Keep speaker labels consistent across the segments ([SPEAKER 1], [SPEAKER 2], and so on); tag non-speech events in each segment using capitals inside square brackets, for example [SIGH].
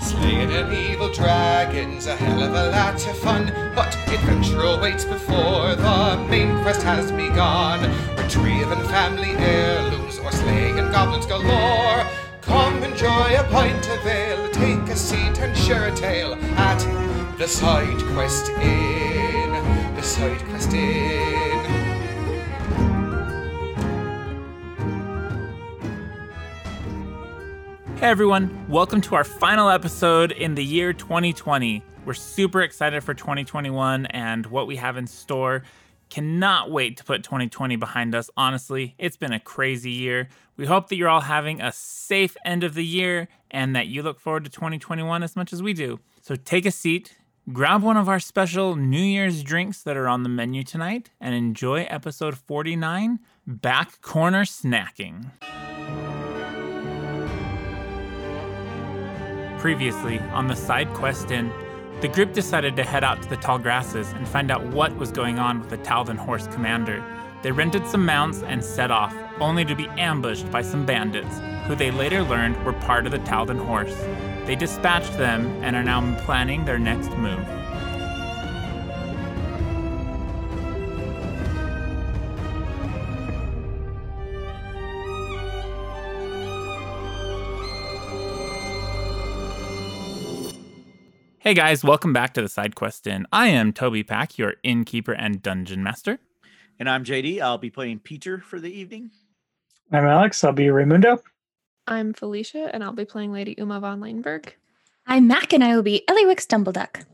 [SPEAKER 1] Slaying an evil dragon's a hell of a lot of fun, but adventure awaits before the main quest has begun. Retrieving family heirlooms or slaying goblins galore. Come enjoy a pint of ale, take a seat and share a tale at the Side Quest Inn. The Side Quest Inn.
[SPEAKER 2] Hey everyone, welcome to our final episode in the year 2020. We're super excited for 2021 and what we have in store. Cannot wait to put 2020 behind us. Honestly, it's been a crazy year. We hope that you're all having a safe end of the year and that you look forward to 2021 as much as we do. So take a seat, grab one of our special New Year's drinks that are on the menu tonight, and enjoy episode 49 Back Corner Snacking. Previously, on the side quest inn, the group decided to head out to the tall grasses and find out what was going on with the Taldan horse commander. They rented some mounts and set off, only to be ambushed by some bandits, who they later learned were part of the Taldan horse. They dispatched them and are now planning their next move. Hey guys, welcome back to the side quest inn. I am Toby Pack, your innkeeper and dungeon master.
[SPEAKER 3] And I'm JD. I'll be playing Peter for the evening.
[SPEAKER 4] I'm Alex. I'll be Raimundo.
[SPEAKER 5] I'm Felicia, and I'll be playing Lady Uma von Leinberg.
[SPEAKER 6] I'm Mac, and I will be Eliwick's Dumbleduck.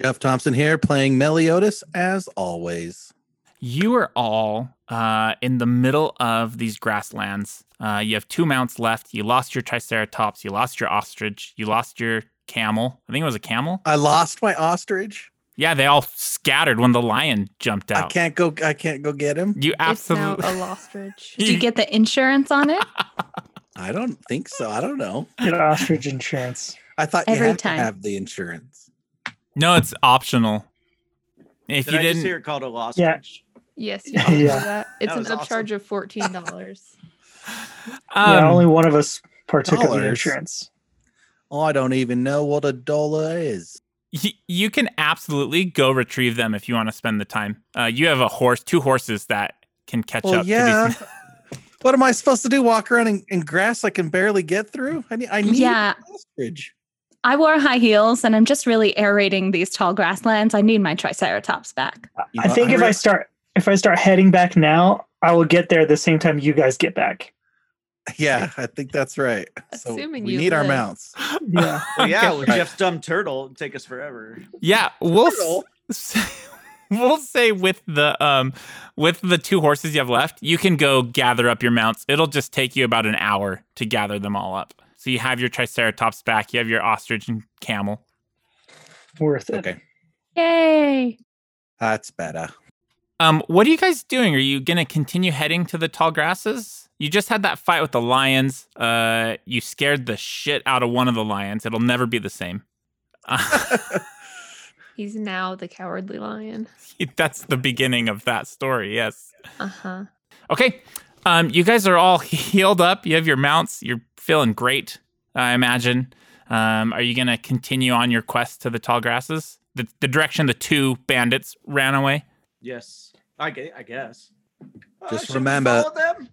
[SPEAKER 7] Jeff Thompson here playing Meliodas as always.
[SPEAKER 2] You are all uh, in the middle of these grasslands. Uh, you have two mounts left. You lost your Triceratops. You lost your ostrich. You lost your camel. I think it was a camel.
[SPEAKER 7] I lost my ostrich.
[SPEAKER 2] Yeah, they all scattered when the lion jumped
[SPEAKER 7] I
[SPEAKER 2] out.
[SPEAKER 7] can't go I can't go get him.
[SPEAKER 2] You absolutely. [LAUGHS]
[SPEAKER 5] It's now a
[SPEAKER 7] [LAUGHS]
[SPEAKER 5] ostrich.
[SPEAKER 6] Did you get the insurance on it?
[SPEAKER 7] I don't think so. I don't know.
[SPEAKER 4] Get ostrich insurance.
[SPEAKER 7] I thought
[SPEAKER 6] Every
[SPEAKER 7] you had
[SPEAKER 6] time.
[SPEAKER 7] to have the insurance.
[SPEAKER 2] No, it's optional. If
[SPEAKER 3] Did
[SPEAKER 2] you
[SPEAKER 3] I
[SPEAKER 2] didn't,
[SPEAKER 3] just hear it called a lost
[SPEAKER 4] Yeah.
[SPEAKER 3] bridge?
[SPEAKER 5] Yes, you can do
[SPEAKER 4] Yeah.
[SPEAKER 5] that. It's
[SPEAKER 3] That
[SPEAKER 5] an
[SPEAKER 3] was awesome.
[SPEAKER 5] upcharge of fourteen dollars.
[SPEAKER 4] yeah,
[SPEAKER 2] um,
[SPEAKER 4] only one of us partook of the
[SPEAKER 7] dollars.
[SPEAKER 4] insurance.
[SPEAKER 7] Oh, I don't even know what a dollar is.
[SPEAKER 2] y- you can absolutely go retrieve them if you want to spend the time. Uh, you have a horse, two horses that can catch
[SPEAKER 7] Well,
[SPEAKER 2] up. To
[SPEAKER 7] yeah.
[SPEAKER 2] these.
[SPEAKER 7] [LAUGHS] What am I supposed to do? Walk around in, in grass I can barely get through? I need I need
[SPEAKER 6] Yeah.
[SPEAKER 7] an ostrich.
[SPEAKER 6] I wore high heels, and I'm just really aerating these tall grasslands. I need my Triceratops back.
[SPEAKER 7] You
[SPEAKER 4] I
[SPEAKER 7] know,
[SPEAKER 4] think if I
[SPEAKER 7] re-
[SPEAKER 4] start if I start heading back now, I will get there the same time you guys get back.
[SPEAKER 7] [LAUGHS] Yeah, I think that's right. [LAUGHS] So
[SPEAKER 5] Assuming
[SPEAKER 7] we
[SPEAKER 5] you
[SPEAKER 7] need our
[SPEAKER 5] live.
[SPEAKER 7] mounts.
[SPEAKER 4] Yeah.
[SPEAKER 2] [LAUGHS]
[SPEAKER 3] Well, yeah,
[SPEAKER 2] Okay.
[SPEAKER 3] with Jeff's dumb turtle, it'd take us forever.
[SPEAKER 2] yeah. We'll s-
[SPEAKER 7] Turtle.
[SPEAKER 2] s- [LAUGHS] we'll say with the um with the two horses you have left, you can go gather up your mounts. It'll just take you about an hour to gather them all up. So you have your Triceratops back. You have your ostrich and camel.
[SPEAKER 4] Worth it.
[SPEAKER 7] Okay.
[SPEAKER 6] Yay!
[SPEAKER 7] That's better.
[SPEAKER 2] Um, what are you guys doing? Are you gonna continue heading to the tall grasses? You just had that fight with the lions. Uh, you scared the shit out of one of the lions. It'll never be the same. [LAUGHS] Uh,
[SPEAKER 5] He's now the cowardly lion.
[SPEAKER 2] that's the beginning of that story. Yes.
[SPEAKER 5] Uh huh.
[SPEAKER 2] Okay. Um, you guys are all [LAUGHS] healed up. You have your mounts. You're feeling great. I imagine. Um, are you gonna continue on your quest to the tall grasses? The, the direction the two bandits ran away.
[SPEAKER 3] Yes. I gue- I guess. Uh,
[SPEAKER 7] Just
[SPEAKER 3] should we
[SPEAKER 7] remember-
[SPEAKER 3] follow them?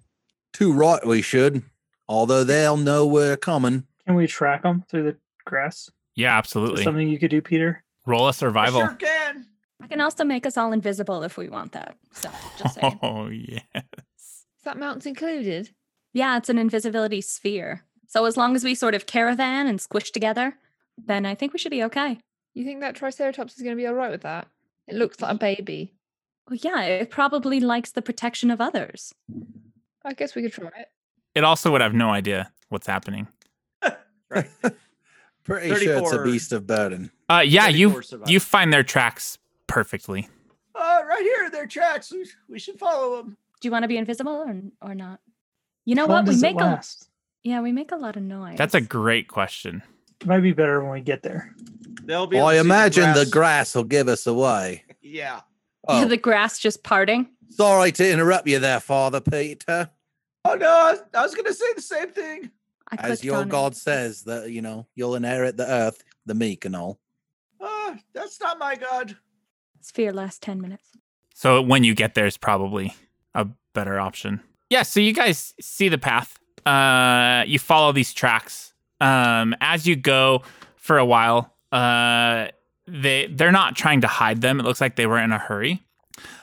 [SPEAKER 7] Too right we should. Although they'll know we're coming.
[SPEAKER 4] Can we track them through the grass?
[SPEAKER 2] Yeah,
[SPEAKER 4] Is
[SPEAKER 2] absolutely.
[SPEAKER 4] something you could do, Peter?
[SPEAKER 2] Roll a
[SPEAKER 3] I
[SPEAKER 2] survival.
[SPEAKER 3] sure
[SPEAKER 7] [LAUGHS]
[SPEAKER 3] can.
[SPEAKER 6] I can also make us all invisible if we want that. So just saying.
[SPEAKER 2] [LAUGHS] Oh yeah.
[SPEAKER 5] Is that mountains included?
[SPEAKER 6] yeah, it's an invisibility sphere. So as long as we sort of caravan and squish together, then I think we should be okay.
[SPEAKER 5] You think that Triceratops is going to be all right with that? It looks like a baby.
[SPEAKER 6] Well, yeah, it probably likes the protection of others.
[SPEAKER 5] I guess we could try it.
[SPEAKER 2] It also would have no idea what's happening.
[SPEAKER 3] Right.
[SPEAKER 7] Pretty sure it's a
[SPEAKER 3] 34.
[SPEAKER 7] beast of burden.
[SPEAKER 2] Uh, yeah, you
[SPEAKER 3] 34 survival.
[SPEAKER 2] you find their tracks perfectly.
[SPEAKER 3] Uh, right here, their tracks. We, we should follow them.
[SPEAKER 6] Do you want to be invisible or or not? You know
[SPEAKER 4] How long
[SPEAKER 6] what? We
[SPEAKER 4] does it
[SPEAKER 6] make a
[SPEAKER 4] last?
[SPEAKER 6] yeah, we make a lot of noise.
[SPEAKER 2] That's a great question.
[SPEAKER 4] It might be better when we get there.
[SPEAKER 3] They'll be. able
[SPEAKER 7] Well, Oh, I
[SPEAKER 3] to see
[SPEAKER 7] imagine the
[SPEAKER 3] grass.
[SPEAKER 7] grass will give
[SPEAKER 6] [LAUGHS]
[SPEAKER 7] us away.
[SPEAKER 3] Yeah.
[SPEAKER 7] Oh,
[SPEAKER 6] the grass just parting.
[SPEAKER 7] sorry to interrupt you there, Father Peter.
[SPEAKER 3] Oh no, I was, I was gonna say the same thing.
[SPEAKER 6] I
[SPEAKER 7] As
[SPEAKER 6] clicked
[SPEAKER 7] the
[SPEAKER 6] on
[SPEAKER 7] old
[SPEAKER 6] it.
[SPEAKER 7] god says, that you know, you'll inherit the earth, the meek and all.
[SPEAKER 3] Ah, that's not my god.
[SPEAKER 6] Sphere lasts 10 minutes.
[SPEAKER 2] So when you get there is probably a better option. Yeah, so you guys see the path. Uh you follow these tracks. Um as you go for a while, uh they they're not trying to hide them. It looks like they were in a hurry.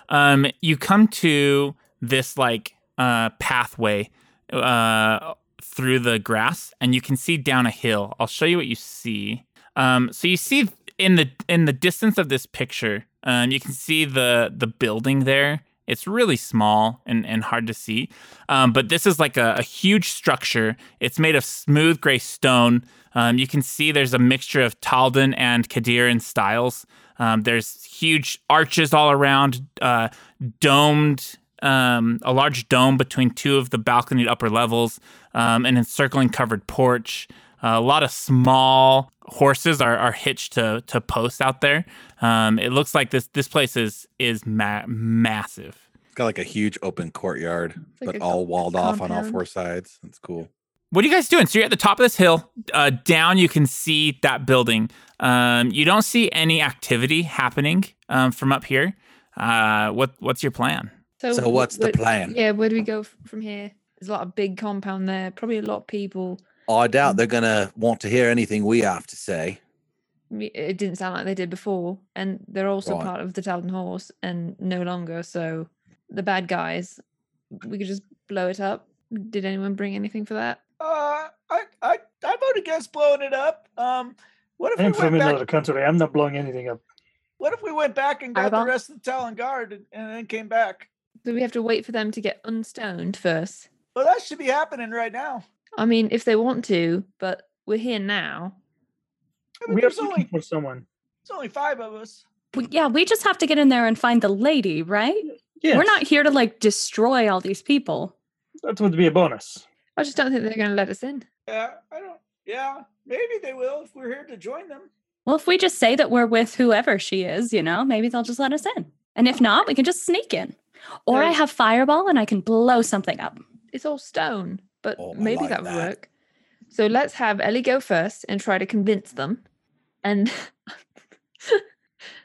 [SPEAKER 2] Um you come to this like uh pathway uh through the grass and you can see down a hill. I'll show you what you see. Um, so you see in the in the distance of this picture, um, you can see the the building there. It's really small and, and hard to see, um, but this is like a, a huge structure. It's made of smooth gray stone. Um, you can see there's a mixture of Talden and Kadiran styles. Um, there's huge arches all around, uh, domed, um, a large dome between two of the balconied upper levels, um, an encircling covered porch. a lot of small horses are, are hitched to, to posts out there. Um, it looks like this this place is is ma- massive.
[SPEAKER 7] It's got like a huge open courtyard,
[SPEAKER 5] like
[SPEAKER 7] but
[SPEAKER 5] a
[SPEAKER 7] all walled off on all
[SPEAKER 5] compound.
[SPEAKER 7] four sides. That's cool.
[SPEAKER 2] What are you guys doing? So you're at the top of this hill. Uh, down, you can see that building. Um, you don't see any activity happening um, from up here. Uh, what what's your plan?
[SPEAKER 7] So what's the
[SPEAKER 5] where-
[SPEAKER 7] plan?
[SPEAKER 5] Yeah, where do we go f- from here? There's a lot of big compound there. Probably a lot of people.
[SPEAKER 7] I doubt
[SPEAKER 5] Mm-hmm.
[SPEAKER 7] they're gonna want to hear anything we have to say.
[SPEAKER 5] I mean, It didn't sound like they did before, and they're also
[SPEAKER 7] Right.
[SPEAKER 5] part of the Talon Horse, and no longer. So the bad guys, we could just blow it up. Did anyone bring anything for that?
[SPEAKER 3] Uh, I, I, I vote against blowing it up. Um, what if
[SPEAKER 4] I
[SPEAKER 3] we
[SPEAKER 4] am from
[SPEAKER 3] went
[SPEAKER 4] another
[SPEAKER 3] back?
[SPEAKER 4] country. I'm not blowing anything up.
[SPEAKER 3] What if we went back and got the
[SPEAKER 6] Fireball?
[SPEAKER 3] rest of the Talon Guard and, and then came back?
[SPEAKER 5] Do we have to wait for them to get unstoned first?
[SPEAKER 3] Well, that should be happening right now.
[SPEAKER 5] I mean, if they want to, but we're here now.
[SPEAKER 3] I mean,
[SPEAKER 4] We are
[SPEAKER 3] there's
[SPEAKER 4] looking
[SPEAKER 3] only
[SPEAKER 4] for someone.
[SPEAKER 3] there's only five of us.
[SPEAKER 6] We, yeah, we just have to get in there and find the lady, right?
[SPEAKER 4] Yeah,
[SPEAKER 6] We're not here to like destroy all these people.
[SPEAKER 4] That would be a bonus.
[SPEAKER 5] I just don't think they're going to let us in.
[SPEAKER 3] Yeah, I don't. Yeah, maybe they will if we're here to join them.
[SPEAKER 6] Well, if we just say that we're with whoever she is, you know, maybe they'll just let us in. And if not, we can just sneak in. Or I
[SPEAKER 5] No.
[SPEAKER 6] have fireball and I can blow something up.
[SPEAKER 5] It's all stone, but
[SPEAKER 7] Oh, I
[SPEAKER 5] maybe
[SPEAKER 7] like
[SPEAKER 5] that would
[SPEAKER 7] that.
[SPEAKER 5] work. So let's have Ellie go first and try to convince them. And [LAUGHS]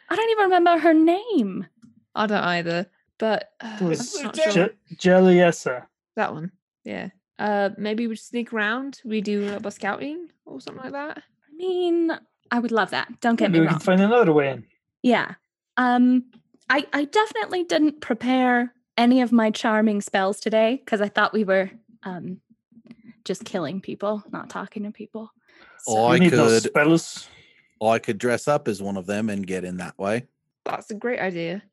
[SPEAKER 6] I don't even remember her name.
[SPEAKER 5] I don't either, but [SIGHS] uh,
[SPEAKER 4] It
[SPEAKER 5] I'm
[SPEAKER 4] was
[SPEAKER 5] not
[SPEAKER 3] Lieutenant.
[SPEAKER 5] sure.
[SPEAKER 4] Je- Jelliessa.
[SPEAKER 5] that one. Yeah. Uh, maybe we sneak around. We do a little bit of scouting or something like that.
[SPEAKER 6] I mean, I would love that. Don't get
[SPEAKER 4] Maybe
[SPEAKER 6] me
[SPEAKER 4] we
[SPEAKER 6] wrong.
[SPEAKER 4] can find another way in.
[SPEAKER 6] Yeah. Um I I definitely didn't prepare any of my charming spells today because I thought we were um just killing people, not talking to people.
[SPEAKER 7] Oh,
[SPEAKER 4] we
[SPEAKER 7] I
[SPEAKER 4] need no
[SPEAKER 7] could-
[SPEAKER 4] spells.
[SPEAKER 7] I could dress up as one of them and get in that way.
[SPEAKER 5] That's a great idea.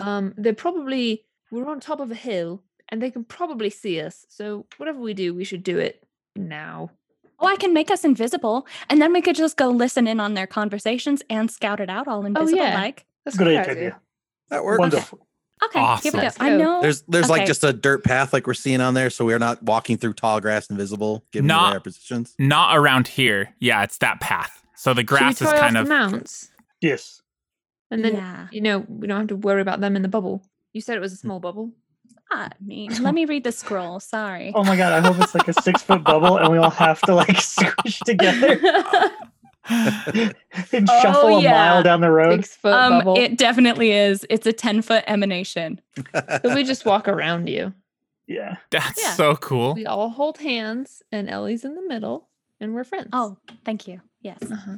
[SPEAKER 5] Um, they're probably we're on top of a hill and they can probably see us. So whatever we do, we should do it now.
[SPEAKER 6] Oh, I can make us invisible and then we could just go listen in on their conversations and scout it out all invisible
[SPEAKER 5] Oh, yeah.
[SPEAKER 6] like.
[SPEAKER 5] That's a
[SPEAKER 4] Great
[SPEAKER 5] good
[SPEAKER 4] idea.
[SPEAKER 7] That works.
[SPEAKER 4] Wonderful.
[SPEAKER 6] Okay, here we go.
[SPEAKER 5] Awesome.
[SPEAKER 6] I know
[SPEAKER 7] There's there's like
[SPEAKER 6] Okay.
[SPEAKER 7] just a dirt path like we're seeing on there, so we're not walking through tall grass invisible, given away
[SPEAKER 2] Not-
[SPEAKER 7] our positions.
[SPEAKER 2] Not around here. Yeah, it's that path. So the
[SPEAKER 5] Should we
[SPEAKER 2] grass is
[SPEAKER 5] try off
[SPEAKER 2] kind
[SPEAKER 5] the
[SPEAKER 2] of
[SPEAKER 5] mounts
[SPEAKER 4] Yes.
[SPEAKER 5] and then
[SPEAKER 6] yeah.
[SPEAKER 5] you know we don't have to worry about them in the bubble. You said it was a small
[SPEAKER 2] [LAUGHS]
[SPEAKER 5] bubble.
[SPEAKER 6] I mean, let Ah, me read the scroll. Sorry.
[SPEAKER 4] Oh my god! I hope it's like a six foot bubble, and we all have to like [LAUGHS] squish
[SPEAKER 5] [LAUGHS]
[SPEAKER 4] together and
[SPEAKER 6] Oh,
[SPEAKER 4] shuffle a
[SPEAKER 6] yeah.
[SPEAKER 4] mile down the road.
[SPEAKER 5] Six foot
[SPEAKER 6] um,
[SPEAKER 5] bubble.
[SPEAKER 6] it definitely is. It's a 10 foot emanation.
[SPEAKER 5] [LAUGHS] so we just walk around you.
[SPEAKER 4] Yeah.
[SPEAKER 2] [LAUGHS] That's
[SPEAKER 6] Yeah.
[SPEAKER 2] so cool.
[SPEAKER 5] We all hold hands, and Ellie's in the middle, and we're friends.
[SPEAKER 6] Oh, thank you. Yes.
[SPEAKER 5] Uh-huh.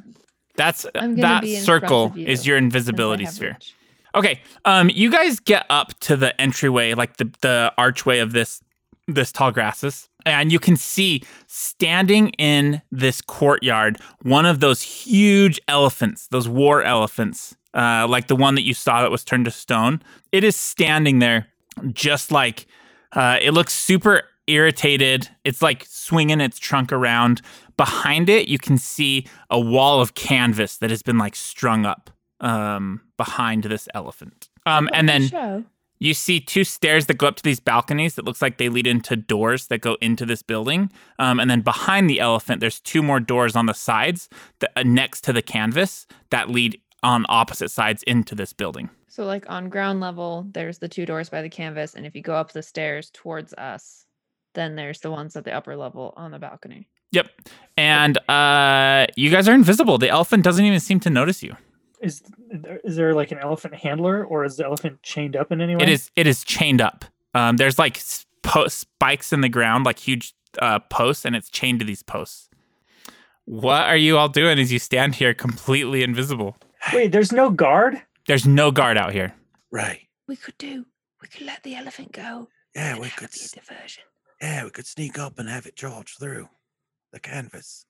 [SPEAKER 2] That's
[SPEAKER 5] I'm gonna
[SPEAKER 2] that
[SPEAKER 5] be in front
[SPEAKER 2] circle
[SPEAKER 5] of you
[SPEAKER 2] is your
[SPEAKER 5] Since I
[SPEAKER 2] invisibility
[SPEAKER 5] have
[SPEAKER 2] sphere.
[SPEAKER 5] reach.
[SPEAKER 2] Okay. Um, you guys get up to the entryway, like the the archway of this this tall grasses, and you can see standing in this courtyard one of those huge elephants, those war elephants, uh, like the one that you saw that was turned to stone. It is standing there, just like uh, it looks super irritated. It's like swinging its trunk around. Behind it, you can see a wall of canvas that has been like strung up um, behind this elephant. Um, and then
[SPEAKER 5] show.
[SPEAKER 2] you see two stairs that go up to these balconies that looks like they lead into doors that go into this building. Um, and then behind the elephant, there's two more doors on the sides that, uh, next to the canvas that lead on opposite sides into this building.
[SPEAKER 5] So, like on ground level, there's the two doors by the canvas, and if you go up the stairs towards us, Then there's the ones at the upper level on the balcony.
[SPEAKER 2] Yep. And uh, you guys are invisible. The elephant doesn't even seem to notice you.
[SPEAKER 4] Is there- is there like an elephant handler, or is the elephant chained up in any way?
[SPEAKER 2] It is it is chained up. Um, there's like s- po- spikes in the ground, like huge uh, posts, and it's chained to these posts. What are you all doing as you stand here completely invisible?
[SPEAKER 4] Wait, there's no guard.
[SPEAKER 2] There's no guard out here.
[SPEAKER 7] [LAUGHS] Right.
[SPEAKER 5] We could do. We could let the elephant go.
[SPEAKER 7] Yeah,
[SPEAKER 5] and
[SPEAKER 7] we
[SPEAKER 5] have
[SPEAKER 7] could.
[SPEAKER 5] it be a
[SPEAKER 7] s-
[SPEAKER 5] diversion.
[SPEAKER 7] Yeah, we could sneak up and have it charge through the canvas.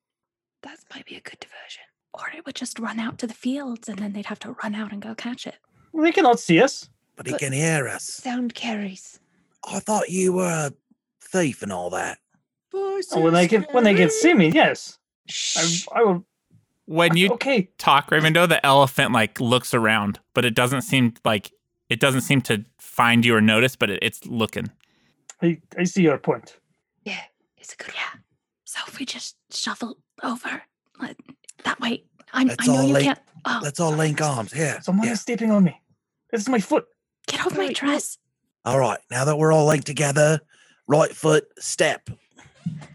[SPEAKER 5] That might be a good diversion.
[SPEAKER 6] Or it would just run out to the fields and then they'd have to run out and go catch it.
[SPEAKER 4] They cannot see us.
[SPEAKER 7] But he
[SPEAKER 5] But-
[SPEAKER 7] can hear us.
[SPEAKER 5] Sound carries.
[SPEAKER 7] I thought you were a thief and all that.
[SPEAKER 4] Oh, when they can when they can see me, yes. I,
[SPEAKER 5] Shh.
[SPEAKER 4] I will.
[SPEAKER 2] When
[SPEAKER 4] [LAUGHS]
[SPEAKER 2] you
[SPEAKER 4] okay.
[SPEAKER 2] talk, Raymondo, the elephant like looks around, but it doesn't seem like it doesn't seem to find you or notice, but it, it's looking.
[SPEAKER 4] I, I see your point.
[SPEAKER 5] It's a good
[SPEAKER 6] Yeah. So if we just shuffle over like, that way, I'm, I
[SPEAKER 7] Let's
[SPEAKER 6] know
[SPEAKER 7] all
[SPEAKER 6] you
[SPEAKER 7] lay-
[SPEAKER 6] can't. Oh,
[SPEAKER 7] Let's all link arms. Yeah.
[SPEAKER 4] Someone
[SPEAKER 7] yeah.
[SPEAKER 4] is stepping on me. This is my foot.
[SPEAKER 6] get off
[SPEAKER 5] Wait,
[SPEAKER 6] my
[SPEAKER 5] wait,
[SPEAKER 6] dress.
[SPEAKER 7] All right. Now that we're all linked together, right foot, step.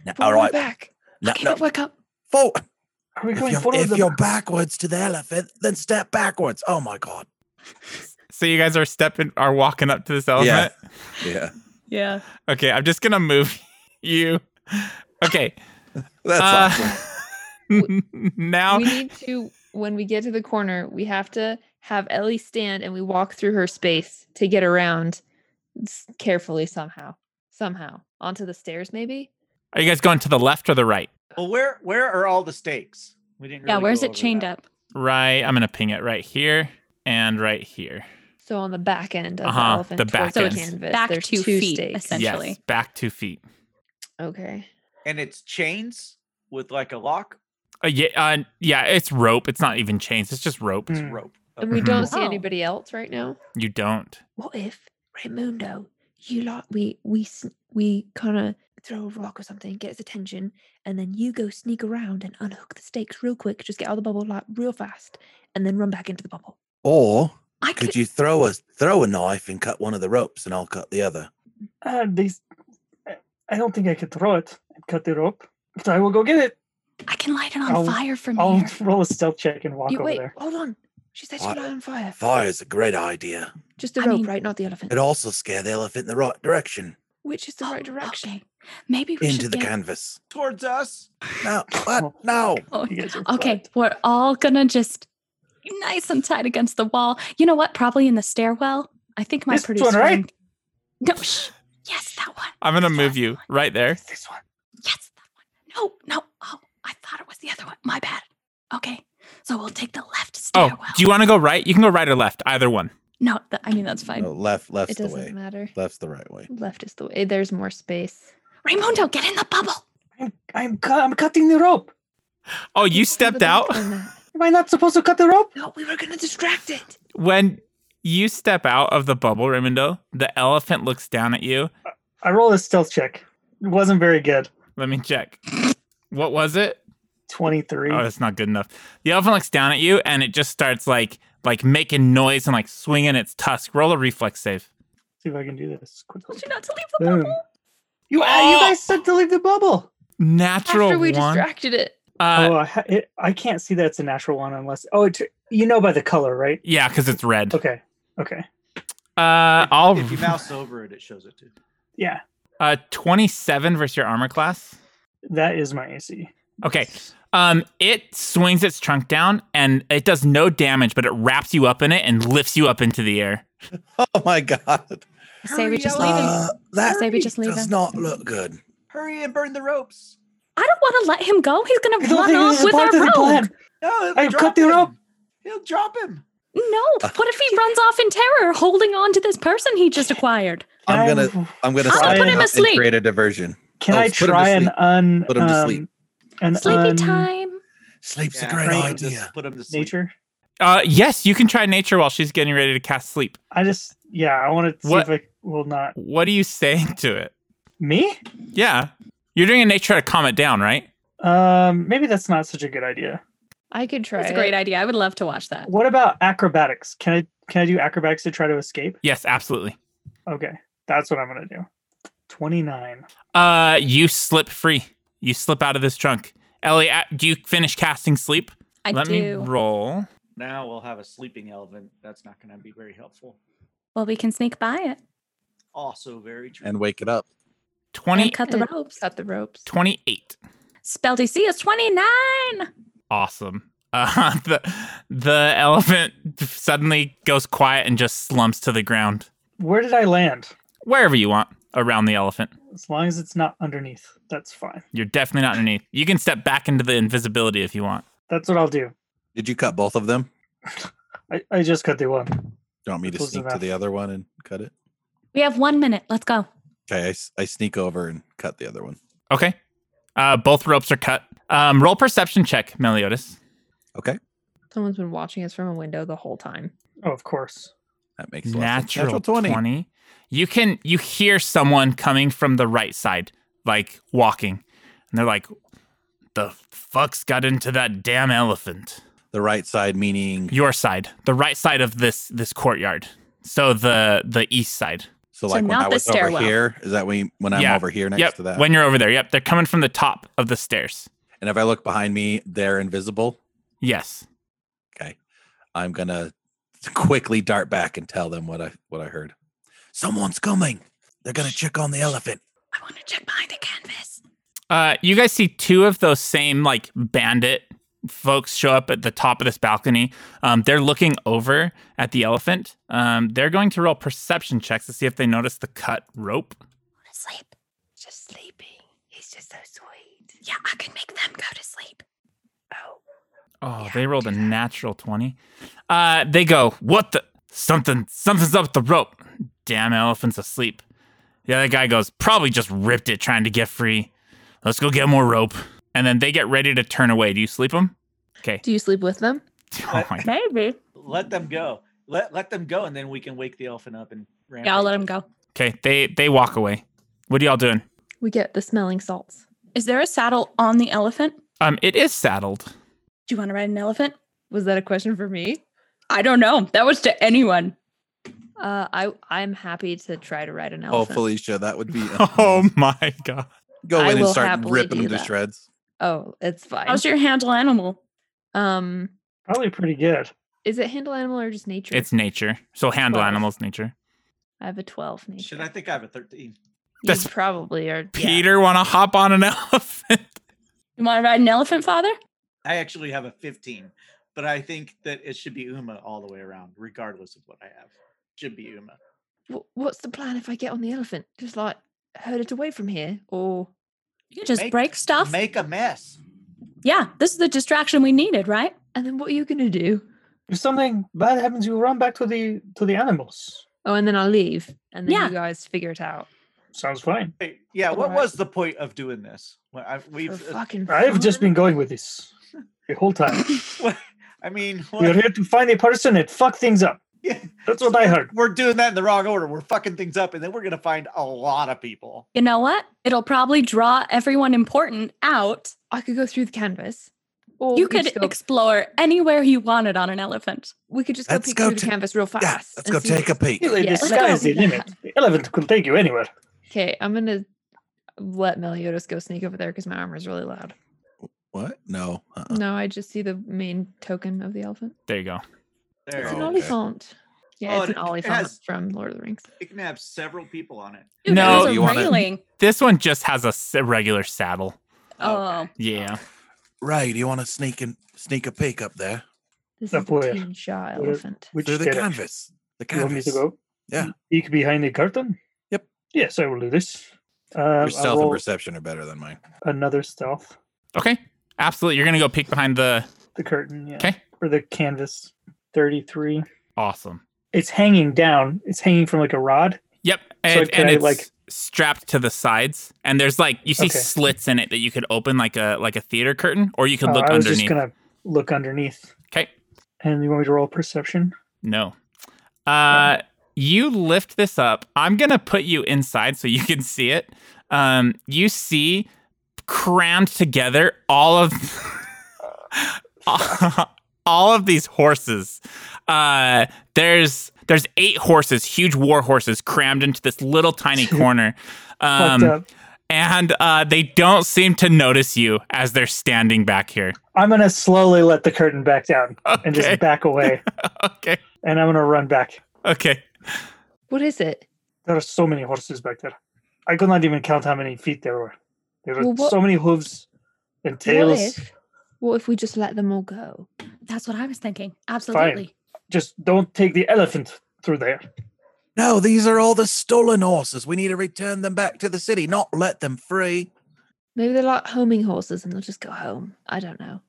[SPEAKER 7] Now, all right.
[SPEAKER 5] back.
[SPEAKER 7] No,
[SPEAKER 6] okay,
[SPEAKER 7] no.
[SPEAKER 6] but work up.
[SPEAKER 7] Forward.
[SPEAKER 4] Are we
[SPEAKER 7] If
[SPEAKER 4] going
[SPEAKER 7] you're,
[SPEAKER 4] forward? or
[SPEAKER 7] if
[SPEAKER 4] the- Hmm.
[SPEAKER 7] you're backwards to the elephant, then step backwards. Oh my god.
[SPEAKER 2] So you guys are stepping are walking up to this elephant.
[SPEAKER 7] Yeah. [LAUGHS]
[SPEAKER 6] Yeah.
[SPEAKER 2] Okay, I'm just gonna move [LAUGHS] you. Okay.
[SPEAKER 7] That's
[SPEAKER 2] uh, [LAUGHS] now
[SPEAKER 5] We need to, when we get to the corner, we have to have Ellie stand and we walk through her space to get around s- carefully somehow. Somehow. Onto the stairs, maybe?
[SPEAKER 2] are you guys going to the left or the right?
[SPEAKER 3] Well, where where are all the stakes? We didn't.
[SPEAKER 6] Yeah,
[SPEAKER 3] really
[SPEAKER 6] where's
[SPEAKER 3] go
[SPEAKER 6] it
[SPEAKER 3] over
[SPEAKER 6] chained
[SPEAKER 3] that.
[SPEAKER 6] up?
[SPEAKER 2] Right. I'm gonna ping it right here and right here.
[SPEAKER 5] So on the back end of
[SPEAKER 2] Uh-huh,
[SPEAKER 5] the elephant,
[SPEAKER 2] the
[SPEAKER 5] towards
[SPEAKER 2] back
[SPEAKER 5] the
[SPEAKER 2] end.
[SPEAKER 5] canvas,
[SPEAKER 6] Back
[SPEAKER 5] there's
[SPEAKER 6] two
[SPEAKER 5] two,
[SPEAKER 6] feet,
[SPEAKER 5] stakes.
[SPEAKER 6] Essentially.
[SPEAKER 2] Yes, back two feet.
[SPEAKER 5] Okay.
[SPEAKER 3] And it's chains with like a lock.
[SPEAKER 2] Uh, yeah, uh, yeah, it's rope. It's not even chains. It's just rope.
[SPEAKER 3] It's
[SPEAKER 4] Mm.
[SPEAKER 3] rope.
[SPEAKER 5] And
[SPEAKER 3] Okay.
[SPEAKER 5] we
[SPEAKER 2] Mhm.
[SPEAKER 5] don't see
[SPEAKER 6] Oh.
[SPEAKER 5] anybody else right now.
[SPEAKER 2] You don't.
[SPEAKER 5] What if Raimundo, you lot, we we sn- we kind of throw a rock or something, get his attention, and then you go sneak around and unhook the stakes real quick, just get out of the bubble like real fast, and then run back into the bubble.
[SPEAKER 7] Or
[SPEAKER 6] I could,
[SPEAKER 7] could you throw a throw a knife and cut one of the ropes and I'll cut the other?
[SPEAKER 4] Uh, they, s- I- I don't think I could throw it and cut the rope, but I will go get it.
[SPEAKER 6] I can light it on
[SPEAKER 4] I'll-
[SPEAKER 6] fire from [LAUGHS]
[SPEAKER 4] I'll
[SPEAKER 6] here.
[SPEAKER 4] roll a stealth check and walk
[SPEAKER 5] You,
[SPEAKER 4] over
[SPEAKER 5] wait,
[SPEAKER 4] there.
[SPEAKER 5] hold on. She said she
[SPEAKER 7] What?
[SPEAKER 5] got on fire.
[SPEAKER 7] Fire's a great idea.
[SPEAKER 5] Just the
[SPEAKER 6] I
[SPEAKER 5] rope,
[SPEAKER 6] mean-
[SPEAKER 5] right? Not the elephant.
[SPEAKER 7] It'd also scare the elephant in the right direction.
[SPEAKER 5] Which is the
[SPEAKER 6] Oh,
[SPEAKER 5] right direction.
[SPEAKER 6] Okay. Maybe we
[SPEAKER 7] Into
[SPEAKER 6] should
[SPEAKER 7] the
[SPEAKER 6] get...
[SPEAKER 7] canvas.
[SPEAKER 3] Towards us.
[SPEAKER 7] No, what? No.
[SPEAKER 6] Oh,
[SPEAKER 4] You guys are
[SPEAKER 6] Okay,
[SPEAKER 4] fucked.
[SPEAKER 6] we're all gonna just nice and tight against the wall. You know what? Probably in the stairwell. I think my
[SPEAKER 4] This one,
[SPEAKER 6] producer.
[SPEAKER 4] right?
[SPEAKER 6] friend- No, shh. Yes, that one.
[SPEAKER 2] I'm gonna
[SPEAKER 6] Yes,
[SPEAKER 2] move
[SPEAKER 6] that
[SPEAKER 2] you
[SPEAKER 6] one.
[SPEAKER 2] right there.
[SPEAKER 4] This one.
[SPEAKER 6] Yes, that one. No, no. Oh, I thought it was the other one. My bad. Okay, so we'll take the left
[SPEAKER 2] Oh,
[SPEAKER 6] stairwell.
[SPEAKER 2] do you want to go right? You can go right or left, either one.
[SPEAKER 6] No, th- I mean that's fine.
[SPEAKER 7] left left's
[SPEAKER 5] It doesn't matter.
[SPEAKER 7] Left's the right way.
[SPEAKER 5] Left is the way. There's more space.
[SPEAKER 6] Raimundo, get in the bubble.
[SPEAKER 4] I'm I'm, cu- I'm cutting the rope.
[SPEAKER 2] Oh, you
[SPEAKER 5] Over
[SPEAKER 2] stepped
[SPEAKER 5] the [LAUGHS]
[SPEAKER 2] out
[SPEAKER 5] balcony mat.
[SPEAKER 4] Am I not supposed to cut the rope?
[SPEAKER 5] No, we were gonna distract it.
[SPEAKER 2] when you step out of the bubble, Raimundo. The elephant looks down at you.
[SPEAKER 4] I roll a stealth check. It wasn't very good.
[SPEAKER 2] Let me check. What was it?
[SPEAKER 4] Twenty three.
[SPEAKER 7] Uh,
[SPEAKER 2] Oh, that's not good enough. The elephant looks down at you, and it just starts like like making noise and like swinging its tusk. Roll a reflex save.
[SPEAKER 4] see if I can do this quickly.
[SPEAKER 6] Told you not to leave the
[SPEAKER 4] Boom.
[SPEAKER 6] bubble.
[SPEAKER 4] You, uh,
[SPEAKER 2] Oh!
[SPEAKER 4] you guys said to leave the bubble.
[SPEAKER 2] Natural
[SPEAKER 5] After we
[SPEAKER 2] one.
[SPEAKER 5] distracted it.
[SPEAKER 2] uh,
[SPEAKER 4] oh, I, ha- it, I can't see that it's a natural one unless. Oh, it, you know by the color, right?
[SPEAKER 2] yeah, because it's red.
[SPEAKER 4] Okay. Okay.
[SPEAKER 2] Uh, I'll
[SPEAKER 4] Oh.
[SPEAKER 3] If you mouse over it, it shows it too.
[SPEAKER 4] Yeah.
[SPEAKER 2] uh twenty-seven versus your armor class.
[SPEAKER 4] That is my AC.
[SPEAKER 2] Okay. Um, it swings its trunk down and it does no damage, but it wraps you up in it and lifts you up into the air.
[SPEAKER 7] Oh my god.
[SPEAKER 6] I say we
[SPEAKER 3] Hurry,
[SPEAKER 6] just leave him.
[SPEAKER 7] Uh,
[SPEAKER 6] I
[SPEAKER 7] that
[SPEAKER 6] say we just leave
[SPEAKER 7] does
[SPEAKER 6] him.
[SPEAKER 7] not look good.
[SPEAKER 3] Hurry and burn the ropes.
[SPEAKER 6] don't want to let him go. He's
[SPEAKER 4] I
[SPEAKER 6] gonna
[SPEAKER 4] don't
[SPEAKER 6] run
[SPEAKER 4] think this
[SPEAKER 6] off
[SPEAKER 4] is
[SPEAKER 6] with
[SPEAKER 4] part of the
[SPEAKER 6] our rope.
[SPEAKER 4] plan.
[SPEAKER 3] No, he'll
[SPEAKER 4] I have
[SPEAKER 3] drop
[SPEAKER 4] cut the
[SPEAKER 3] him.
[SPEAKER 4] rope.
[SPEAKER 3] He'll drop him.
[SPEAKER 6] No,
[SPEAKER 7] Uh,
[SPEAKER 6] what if he runs off in terror, holding on to this person he just acquired?
[SPEAKER 7] I'm gonna-
[SPEAKER 4] Can
[SPEAKER 7] I'm
[SPEAKER 4] I'm
[SPEAKER 7] gonna
[SPEAKER 4] gonna
[SPEAKER 7] stop
[SPEAKER 4] put
[SPEAKER 7] and
[SPEAKER 4] him
[SPEAKER 7] help and
[SPEAKER 6] asleep.
[SPEAKER 7] create a diversion.
[SPEAKER 4] Can
[SPEAKER 7] Oh,
[SPEAKER 4] I
[SPEAKER 7] put him to
[SPEAKER 4] try an
[SPEAKER 7] sleep.
[SPEAKER 4] un
[SPEAKER 7] Put him to
[SPEAKER 4] um,
[SPEAKER 7] sleep.
[SPEAKER 4] an
[SPEAKER 6] Sleepy
[SPEAKER 4] un-
[SPEAKER 6] time.
[SPEAKER 7] Sleep's
[SPEAKER 3] Yeah,
[SPEAKER 7] a great
[SPEAKER 3] put
[SPEAKER 4] Right.
[SPEAKER 3] him to-
[SPEAKER 7] idea.
[SPEAKER 3] Put him to sleep.
[SPEAKER 4] nature?
[SPEAKER 2] Uh, yes, you can try nature while she's getting ready to cast sleep.
[SPEAKER 4] I just yeah. I want to see
[SPEAKER 2] What-
[SPEAKER 4] if I will not
[SPEAKER 2] What are you [LAUGHS] saying to it?
[SPEAKER 4] me.
[SPEAKER 2] Yeah, you're doing a nature to calm it down, right?
[SPEAKER 4] Um, maybe that's not such a good idea.
[SPEAKER 5] I could try.
[SPEAKER 6] That's a
[SPEAKER 5] it.
[SPEAKER 6] great idea. I would love to watch that.
[SPEAKER 4] What about acrobatics? Can I can I do acrobatics to try to escape?
[SPEAKER 2] Yes, absolutely.
[SPEAKER 4] Okay, that's what I'm gonna do. Twenty nine.
[SPEAKER 2] Uh, you slip free. You slip out of this trunk. Ellie, a- do you finish casting sleep?
[SPEAKER 6] I
[SPEAKER 2] Let me
[SPEAKER 6] do.
[SPEAKER 2] roll.
[SPEAKER 3] Now we'll have a sleeping elephant. That's not going to be very helpful.
[SPEAKER 6] well, we can sneak by it
[SPEAKER 3] Also, very true.
[SPEAKER 7] and wake it up.
[SPEAKER 2] 20,
[SPEAKER 6] and cut the
[SPEAKER 5] Uh,
[SPEAKER 6] ropes.
[SPEAKER 5] Cut the ropes.
[SPEAKER 2] 28.
[SPEAKER 6] Spell DC is 29.
[SPEAKER 2] Awesome. [LAUGHS] Uh, the, the elephant suddenly goes quiet and just slumps to the ground.
[SPEAKER 4] Where did I land?
[SPEAKER 2] Wherever you want, around the elephant.
[SPEAKER 4] As long as it's not underneath, that's fine.
[SPEAKER 2] You're definitely not underneath. You can step back into the invisibility if you want.
[SPEAKER 4] That's what I'll do.
[SPEAKER 7] Did you cut both of them?
[SPEAKER 4] I, I just cut the one.
[SPEAKER 7] Do you want me to
[SPEAKER 4] Close
[SPEAKER 7] sneak to
[SPEAKER 4] enough.
[SPEAKER 7] the other one and cut it?
[SPEAKER 6] We have one minute. Let's go.
[SPEAKER 7] Okay, I, s- I sneak over and cut the other one.
[SPEAKER 2] Okay. Uh, both ropes are cut. Um, roll perception check, Meliodas.
[SPEAKER 5] Someone's been watching us from a window the whole time.
[SPEAKER 4] Oh, of course.
[SPEAKER 7] That makes a lot of sense.
[SPEAKER 2] Natural, 20. You can you hear someone coming from the right side, like walking, and they're like, "The fuck's got into that damn elephant."
[SPEAKER 7] The right side meaning
[SPEAKER 2] Your side, the right side of this this courtyard. So the the east side.
[SPEAKER 6] So
[SPEAKER 7] so like when
[SPEAKER 6] not
[SPEAKER 7] I
[SPEAKER 6] the
[SPEAKER 7] was over
[SPEAKER 6] stairwell.
[SPEAKER 7] here. Is that when when I'm
[SPEAKER 2] Yeah.
[SPEAKER 7] over here next
[SPEAKER 2] yep.
[SPEAKER 7] to that?
[SPEAKER 2] When you're over there, yep, they're coming from the top of the stairs.
[SPEAKER 7] and if I look behind me, they're invisible.
[SPEAKER 2] Yes.
[SPEAKER 7] Okay, I'm gonna quickly dart back and tell them what I what I heard. Someone's coming. They're gonna check on the elephant.
[SPEAKER 6] I want to check behind the canvas.
[SPEAKER 2] Uh, you guys see two of those same like bandit folks show up at the top of this balcony. Um, they're looking over at the elephant. Um, they're going to roll perception checks to see if they notice the cut rope.
[SPEAKER 6] I want to sleep.
[SPEAKER 5] Just sleeping. He's just so sweet.
[SPEAKER 6] Yeah, I can make them go to sleep.
[SPEAKER 5] Oh,
[SPEAKER 2] Oh,
[SPEAKER 5] Yeah,
[SPEAKER 2] they rolled a
[SPEAKER 5] do that.
[SPEAKER 2] natural twenty. Uh, they go, "What the something? Something's up with the rope. Damn elephant's asleep." The other guy goes, "Probably just ripped it trying to get free. Let's go get more rope." And then they get ready to turn away. Do you sleep them? Okay. [LAUGHS]
[SPEAKER 5] do you sleep with them?
[SPEAKER 2] Oh my
[SPEAKER 6] Maybe.
[SPEAKER 3] Let them go. Let let them go, and then we can wake the elephant up and.
[SPEAKER 6] Yeah, I'll let them go.
[SPEAKER 2] Okay, they they walk away. What are y'all doing?
[SPEAKER 5] We get the smelling salts.
[SPEAKER 6] Is there a saddle on the elephant?
[SPEAKER 2] Um, it is saddled.
[SPEAKER 6] Do you want to ride an elephant?
[SPEAKER 5] Was that a question for me?
[SPEAKER 6] I don't know. That was to anyone.
[SPEAKER 5] Uh, I I'm happy to try to ride an
[SPEAKER 7] Oh,
[SPEAKER 5] elephant.
[SPEAKER 7] Felicia, that
[SPEAKER 5] [LAUGHS]
[SPEAKER 7] would be
[SPEAKER 2] Oh my god.
[SPEAKER 7] go
[SPEAKER 5] I
[SPEAKER 7] in and
[SPEAKER 5] will
[SPEAKER 7] start
[SPEAKER 5] happily
[SPEAKER 7] ripping
[SPEAKER 5] do
[SPEAKER 7] them to
[SPEAKER 5] that.
[SPEAKER 7] shreds.
[SPEAKER 5] Oh, it's fine.
[SPEAKER 6] How's your handle animal?
[SPEAKER 5] um,
[SPEAKER 4] Probably pretty good.
[SPEAKER 5] is it handle animal or just nature?
[SPEAKER 2] It's nature. So handle
[SPEAKER 5] Twelve.
[SPEAKER 2] animals, nature.
[SPEAKER 5] I have a twelve nature.
[SPEAKER 3] Should I think I have a thirteen?
[SPEAKER 5] You
[SPEAKER 2] That's-
[SPEAKER 5] probably are. yeah.
[SPEAKER 2] Peter wanna hop on an [LAUGHS] elephant.
[SPEAKER 6] You want to ride an elephant, father?
[SPEAKER 3] I actually have a fifteen, but I think that it should be Uma all the way around, regardless of what I have. Should be Uma.
[SPEAKER 5] Wh- What's the plan if I get on the elephant? Just like herd it away from here, or
[SPEAKER 6] You can just
[SPEAKER 3] Make-
[SPEAKER 6] break stuff.
[SPEAKER 3] Make a mess.
[SPEAKER 6] yeah, this is the distraction we needed, right?
[SPEAKER 5] and then what are you gonna do?
[SPEAKER 4] If something bad happens, you run back to the to the animals.
[SPEAKER 5] Oh, and then I'll leave, and then
[SPEAKER 6] Yeah.
[SPEAKER 5] you guys figure it out.
[SPEAKER 4] Sounds fine.
[SPEAKER 3] Wait, yeah. What
[SPEAKER 5] Alright.
[SPEAKER 3] was the point of doing this? Well, I,
[SPEAKER 5] For
[SPEAKER 3] we've. uh,
[SPEAKER 5] fucking.
[SPEAKER 4] I've just
[SPEAKER 5] fun.
[SPEAKER 4] been going with this the whole time.
[SPEAKER 3] I mean,
[SPEAKER 4] [LAUGHS] we are
[SPEAKER 3] what-
[SPEAKER 4] here to find a person and fuck things up.
[SPEAKER 3] Yeah.
[SPEAKER 4] That's what I heard.
[SPEAKER 3] we're doing that in the wrong order. We're fucking things up, and then we're gonna find a lot of people.
[SPEAKER 6] You know what? It'll probably draw everyone important out.
[SPEAKER 5] I could go through the canvas, or
[SPEAKER 6] You
[SPEAKER 5] we could
[SPEAKER 6] could
[SPEAKER 5] just go,
[SPEAKER 6] explore anywhere you wanted on an elephant.
[SPEAKER 5] we could just go
[SPEAKER 7] Let's
[SPEAKER 5] peek
[SPEAKER 7] go
[SPEAKER 5] through the
[SPEAKER 7] to-
[SPEAKER 5] canvas real fast.
[SPEAKER 7] Yeah, let's go take
[SPEAKER 5] [LAUGHS]
[SPEAKER 7] a peek.
[SPEAKER 4] Really,
[SPEAKER 5] Yeah,
[SPEAKER 4] the
[SPEAKER 5] let's
[SPEAKER 4] sky
[SPEAKER 5] go.
[SPEAKER 4] is the limit. The elephant could take you anywhere.
[SPEAKER 5] Okay, I'm gonna let Meliodas go sneak over there because my armor is really loud.
[SPEAKER 7] What? No. Uh-uh.
[SPEAKER 5] No, I just see the main token of the elephant.
[SPEAKER 2] There you go.
[SPEAKER 3] There.
[SPEAKER 5] It's
[SPEAKER 3] it
[SPEAKER 5] an
[SPEAKER 7] Oh,
[SPEAKER 3] is.
[SPEAKER 7] okay.
[SPEAKER 5] olifant. Yeah,
[SPEAKER 3] Oh,
[SPEAKER 5] it's
[SPEAKER 3] and
[SPEAKER 5] an
[SPEAKER 3] it- it
[SPEAKER 5] olifant
[SPEAKER 3] has-
[SPEAKER 5] from Lord of the Rings.
[SPEAKER 3] It can have several people on it.
[SPEAKER 6] Dude,
[SPEAKER 2] No,
[SPEAKER 6] there's a
[SPEAKER 7] you wanna-
[SPEAKER 6] railing.
[SPEAKER 2] This one just has a s- regular saddle.
[SPEAKER 6] Oh,
[SPEAKER 2] Yeah.
[SPEAKER 7] Ray, do you want to sneak and sneak a peek up there
[SPEAKER 5] This
[SPEAKER 4] Now
[SPEAKER 5] is the
[SPEAKER 4] where?
[SPEAKER 5] teen Shah
[SPEAKER 4] Where-
[SPEAKER 5] elephant.
[SPEAKER 4] Which
[SPEAKER 7] through the
[SPEAKER 4] direction?
[SPEAKER 7] canvas? The
[SPEAKER 4] You want me
[SPEAKER 7] canvas.
[SPEAKER 4] to go?
[SPEAKER 7] Yeah.
[SPEAKER 4] Peek behind the curtain?
[SPEAKER 7] Yep.
[SPEAKER 4] Yes, I will do this. Um,
[SPEAKER 7] Your
[SPEAKER 4] I'll
[SPEAKER 7] stealth and
[SPEAKER 4] roll
[SPEAKER 7] perception are better than mine.
[SPEAKER 4] another stealth.
[SPEAKER 2] Okay. Absolutely. You're gonna go peek behind the
[SPEAKER 4] The curtain, yeah.
[SPEAKER 2] 'Kay.
[SPEAKER 4] Or the canvas. 33.
[SPEAKER 2] awesome.
[SPEAKER 4] It's hanging down. It's hanging from like a rod.
[SPEAKER 2] Yep. And,
[SPEAKER 4] can
[SPEAKER 2] and
[SPEAKER 4] I,
[SPEAKER 2] it's
[SPEAKER 4] like-
[SPEAKER 2] strapped to the sides. And there's like you see
[SPEAKER 4] Okay.
[SPEAKER 2] slits in it that you could open like a like a theater curtain, or you could
[SPEAKER 4] Uh,
[SPEAKER 2] look
[SPEAKER 4] I was
[SPEAKER 2] underneath.
[SPEAKER 4] just going to look underneath.
[SPEAKER 2] Okay.
[SPEAKER 4] And you want me to roll perception?
[SPEAKER 2] No. Uh, you lift this up. I'm gonna put you inside so you can see it. Um, you see crammed together all of [LAUGHS] all of these horses. Uh, there's there's
[SPEAKER 4] [LAUGHS]
[SPEAKER 2] eight horses, huge war horses, crammed into this little tiny corner.
[SPEAKER 4] Fucked
[SPEAKER 2] Um,
[SPEAKER 4] up.
[SPEAKER 2] and uh, they don't seem to notice you as they're standing back here.
[SPEAKER 4] I'm gonna slowly let the curtain back down and
[SPEAKER 2] Okay.
[SPEAKER 4] just
[SPEAKER 2] [LAUGHS]
[SPEAKER 4] back away,
[SPEAKER 2] okay.
[SPEAKER 4] and I'm gonna run back.
[SPEAKER 2] Okay.
[SPEAKER 5] What is it?
[SPEAKER 4] There are so many horses back there. I could not even count how many feet there were. There were
[SPEAKER 5] Well, what-
[SPEAKER 4] so many hooves and
[SPEAKER 5] What
[SPEAKER 4] tails.
[SPEAKER 5] if? What if we just let them all go?
[SPEAKER 6] That's what I was thinking. Absolutely.
[SPEAKER 4] Just don't take the elephant through there.
[SPEAKER 7] No, these are all the stolen horses. We need to return them back to the city, not let them free.
[SPEAKER 5] Maybe they're like homing horses and they'll just go home. I don't know.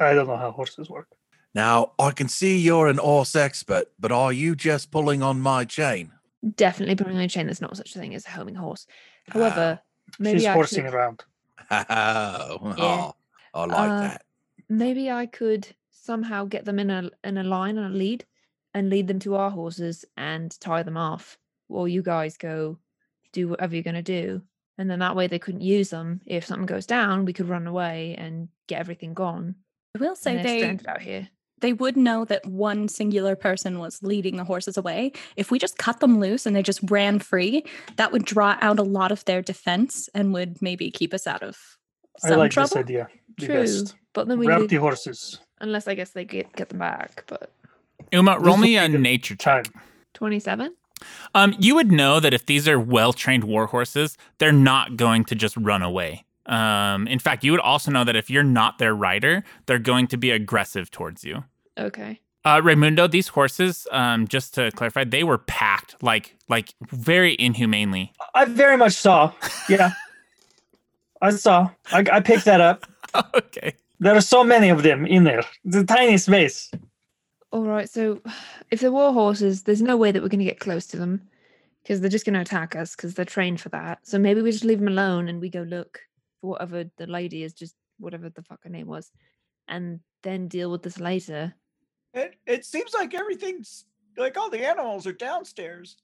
[SPEAKER 4] I don't know how horses work.
[SPEAKER 7] Now, I can see you're an horse expert, but are you just pulling on my chain? [LAUGHS]
[SPEAKER 5] Definitely putting on a chain. There's not such a thing as a homing horse. However, maybe
[SPEAKER 4] Ah, She's
[SPEAKER 5] I
[SPEAKER 4] horsing
[SPEAKER 5] could,
[SPEAKER 4] around.
[SPEAKER 7] Oh, oh, I like
[SPEAKER 5] Uh,
[SPEAKER 7] that.
[SPEAKER 5] maybe I could somehow get them in a in a line and a lead, and lead them to our horses and tie them off while you guys go do whatever you're gonna do. And then that way they couldn't use them. If something goes down, we could run away and get everything gone.
[SPEAKER 6] I will
[SPEAKER 5] So
[SPEAKER 6] say
[SPEAKER 5] they're
[SPEAKER 6] they
[SPEAKER 5] stranded out here.
[SPEAKER 6] they would know that one singular person was leading the horses away. If we just cut them loose and they just ran free, that would draw out a lot of their defense and would maybe keep us out of some
[SPEAKER 4] I like
[SPEAKER 6] trouble.
[SPEAKER 4] this idea. The
[SPEAKER 5] True,
[SPEAKER 4] best.
[SPEAKER 5] but then we
[SPEAKER 4] Route
[SPEAKER 5] lose,
[SPEAKER 4] the horses.
[SPEAKER 5] unless I guess they get get them back. But
[SPEAKER 2] Uma, roll
[SPEAKER 4] This
[SPEAKER 2] me
[SPEAKER 4] will
[SPEAKER 2] a
[SPEAKER 4] be the
[SPEAKER 2] nature
[SPEAKER 4] Time.
[SPEAKER 2] check.
[SPEAKER 5] twenty-seven.
[SPEAKER 2] Um, you would know that if these are well-trained war horses, they're not going to just run away. Um, in fact, you would also know that if you're not their rider, they're going to be aggressive towards you.
[SPEAKER 5] Okay.
[SPEAKER 2] Uh, Raimundo, these horses, um, just to clarify, they were packed like like very inhumanely. [LAUGHS]
[SPEAKER 4] I very much saw. Yeah. I saw. I, I picked that up.
[SPEAKER 2] okay. [LAUGHS]
[SPEAKER 4] There are so many of them in there. The tiny space.
[SPEAKER 5] All right, so [SIGHS] if they're war horses, there's no way that we're going to get close to them because they're just going to attack us because they're trained for that. So maybe we just leave them alone and we go look for whatever the lady is, just whatever the fuck her name was, and then deal with this later.
[SPEAKER 3] It, it seems like everything's like all the animals are downstairs.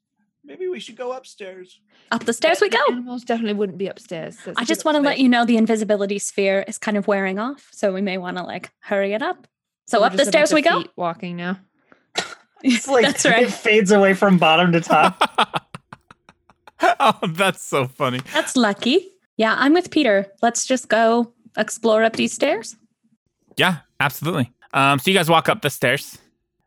[SPEAKER 3] Maybe we should go upstairs.
[SPEAKER 6] Up the stairs we
[SPEAKER 5] The
[SPEAKER 6] go.
[SPEAKER 5] Animals definitely wouldn't be upstairs. so it's
[SPEAKER 6] I
[SPEAKER 5] a
[SPEAKER 6] just
[SPEAKER 5] good
[SPEAKER 6] want to let
[SPEAKER 5] observation.
[SPEAKER 6] you know the invisibility sphere is kind of wearing off, so we may want to like hurry it up. So
[SPEAKER 5] We're
[SPEAKER 6] up the
[SPEAKER 5] just a bunch
[SPEAKER 6] stairs we
[SPEAKER 5] of
[SPEAKER 6] [LAUGHS] go.
[SPEAKER 5] feet Walking now.
[SPEAKER 4] It's like
[SPEAKER 6] That's right.
[SPEAKER 4] it fades away from bottom to top.
[SPEAKER 2] oh, that's so funny.
[SPEAKER 6] That's lucky. Yeah, I'm with Peter. Let's just go explore up these stairs.
[SPEAKER 2] Yeah, absolutely. Um, so you guys walk up the stairs.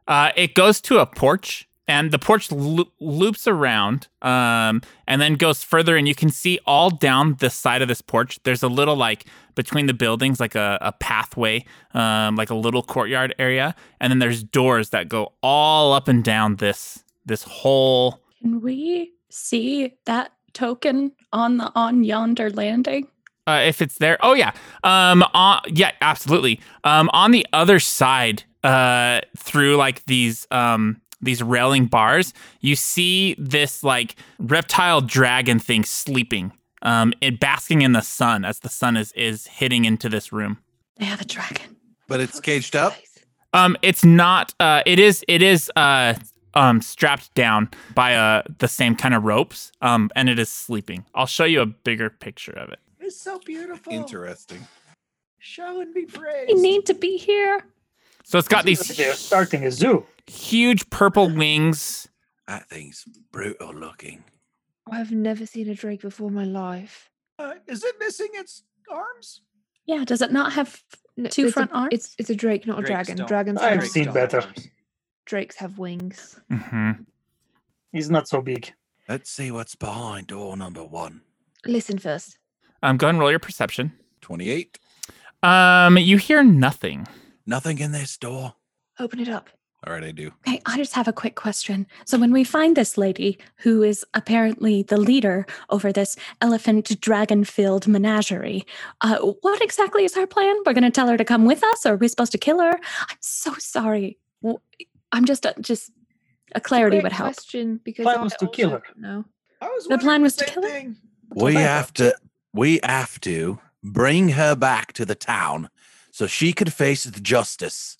[SPEAKER 2] Uh, it goes to a porch, and the porch loo- loops around um, and then goes further. And you can see all down the side of this porch, there's a little like between the buildings, like a, a pathway, um, like a little courtyard area. And then there's doors that go all up and down this this whole.
[SPEAKER 6] Can we see that token on the on yonder landing?
[SPEAKER 2] Uh, if it's there, oh yeah, um, on, yeah, absolutely. Um, on the other side, uh, through like these um these railing bars, you see this like reptile dragon thing sleeping, um, and basking in the sun as the sun is is hitting into this room.
[SPEAKER 6] They have a dragon.
[SPEAKER 7] But
[SPEAKER 5] [LAUGHS]
[SPEAKER 7] it's
[SPEAKER 5] Fuck
[SPEAKER 7] caged
[SPEAKER 5] this
[SPEAKER 7] up.
[SPEAKER 5] place.
[SPEAKER 2] Um, it's not. Uh, it is. It is. Uh, um, strapped down by uh the same kind of ropes. Um, and it is sleeping. I'll show you a bigger picture of it.
[SPEAKER 3] It's so beautiful.
[SPEAKER 7] Interesting.
[SPEAKER 3] Show and be praised.
[SPEAKER 6] We need to be here.
[SPEAKER 2] So it's got
[SPEAKER 4] They're
[SPEAKER 2] these
[SPEAKER 4] starting a zoo.
[SPEAKER 2] huge purple wings.
[SPEAKER 7] That thing's brutal looking.
[SPEAKER 5] I've never seen a drake before in my life.
[SPEAKER 3] uh, is it missing its arms?
[SPEAKER 6] Yeah, does it not have
[SPEAKER 5] No,
[SPEAKER 6] Two
[SPEAKER 5] it's a-
[SPEAKER 6] front arms?
[SPEAKER 5] It's it's a drake, not a
[SPEAKER 3] Drakes
[SPEAKER 5] dragon.
[SPEAKER 3] don't-
[SPEAKER 5] Dragons
[SPEAKER 4] I've
[SPEAKER 5] have
[SPEAKER 3] Drakes
[SPEAKER 4] seen
[SPEAKER 3] don't have
[SPEAKER 4] better.
[SPEAKER 3] arms.
[SPEAKER 5] drakes have wings.
[SPEAKER 2] hmm
[SPEAKER 4] He's not so big.
[SPEAKER 7] Let's see what's behind door number one.
[SPEAKER 5] Listen first.
[SPEAKER 2] Um, go ahead and roll your perception.
[SPEAKER 7] 28.
[SPEAKER 2] Um, you hear nothing.
[SPEAKER 7] Nothing in this door.
[SPEAKER 5] Open it up.
[SPEAKER 7] All right, I do.
[SPEAKER 6] Okay, I just have a quick question. So, when we find this lady who is apparently the leader over this elephant dragon filled menagerie, uh, what exactly is our plan? We're going to tell her to come with us, or are we supposed to kill her? I'm so sorry. W- I'm just, uh, just a clarity
[SPEAKER 5] Great
[SPEAKER 6] would help.
[SPEAKER 5] question because
[SPEAKER 4] Plan
[SPEAKER 5] I
[SPEAKER 4] was to kill
[SPEAKER 5] also
[SPEAKER 4] her.
[SPEAKER 5] don't know.
[SPEAKER 3] I was
[SPEAKER 6] The
[SPEAKER 3] wondering
[SPEAKER 6] plan was to
[SPEAKER 3] same
[SPEAKER 6] kill it?
[SPEAKER 3] thing.
[SPEAKER 7] We
[SPEAKER 4] Tobacco.
[SPEAKER 7] have to we have to bring her back to the town so she could face the justice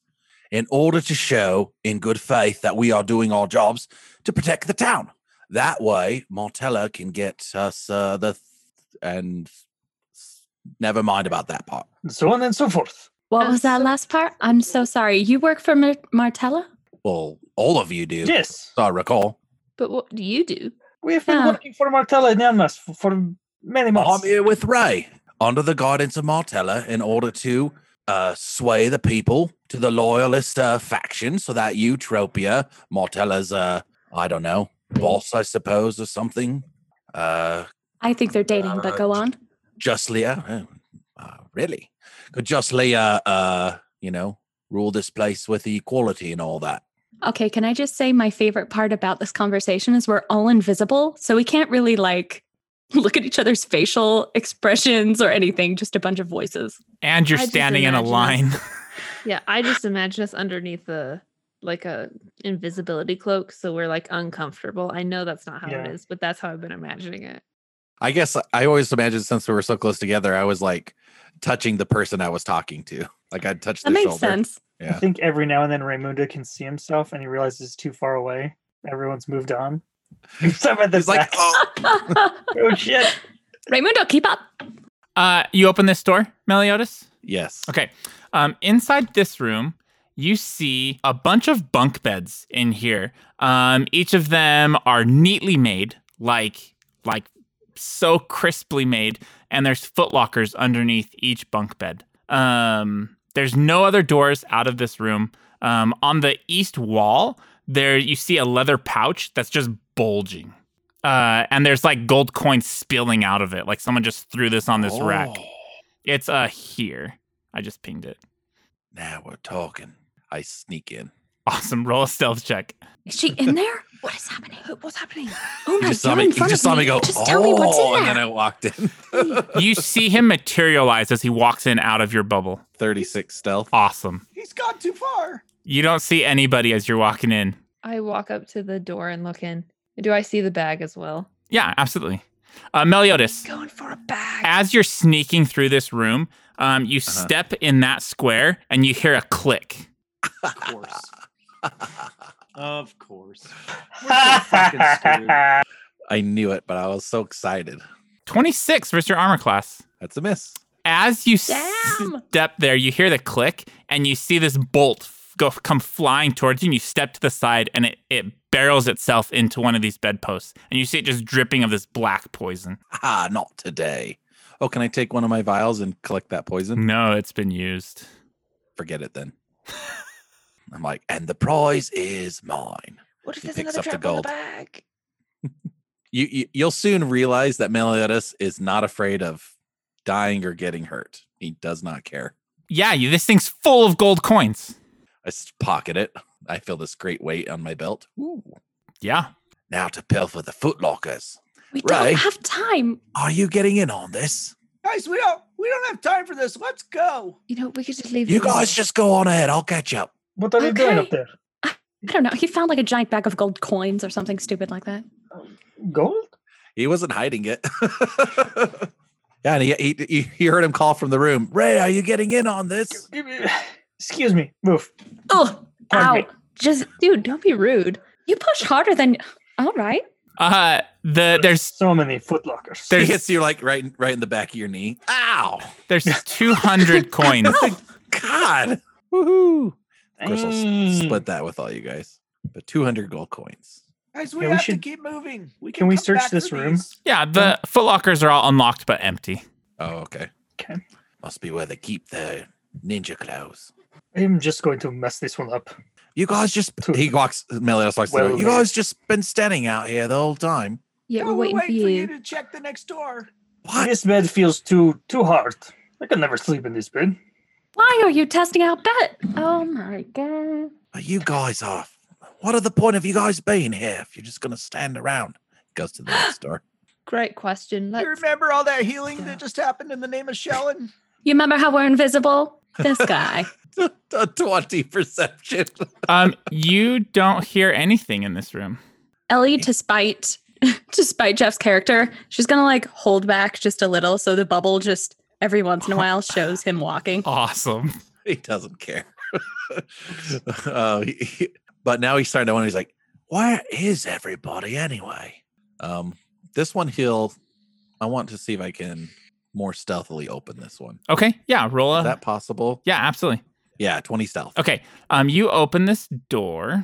[SPEAKER 7] in order to show in good faith that we are doing our jobs to protect the town. That way Montella can get us uh, the th- and s- never mind about that part.
[SPEAKER 4] And so on and so forth.
[SPEAKER 6] What
[SPEAKER 5] I'm
[SPEAKER 6] was that
[SPEAKER 5] so
[SPEAKER 6] last part? I'm so sorry. You work for Mar- Martella?
[SPEAKER 7] Well, all of you do.
[SPEAKER 4] Yes.
[SPEAKER 7] So I recall.
[SPEAKER 5] But what do you do?
[SPEAKER 4] We have been
[SPEAKER 6] Yeah.
[SPEAKER 4] working for Martella and Elmas f- for Many
[SPEAKER 8] I'm
[SPEAKER 4] months.
[SPEAKER 8] here with Ray, under the guidance of Martella, in order to uh, sway the people to the loyalist uh, faction so that Eutropia, Martella's, uh, I don't know, boss, I suppose, or something, uh,
[SPEAKER 6] I think they're dating, but go on.
[SPEAKER 8] justly, uh, oh, uh, really, could justly, uh, uh, you know, rule this place with equality and all that.
[SPEAKER 6] Okay, can I just say my favorite part about this conversation is we're all invisible, so we can't really like [LAUGHS] look at each other's facial expressions or anything, just a bunch of voices.
[SPEAKER 2] And you're
[SPEAKER 9] I just
[SPEAKER 2] standing in a
[SPEAKER 9] imagine us-
[SPEAKER 2] line.
[SPEAKER 5] Yeah, I just imagine us underneath the like a invisibility cloak, so we're like uncomfortable. I know that's not how
[SPEAKER 4] Yeah.
[SPEAKER 5] it is, but that's how I've been imagining it.
[SPEAKER 7] I guess I always imagined since we were so close together, I was like touching the person I was talking to. Like I'd touch
[SPEAKER 6] That
[SPEAKER 7] their
[SPEAKER 6] makes
[SPEAKER 7] shoulder.
[SPEAKER 6] sense. [LAUGHS]
[SPEAKER 4] I
[SPEAKER 7] Yeah.
[SPEAKER 4] think every now and then Raimundo can see himself and he realizes he's too far away. Everyone's moved on. [LAUGHS] Except at the
[SPEAKER 7] It's like,
[SPEAKER 4] back.
[SPEAKER 7] oh,
[SPEAKER 4] [LAUGHS] oh shit.
[SPEAKER 6] Raimundo, keep up.
[SPEAKER 2] [LAUGHS] Uh, you open this door, Meliodas?
[SPEAKER 7] yes.
[SPEAKER 2] Okay. Um, inside this room, you see a bunch of bunk beds in here. Um, each of them are neatly made, like like so crisply made, and there's footlockers underneath each bunk bed. Um, there's no other doors out of this room. Um, on the east wall, there you see a leather pouch that's just bulging. Uh, and there's like gold coins spilling out of it, like someone just threw this on this rack.
[SPEAKER 8] Oh,
[SPEAKER 2] It's uh here. I just pinged it.
[SPEAKER 8] Now we're talking. I sneak in.
[SPEAKER 2] Awesome. Roll a stealth check.
[SPEAKER 6] Is she in there? What is happening?
[SPEAKER 9] What's happening?
[SPEAKER 6] Oh
[SPEAKER 8] You
[SPEAKER 6] my
[SPEAKER 8] just saw
[SPEAKER 6] god!
[SPEAKER 8] me.
[SPEAKER 6] in
[SPEAKER 8] You
[SPEAKER 6] front
[SPEAKER 8] just
[SPEAKER 6] of
[SPEAKER 8] saw me go.
[SPEAKER 6] Just
[SPEAKER 8] oh,
[SPEAKER 6] tell me what's in
[SPEAKER 8] and then
[SPEAKER 6] there.
[SPEAKER 8] I walked in.
[SPEAKER 7] [LAUGHS]
[SPEAKER 2] You see him materialize as he walks in out of your bubble.
[SPEAKER 7] 36 stealth. [LAUGHS]
[SPEAKER 2] Awesome.
[SPEAKER 3] He's gone too far.
[SPEAKER 2] You don't see anybody as you're walking in.
[SPEAKER 5] I walk up to the door and look in. Do I see the bag as well?
[SPEAKER 2] Yeah, absolutely. Uh, Meliodas,
[SPEAKER 9] Going for a bag.
[SPEAKER 2] as you're sneaking through this room, um, you
[SPEAKER 8] Uh-huh.
[SPEAKER 2] step in that square and you hear a click.
[SPEAKER 3] Of course. Of course. We're so fucking screwed.
[SPEAKER 7] I knew it, but I was so excited.
[SPEAKER 2] 26 versus your armor class.
[SPEAKER 7] That's a miss.
[SPEAKER 2] As you
[SPEAKER 6] Damn.
[SPEAKER 2] step there, you hear the click and you see this bolt f- go come flying towards you. And you step to the side and it, it barrels itself into one of these bedposts. And you see it just dripping of this black poison.
[SPEAKER 8] ah, not today.
[SPEAKER 7] Oh, can I take one of my vials and collect that poison?
[SPEAKER 6] Hmm.
[SPEAKER 2] No, it's been used.
[SPEAKER 7] Forget it then.
[SPEAKER 8] I'm like, and the prize is mine.
[SPEAKER 9] What if
[SPEAKER 8] He
[SPEAKER 9] there's
[SPEAKER 8] picks
[SPEAKER 9] another
[SPEAKER 8] up the
[SPEAKER 9] trap on the
[SPEAKER 8] gold.
[SPEAKER 9] bag?
[SPEAKER 7] You, you you'll soon realize that Meliodas is not afraid of dying or getting hurt. He does not care.
[SPEAKER 2] Yeah, you, this thing's full of gold coins.
[SPEAKER 7] I s- pocket it. I feel this great weight on my belt.
[SPEAKER 2] Yeah.
[SPEAKER 8] Now to pilfer the footlockers.
[SPEAKER 6] We don't
[SPEAKER 8] Right.
[SPEAKER 6] have time.
[SPEAKER 8] Are you getting in on this?
[SPEAKER 3] Guys, we don't we don't have time for this. Let's go.
[SPEAKER 5] You know, we could just leave.
[SPEAKER 8] You
[SPEAKER 5] it alone.
[SPEAKER 8] guys just go on ahead. I'll catch up.
[SPEAKER 4] [LAUGHS] what are you doing up
[SPEAKER 6] Okay.
[SPEAKER 4] there?
[SPEAKER 6] I don't know. He found like a giant bag of gold coins or something stupid like that.
[SPEAKER 4] Gold?
[SPEAKER 7] He wasn't hiding it. [LAUGHS] yeah, and he, he, he- he heard him call from the room.
[SPEAKER 8] Ray, are you getting in on this?
[SPEAKER 4] [SIGHS] Excuse me. Move.
[SPEAKER 6] Oh,
[SPEAKER 4] Pardon
[SPEAKER 6] ow!
[SPEAKER 4] me.
[SPEAKER 6] Just
[SPEAKER 5] dude, don't be rude.
[SPEAKER 6] you push harder than. All right.
[SPEAKER 2] Uh, the there's
[SPEAKER 4] So many footlockers.
[SPEAKER 7] He
[SPEAKER 2] there's
[SPEAKER 7] hits you like right, in- right in the back of your knee. Ow!
[SPEAKER 2] [LAUGHS] there's 200 coins.
[SPEAKER 7] God! Woohoo! Of course, I'll s-
[SPEAKER 4] Dang.
[SPEAKER 7] split that with all you guys. But 200 gold coins.
[SPEAKER 3] Guys, we
[SPEAKER 4] Yeah, we
[SPEAKER 3] have to
[SPEAKER 4] should-
[SPEAKER 3] keep moving. We
[SPEAKER 4] can we
[SPEAKER 3] come
[SPEAKER 4] search
[SPEAKER 3] back
[SPEAKER 4] this
[SPEAKER 3] for
[SPEAKER 4] room?
[SPEAKER 3] these.
[SPEAKER 2] Yeah, the footlockers are all unlocked but empty.
[SPEAKER 7] Oh, okay.
[SPEAKER 8] Must be where they keep their ninja clothes.
[SPEAKER 4] I'm just going to mess this one up.
[SPEAKER 8] You guys just.
[SPEAKER 4] Two-
[SPEAKER 7] He walks. Meliodas walks.
[SPEAKER 4] Well-
[SPEAKER 7] through.
[SPEAKER 8] You guys just been standing out here the whole time.
[SPEAKER 9] Yeah,
[SPEAKER 3] No,
[SPEAKER 9] we're waiting for you.
[SPEAKER 3] to check the next door.
[SPEAKER 8] What?
[SPEAKER 4] This bed feels too too hard. I could never sleep in this bed.
[SPEAKER 6] Why are you testing out bet? Oh my god.
[SPEAKER 8] Are you guys off? What are the point of you guys being here if you're just gonna stand around? Goes to the next door.
[SPEAKER 5] Great question.
[SPEAKER 3] You
[SPEAKER 5] Let's
[SPEAKER 3] remember all that healing
[SPEAKER 5] Yeah.
[SPEAKER 3] that just happened in the name of Shellen?
[SPEAKER 6] You remember how we're invisible? This [LAUGHS] guy.
[SPEAKER 7] [LAUGHS] A 20 perception.
[SPEAKER 2] Um, you don't hear anything in this room.
[SPEAKER 6] Ellie, to spite [LAUGHS] to spite Jeff's character, she's gonna like hold back just a little so the bubble just every once in a while shows him walking.
[SPEAKER 2] Awesome.
[SPEAKER 7] [LAUGHS] he doesn't care. [LAUGHS] uh, he- he- but now he's starting to wonder. He's like,
[SPEAKER 8] Where is everybody anyway?
[SPEAKER 7] um, this one he'll. I want to see if I can more stealthily open this one.
[SPEAKER 2] Okay. Yeah. Roll
[SPEAKER 7] Is
[SPEAKER 2] a.
[SPEAKER 7] that possible?
[SPEAKER 2] yeah, absolutely.
[SPEAKER 7] Yeah, 20 stealth.
[SPEAKER 2] Okay. Um, you open this door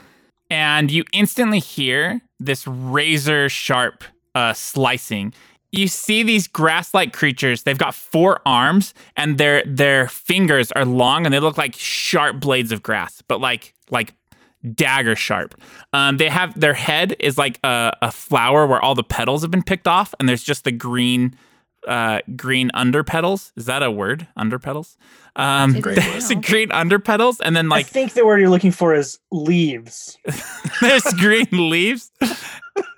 [SPEAKER 2] and you instantly hear this razor sharp uh, slicing you see these grass-like creatures. They've got four arms, and their their fingers are long, and they look like sharp blades of grass, but like like dagger sharp. Um, they have their head is like a, a flower where all the petals have been picked off, and there's just the green uh, green under petals. Is that a word? Under petals. Um,
[SPEAKER 9] It's
[SPEAKER 2] [LAUGHS]
[SPEAKER 7] Great
[SPEAKER 2] there's
[SPEAKER 9] now.
[SPEAKER 2] green under petals, and then
[SPEAKER 4] I [LAUGHS]
[SPEAKER 2] like
[SPEAKER 4] think the word you're looking for is leaves.
[SPEAKER 2] there's green leaves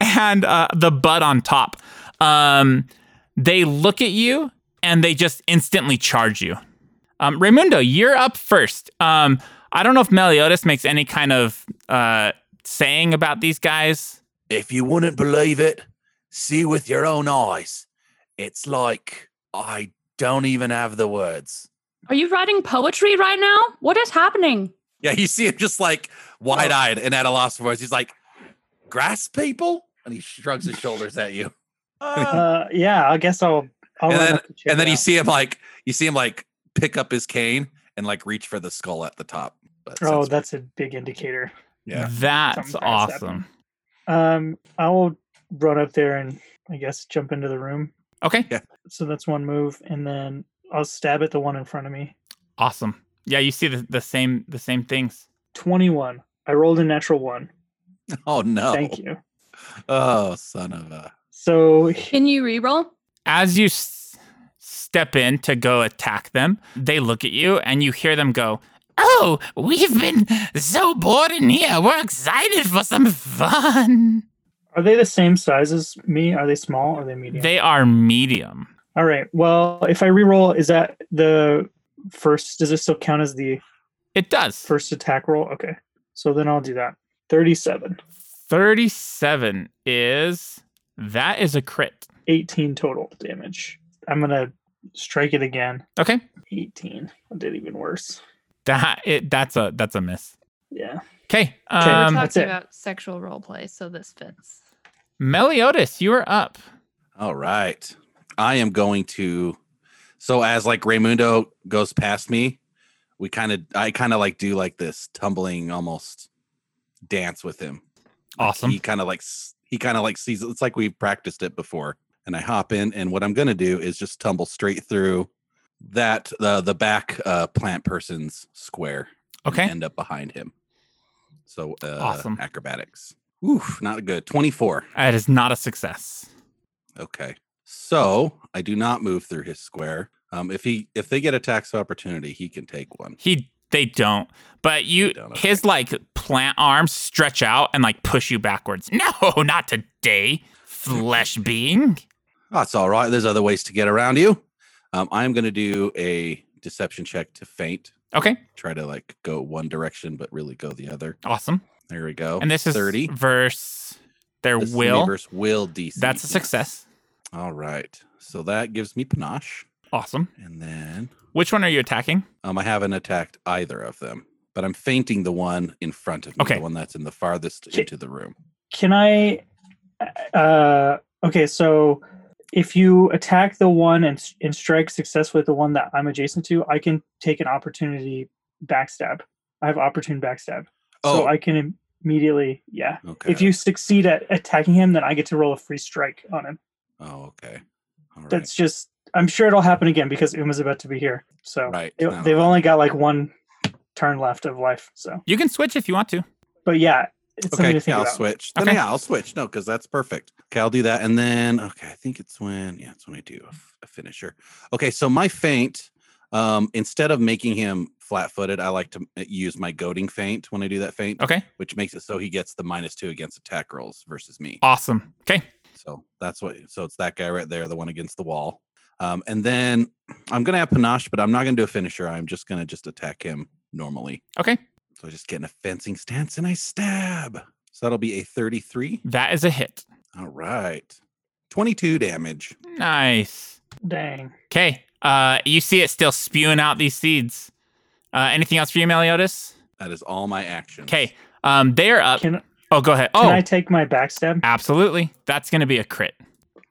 [SPEAKER 2] and uh, the bud on top. Um, they look at you and they just instantly charge you. Um, Raimundo, you're up first. Um, I don't know if Meliodas makes any kind of uh, saying about these guys.
[SPEAKER 8] If you wouldn't believe it, see with your own eyes. It's like I don't even have the words.
[SPEAKER 6] Are you writing poetry right now? What is happening?
[SPEAKER 7] Yeah, you see him just like wide eyed and at a loss for words. He's like, grass people? And he shrugs his shoulders
[SPEAKER 8] [LAUGHS]
[SPEAKER 7] at you.
[SPEAKER 4] Uh, yeah, I guess I'll. I'll
[SPEAKER 7] And
[SPEAKER 4] run
[SPEAKER 7] then-
[SPEAKER 4] up to check
[SPEAKER 7] [LAUGHS] and then
[SPEAKER 4] it
[SPEAKER 7] you
[SPEAKER 4] out.
[SPEAKER 7] see him like you see him like pick up his cane and like reach for the skull at the top. That
[SPEAKER 4] Oh,
[SPEAKER 7] sounds-
[SPEAKER 4] that's a big indicator.
[SPEAKER 7] Yeah.
[SPEAKER 2] That's
[SPEAKER 4] Something bad's
[SPEAKER 2] awesome.
[SPEAKER 4] Um, I will run up there and I guess jump into the room.
[SPEAKER 2] Okay,
[SPEAKER 4] So that's one move, and then I'll stab at the one in front of me.
[SPEAKER 2] awesome. Yeah, you see the, the same the same things.
[SPEAKER 4] Twenty-one. I rolled a natural one.
[SPEAKER 7] [LAUGHS] oh no.
[SPEAKER 4] Thank you.
[SPEAKER 7] Oh son of a
[SPEAKER 4] So
[SPEAKER 6] Can you reroll?
[SPEAKER 2] As you s- step in to go attack them, they look at you and you hear them go, Oh, we've been so bored in here. We're excited for some fun.
[SPEAKER 4] are they the same size as me? Are they small? Are they medium?
[SPEAKER 2] They are medium.
[SPEAKER 4] All right. Well, if I reroll, is that the first? Does this still count as the
[SPEAKER 2] It does.
[SPEAKER 4] first attack roll? Okay. So then I'll do that. Thirty-seven.
[SPEAKER 2] 37 is. That is a crit.
[SPEAKER 4] 18 total damage. I'm gonna strike it again.
[SPEAKER 2] Okay.
[SPEAKER 4] 18. I did even worse.
[SPEAKER 2] That it that's a that's a miss.
[SPEAKER 4] Yeah.
[SPEAKER 2] Okay.
[SPEAKER 5] We're
[SPEAKER 2] Um
[SPEAKER 5] talking
[SPEAKER 4] That's it.
[SPEAKER 5] about sexual role play, so this fits.
[SPEAKER 2] Meliodas, you are up.
[SPEAKER 7] All right. I am going to so as like Raymundo goes past me, we kind of I kind of like do like this tumbling almost dance with him. Like,
[SPEAKER 2] Awesome.
[SPEAKER 7] he kind of like s- he kind of like sees it's like we've practiced it before. And I hop in and what I'm going to do is just tumble straight through that uh, the back uh plant person's square and
[SPEAKER 2] Okay.
[SPEAKER 7] end up behind him. So uh
[SPEAKER 2] Awesome.
[SPEAKER 7] acrobatics. Oof, not good. 24.
[SPEAKER 2] That is not a success.
[SPEAKER 7] Okay. So I do not move through his square. Um, if he if they get a tax opportunity, he can take one.
[SPEAKER 2] He they don't. But you
[SPEAKER 7] They don't,
[SPEAKER 2] his like plant arms stretch out and like push you backwards. [LAUGHS] No, not today,
[SPEAKER 7] [LAUGHS]
[SPEAKER 2] flesh being.
[SPEAKER 7] That's all right. There's other ways to get around you. Um, I'm gonna do a deception check to faint.
[SPEAKER 2] Okay,
[SPEAKER 7] Try to like go one direction, but really go the other.
[SPEAKER 2] awesome.
[SPEAKER 7] There we go.
[SPEAKER 2] And this is
[SPEAKER 7] 30.
[SPEAKER 2] verse their
[SPEAKER 7] Oh, This is me
[SPEAKER 2] will.
[SPEAKER 7] versus will DC.
[SPEAKER 2] That's a
[SPEAKER 7] Yes.
[SPEAKER 2] success.
[SPEAKER 7] All right. So that gives me panache.
[SPEAKER 2] Awesome.
[SPEAKER 7] And then
[SPEAKER 2] Which one are you attacking?
[SPEAKER 7] um, I haven't attacked either of them, but I'm fainting the one in front of me,
[SPEAKER 2] Okay.
[SPEAKER 7] the one that's in the farthest
[SPEAKER 4] Okay.
[SPEAKER 7] into the room.
[SPEAKER 4] Can I? Uh. Okay. So if you attack the one and s- and strike successfully at the one that I'm adjacent to, I can take an opportunity backstab. I have opportune backstab,
[SPEAKER 7] Oh.
[SPEAKER 4] so I can im- immediately. Yeah.
[SPEAKER 7] okay.
[SPEAKER 4] If you succeed at attacking him, then I get to roll a free strike on him.
[SPEAKER 7] Oh, okay. All right.
[SPEAKER 4] That's just. I'm sure it'll happen again because Uma's about to be here. So.
[SPEAKER 7] right.
[SPEAKER 4] They,
[SPEAKER 7] no.
[SPEAKER 4] they've only got like one turn left of life. So,
[SPEAKER 2] You can switch if you want to.
[SPEAKER 4] but yeah, it's something
[SPEAKER 7] okay.
[SPEAKER 4] to think
[SPEAKER 7] Yeah, I'll
[SPEAKER 4] about.
[SPEAKER 7] switch. Then,
[SPEAKER 2] Okay.
[SPEAKER 7] yeah, I'll switch. No, because that's perfect. Okay, I'll do that. And then, okay, I think it's when, yeah, it's when I do a, f- a finisher. Okay, so my feint, um, instead of making him flat footed, I like to uh, use my goading feint when I do that feint,
[SPEAKER 2] Okay,
[SPEAKER 7] which makes it so he gets the minus two against attack rolls versus me.
[SPEAKER 2] awesome. Okay,
[SPEAKER 7] So that's what. So it's that guy right there, the one against the wall. Um, and then I'm gonna have panache, but I'm not gonna do a finisher. I'm just gonna just attack him normally.
[SPEAKER 2] Okay.
[SPEAKER 7] So I just get in a fencing stance and I stab. So that'll be a 33.
[SPEAKER 2] that is a hit.
[SPEAKER 7] All right. 22 damage.
[SPEAKER 2] Nice.
[SPEAKER 4] Dang.
[SPEAKER 2] Okay, uh, you see it still spewing out these seeds. Uh, anything else for you, Meliodas?
[SPEAKER 7] That is all my action.
[SPEAKER 2] Okay, um, they are up.
[SPEAKER 4] Can,
[SPEAKER 2] oh, go ahead.
[SPEAKER 4] can
[SPEAKER 2] Oh,
[SPEAKER 4] I take my backstab?
[SPEAKER 2] absolutely. That's going to be a crit.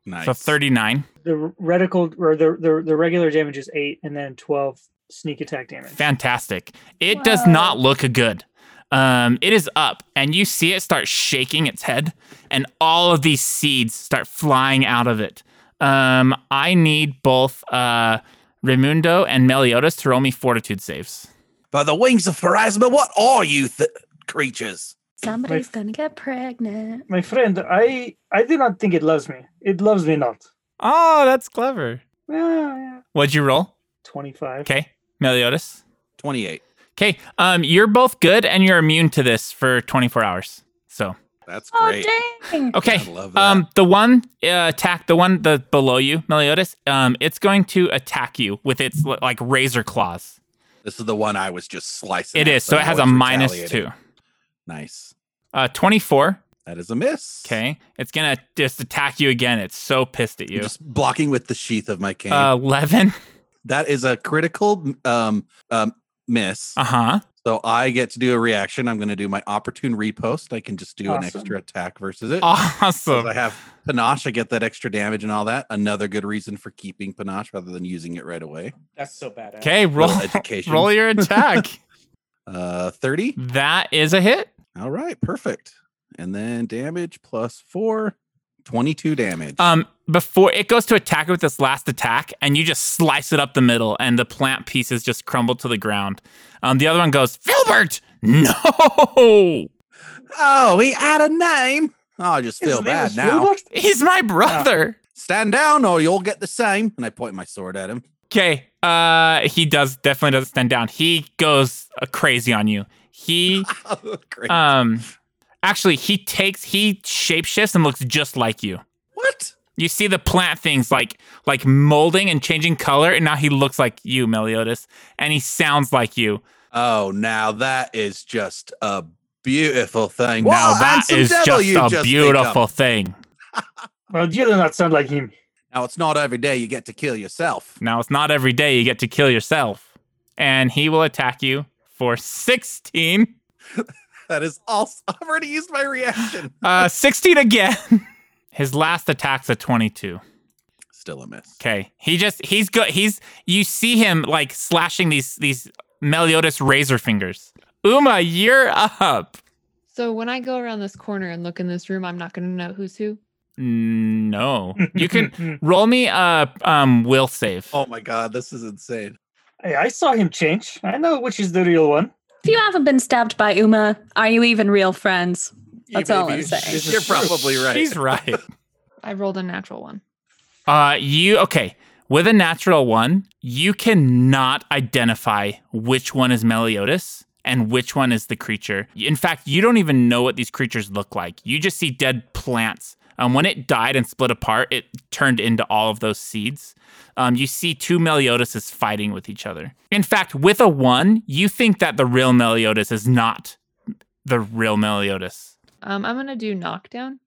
[SPEAKER 7] Nice.
[SPEAKER 2] So 39.
[SPEAKER 4] The reticle or the, the the regular damage is eight, and then twelve sneak attack damage.
[SPEAKER 2] Fantastic. It does not look good. Um, it is up, and you see it start shaking its head, and all of these seeds start flying out of it. Um, I need both uh, Raimundo and Meliodas to roll me fortitude saves.
[SPEAKER 8] By the wings of Pharasma, what are you th- creatures?
[SPEAKER 6] Somebody's gonna get pregnant.
[SPEAKER 4] My friend, I I do not think it loves me. It loves me not.
[SPEAKER 2] Oh, that's clever.
[SPEAKER 4] Yeah, yeah.
[SPEAKER 2] What'd you roll?
[SPEAKER 4] 25.
[SPEAKER 2] Okay, Meliodas.
[SPEAKER 7] 28.
[SPEAKER 2] Okay, um, you're both good and you're immune to this for 24 hours. So,
[SPEAKER 7] That's
[SPEAKER 6] Oh
[SPEAKER 7] great.
[SPEAKER 6] dang!
[SPEAKER 2] okay.
[SPEAKER 7] I love that.
[SPEAKER 2] Um, the one uh, attack, the one the below you, Meliodas. Um, it's going to attack you with its li- like razor claws.
[SPEAKER 7] this is the one I was just slicing.
[SPEAKER 2] It
[SPEAKER 7] at,
[SPEAKER 2] is. So
[SPEAKER 7] I
[SPEAKER 2] it has a
[SPEAKER 7] was
[SPEAKER 2] minus two.
[SPEAKER 7] retaliating. Nice.
[SPEAKER 2] Uh, 24.
[SPEAKER 7] That is a miss.
[SPEAKER 2] Okay, it's gonna just attack you again. It's so pissed at
[SPEAKER 7] I'm
[SPEAKER 2] you.
[SPEAKER 7] Just blocking with the sheath of my cane.
[SPEAKER 2] Uh, 11.
[SPEAKER 7] [LAUGHS] that is a critical um, um, miss.
[SPEAKER 2] Uh huh.
[SPEAKER 7] So I get to do a reaction. I'm going to do my opportune repost. I can just do an
[SPEAKER 4] Awesome.
[SPEAKER 7] extra attack versus it. Because
[SPEAKER 2] [LAUGHS] Awesome.
[SPEAKER 7] I have panache. I get that extra damage and all that. Another good reason for keeping panache rather than using it right away.
[SPEAKER 3] That's so badass.
[SPEAKER 2] Okay, roll [LAUGHS]
[SPEAKER 7] education.
[SPEAKER 2] roll
[SPEAKER 7] [LAUGHS]
[SPEAKER 2] your Mm. attack.
[SPEAKER 7] Uh, 30.
[SPEAKER 2] that is a hit.
[SPEAKER 7] All right. Perfect. And then damage plus four, 22 damage.
[SPEAKER 2] Um, before it goes to attack it with this last attack, and you just slice it up the middle, and the plant pieces just crumble to the ground. Um, the other one goes, Filbert, no, [LAUGHS]
[SPEAKER 7] oh, he had a name. Oh, I just
[SPEAKER 4] His
[SPEAKER 7] feel
[SPEAKER 4] name
[SPEAKER 7] bad
[SPEAKER 4] is
[SPEAKER 7] now.
[SPEAKER 4] Robert?
[SPEAKER 2] he's my brother.
[SPEAKER 7] Stand down or you'll get the same. And I point my sword at him. [LAUGHS]
[SPEAKER 2] Okay, uh, he does definitely doesn't stand down. He goes uh, crazy on you. He
[SPEAKER 7] Oh, Great.
[SPEAKER 2] um, actually he takes he shapeshifts and looks just like you.
[SPEAKER 7] what?
[SPEAKER 2] You see the plant things like like molding and changing color, and now he looks like you, Meliodas, and he sounds like you.
[SPEAKER 7] Oh, now that is just a beautiful thing.
[SPEAKER 8] Wow,
[SPEAKER 2] now
[SPEAKER 7] now
[SPEAKER 2] that
[SPEAKER 7] some
[SPEAKER 2] is just
[SPEAKER 7] devil you
[SPEAKER 2] a
[SPEAKER 7] just picked
[SPEAKER 2] beautiful
[SPEAKER 7] up.
[SPEAKER 2] thing.
[SPEAKER 4] Well, you do not sound like him.
[SPEAKER 7] Now it's not every day you get to kill yourself. [LAUGHS]
[SPEAKER 2] Now it's not every day you get to kill yourself, and he will attack you for sixteen.
[SPEAKER 7] That is also. [LAUGHS] I've already used my [SIGHS] reaction.
[SPEAKER 2] Uh, sixteen again. [LAUGHS] His last attack's a twenty-two.
[SPEAKER 7] Still a miss.
[SPEAKER 2] Okay, he just he's good. He's you see him like slashing these these Meliodas razor fingers. Uma, you're up.
[SPEAKER 5] So when I go around this corner and look in this room, I'm not going to know who's who.
[SPEAKER 2] No, you can
[SPEAKER 7] [LAUGHS]
[SPEAKER 2] Roll me a um, will save.
[SPEAKER 7] Oh my god, this is insane.
[SPEAKER 4] Hey, [LAUGHS] I saw him change. I know which is the real one.
[SPEAKER 6] If you haven't been stabbed by Uma, are you even real friends? That's all I'm saying.
[SPEAKER 4] This is
[SPEAKER 7] You're
[SPEAKER 4] true.
[SPEAKER 7] [LAUGHS] probably right.
[SPEAKER 2] She's right.
[SPEAKER 5] I rolled a natural one.
[SPEAKER 2] uh, you okay? With a natural one, you cannot identify which one is Meliodas and which one is the creature. In fact, you don't even know what these creatures look like. You just see dead plants. Um, when it died and split apart, it turned into all of those seeds. Um, you see two Meliodases fighting with each other. In fact, with a one, you think that the real Meliodas is not the real Meliodas.
[SPEAKER 5] Um, I'm going to do knockdown.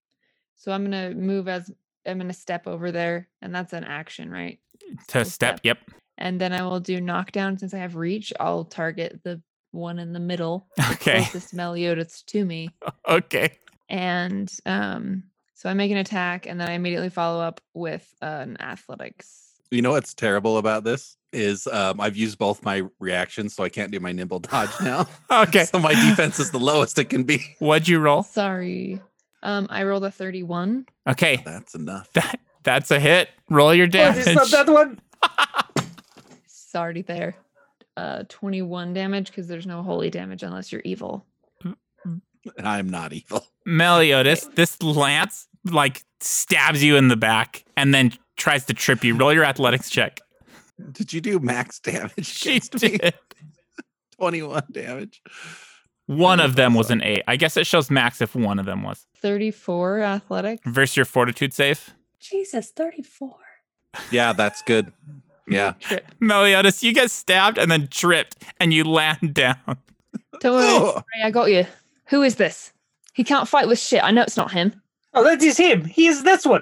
[SPEAKER 5] So I'm going to move as I'm going to step over there, and that's an action, right?
[SPEAKER 2] to
[SPEAKER 5] Full
[SPEAKER 2] step.
[SPEAKER 5] step.
[SPEAKER 2] Yep. [LAUGHS]
[SPEAKER 5] And then I will do knockdown since I have reach. I'll target the one in the middle,
[SPEAKER 2] Okay.
[SPEAKER 5] closest Meliodas to me.
[SPEAKER 2] okay. [LAUGHS]
[SPEAKER 5] and um so i make an attack and then i immediately follow up with an athletics
[SPEAKER 7] You know what's terrible about this is um, I've used both my reactions, so I can't do my nimble dodge [LAUGHS] now.
[SPEAKER 2] Okay.
[SPEAKER 7] so my defense [LAUGHS] is the lowest it can be.
[SPEAKER 2] What'd you roll?
[SPEAKER 5] sorry um i rolled a 31
[SPEAKER 2] Okay.
[SPEAKER 7] That's enough.
[SPEAKER 2] That that's a hit. Roll your
[SPEAKER 4] What, it's
[SPEAKER 2] damage.
[SPEAKER 4] not that one.
[SPEAKER 5] it's already there uh 21 damage because there's no holy damage unless you're evil
[SPEAKER 7] I'm not evil.
[SPEAKER 2] [LAUGHS] Meliodas, this lance like stabs you in the back and then tries to trip you. Roll your athletics
[SPEAKER 3] [LAUGHS]
[SPEAKER 2] check.
[SPEAKER 7] Did you do max damage?
[SPEAKER 2] She
[SPEAKER 7] against [LAUGHS] me?
[SPEAKER 2] did.
[SPEAKER 7] 21 damage.
[SPEAKER 2] [LAUGHS] One of them was
[SPEAKER 7] an.
[SPEAKER 2] an eight. I guess it shows max if one of them was.
[SPEAKER 5] 34 athletics
[SPEAKER 2] [LAUGHS] Versus your fortitude save.
[SPEAKER 6] Jesus, 34.
[SPEAKER 7] Yeah, that's good. Yeah.
[SPEAKER 5] trip
[SPEAKER 2] Meliodas, you get stabbed and then tripped and you land [LAUGHS] down.
[SPEAKER 5] don't worry
[SPEAKER 7] Oh,
[SPEAKER 5] Ray, i got you who is this he can't fight with shit i know it's not him
[SPEAKER 4] Oh, that is him. He is this one.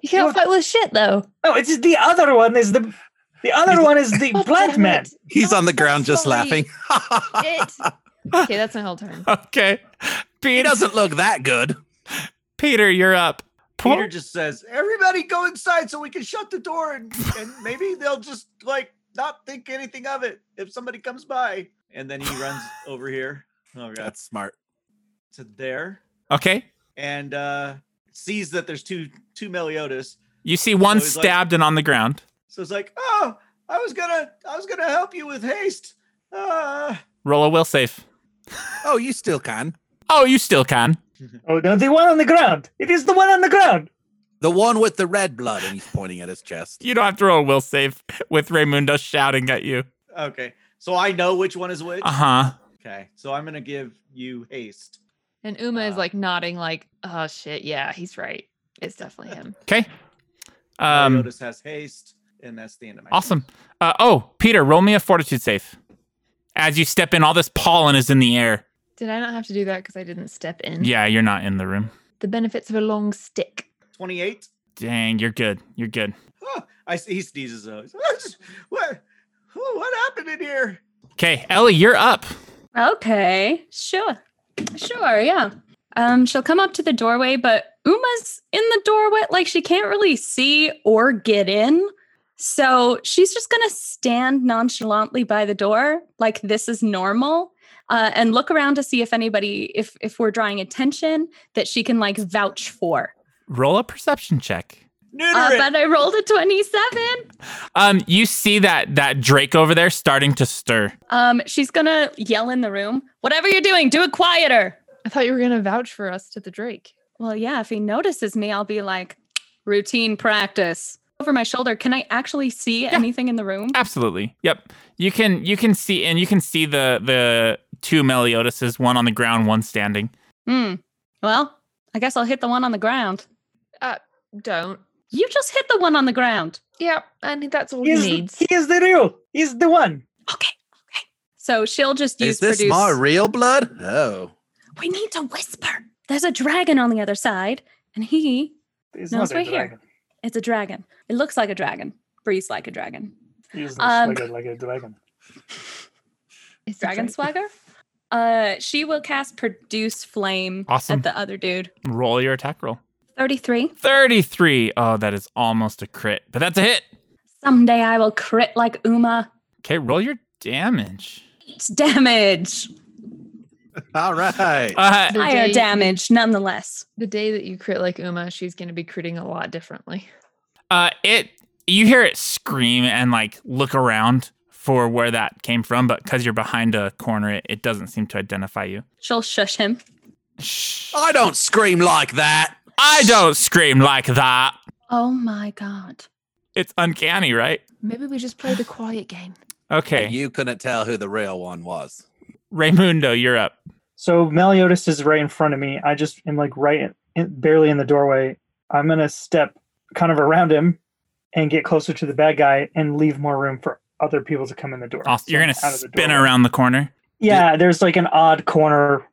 [SPEAKER 5] he can't
[SPEAKER 4] What?
[SPEAKER 5] fight with shit though
[SPEAKER 4] No, it's the other one. Is the the other one
[SPEAKER 6] [LAUGHS]
[SPEAKER 4] is the
[SPEAKER 5] God
[SPEAKER 4] plant
[SPEAKER 5] damn
[SPEAKER 4] man.
[SPEAKER 5] it.
[SPEAKER 7] he's
[SPEAKER 5] Oh,
[SPEAKER 7] on the
[SPEAKER 5] so
[SPEAKER 7] ground just
[SPEAKER 5] sorry.
[SPEAKER 7] laughing. [LAUGHS]
[SPEAKER 5] Shit. [LAUGHS] okay that's my whole turn
[SPEAKER 2] Okay.
[SPEAKER 7] he
[SPEAKER 2] Peter,
[SPEAKER 7] doesn't look that good.
[SPEAKER 2] Peter, you're up.
[SPEAKER 3] [LAUGHS] Peter just says,
[SPEAKER 1] Everybody go inside so we can shut the door and, and maybe they'll just like not think anything of it if somebody comes by.
[SPEAKER 3] and then he runs over here. Oh god,
[SPEAKER 7] That's smart.
[SPEAKER 3] to there
[SPEAKER 2] Okay.
[SPEAKER 3] and uh sees that there's two two Meliodas,
[SPEAKER 2] You see one
[SPEAKER 3] So he's like-
[SPEAKER 2] stabbed and on the ground.
[SPEAKER 3] So it's like, oh, I was gonna, I was gonna help you with haste. Uh,
[SPEAKER 2] Roll a will save.
[SPEAKER 7] Oh, you still can.
[SPEAKER 2] Oh, you still can.
[SPEAKER 4] Oh no, the one on the ground. It is the one on the ground.
[SPEAKER 7] The one with the red blood, and he's pointing at his chest.
[SPEAKER 2] You don't have to roll a will save with Raymundo shouting at you.
[SPEAKER 3] okay. So I know which one is which.
[SPEAKER 2] Uh huh.
[SPEAKER 3] Okay. So I'm gonna give you haste.
[SPEAKER 5] And Uma is
[SPEAKER 3] Uh,
[SPEAKER 5] like nodding, like, oh shit, yeah, he's right. It's definitely him.
[SPEAKER 2] Okay. Um,
[SPEAKER 3] Meliodas has haste, and that's the end of my. turn.
[SPEAKER 2] awesome. Uh, oh, Peter, roll me a fortitude save. As you step in, all this pollen is in the air.
[SPEAKER 5] Did I not have to do that because I didn't step in?
[SPEAKER 2] Yeah, you're not in the room.
[SPEAKER 5] The benefits of a long stick.
[SPEAKER 3] Twenty-eight.
[SPEAKER 2] Dang, you're good. You're good.
[SPEAKER 3] Huh. I see. He sneezes. Though. what? who- What happened in here?
[SPEAKER 2] Okay, Ellie, you're up.
[SPEAKER 6] Okay, sure. Sure, yeah. Um, she'll come up to the doorway, but Uma's in the doorway. Like she can't really see or get in. So she's just going to stand nonchalantly by the door, like this is normal, uh, and look around to see if anybody, if if we're drawing attention that she can like vouch for.
[SPEAKER 2] Roll a perception check.
[SPEAKER 3] Neuter
[SPEAKER 6] Uh,
[SPEAKER 3] it.
[SPEAKER 6] but I rolled a 27.
[SPEAKER 2] Um, you see that that Drake over there starting to stir.
[SPEAKER 6] Um, she's gonna yell in the room, whatever you're doing, do it quieter.
[SPEAKER 5] I thought you were gonna vouch for us to the Drake.
[SPEAKER 6] Well, yeah, if he notices me, I'll be like, routine practice. Over my shoulder, can I actually see anything in the room?
[SPEAKER 8] Uh,
[SPEAKER 2] Absolutely. Yep. You can you can see and you can see the the two Meliodases, one on the ground, one standing.
[SPEAKER 6] Hmm. Well, I guess I'll hit the one on the ground.
[SPEAKER 5] Don't.
[SPEAKER 6] You just hit the one on the ground.
[SPEAKER 5] Yeah, I think that's all
[SPEAKER 4] He
[SPEAKER 5] he
[SPEAKER 4] is,
[SPEAKER 5] needs.
[SPEAKER 4] he is the real. He is the one.
[SPEAKER 6] Okay, okay. So she'll just use
[SPEAKER 8] Is this
[SPEAKER 6] produce.
[SPEAKER 8] my real blood? Oh.
[SPEAKER 6] we need to whisper. There's a dragon on the other side, and he
[SPEAKER 4] It's
[SPEAKER 6] No,
[SPEAKER 4] not
[SPEAKER 6] it's
[SPEAKER 4] a
[SPEAKER 6] right here.
[SPEAKER 4] dragon.
[SPEAKER 6] it's a dragon. It looks like a dragon. Breathes like a dragon.
[SPEAKER 4] He is
[SPEAKER 6] Um,
[SPEAKER 4] swagger like a dragon.
[SPEAKER 5] It's the
[SPEAKER 6] Dragon
[SPEAKER 5] Drake.
[SPEAKER 6] Swagger. Uh, she will cast Produce Flame
[SPEAKER 2] Awesome.
[SPEAKER 6] at the other dude.
[SPEAKER 2] Roll your attack roll.
[SPEAKER 6] 33.
[SPEAKER 2] 33. Oh, that is almost a crit, but that's a hit.
[SPEAKER 6] Someday I will crit like Uma.
[SPEAKER 2] Okay, roll your damage.
[SPEAKER 6] It's damage.
[SPEAKER 7] All right.
[SPEAKER 2] Uh,
[SPEAKER 5] The
[SPEAKER 6] Higher
[SPEAKER 5] day-
[SPEAKER 6] damage, nonetheless.
[SPEAKER 5] The day that you crit like Uma, she's gonna be critting a lot differently.
[SPEAKER 2] uh, it you hear it scream and like look around for where that came from, but because you're behind a corner, it, it doesn't seem to identify you.
[SPEAKER 6] She'll shush him.
[SPEAKER 2] Shh.
[SPEAKER 4] Oh,
[SPEAKER 8] I don't scream like that.
[SPEAKER 2] I don't scream like that.
[SPEAKER 6] Oh my god.
[SPEAKER 2] It's uncanny, right?
[SPEAKER 5] Maybe we just play the quiet game.
[SPEAKER 2] Okay.
[SPEAKER 7] You couldn't tell who the real one was. [LAUGHS]
[SPEAKER 2] Raymundo, you're up.
[SPEAKER 4] So Meliodas is right in front of me. I just am like right, in- in, barely in the doorway. I'm gonna step kind of around him and get closer to the bad guy and leave more room for other people to come in the door.
[SPEAKER 2] Awesome.
[SPEAKER 4] So
[SPEAKER 2] You're
[SPEAKER 4] I'm
[SPEAKER 2] gonna
[SPEAKER 4] out of the
[SPEAKER 2] spin
[SPEAKER 4] doorway.
[SPEAKER 2] around the corner.
[SPEAKER 4] Yeah, there's like an odd corner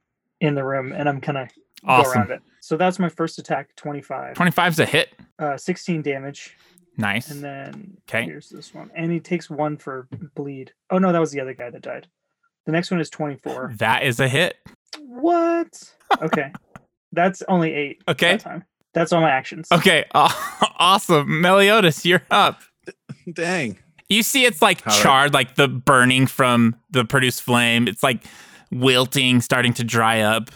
[SPEAKER 4] in the room, and I'm gonna go
[SPEAKER 2] Awesome.
[SPEAKER 4] around it. So that's my first attack, 25,
[SPEAKER 2] 25's a hit.
[SPEAKER 4] uh, 16 damage,
[SPEAKER 2] Nice.
[SPEAKER 4] and then
[SPEAKER 2] 'Kay.
[SPEAKER 4] here's this one, and he takes one for bleed. Oh no, that was the other guy that died. The next one is 24.
[SPEAKER 2] That is a hit.
[SPEAKER 4] What?
[SPEAKER 2] [LAUGHS]
[SPEAKER 4] Okay, that's only eight.
[SPEAKER 2] Okay.
[SPEAKER 4] that time. that's all my actions.
[SPEAKER 2] Okay. [LAUGHS] aw- awesome. Meliodas, you're up.
[SPEAKER 7] Dang.
[SPEAKER 2] You see, it's like
[SPEAKER 7] All right.
[SPEAKER 2] charred, like the burning from the produced flame. It's like wilting, starting to dry up.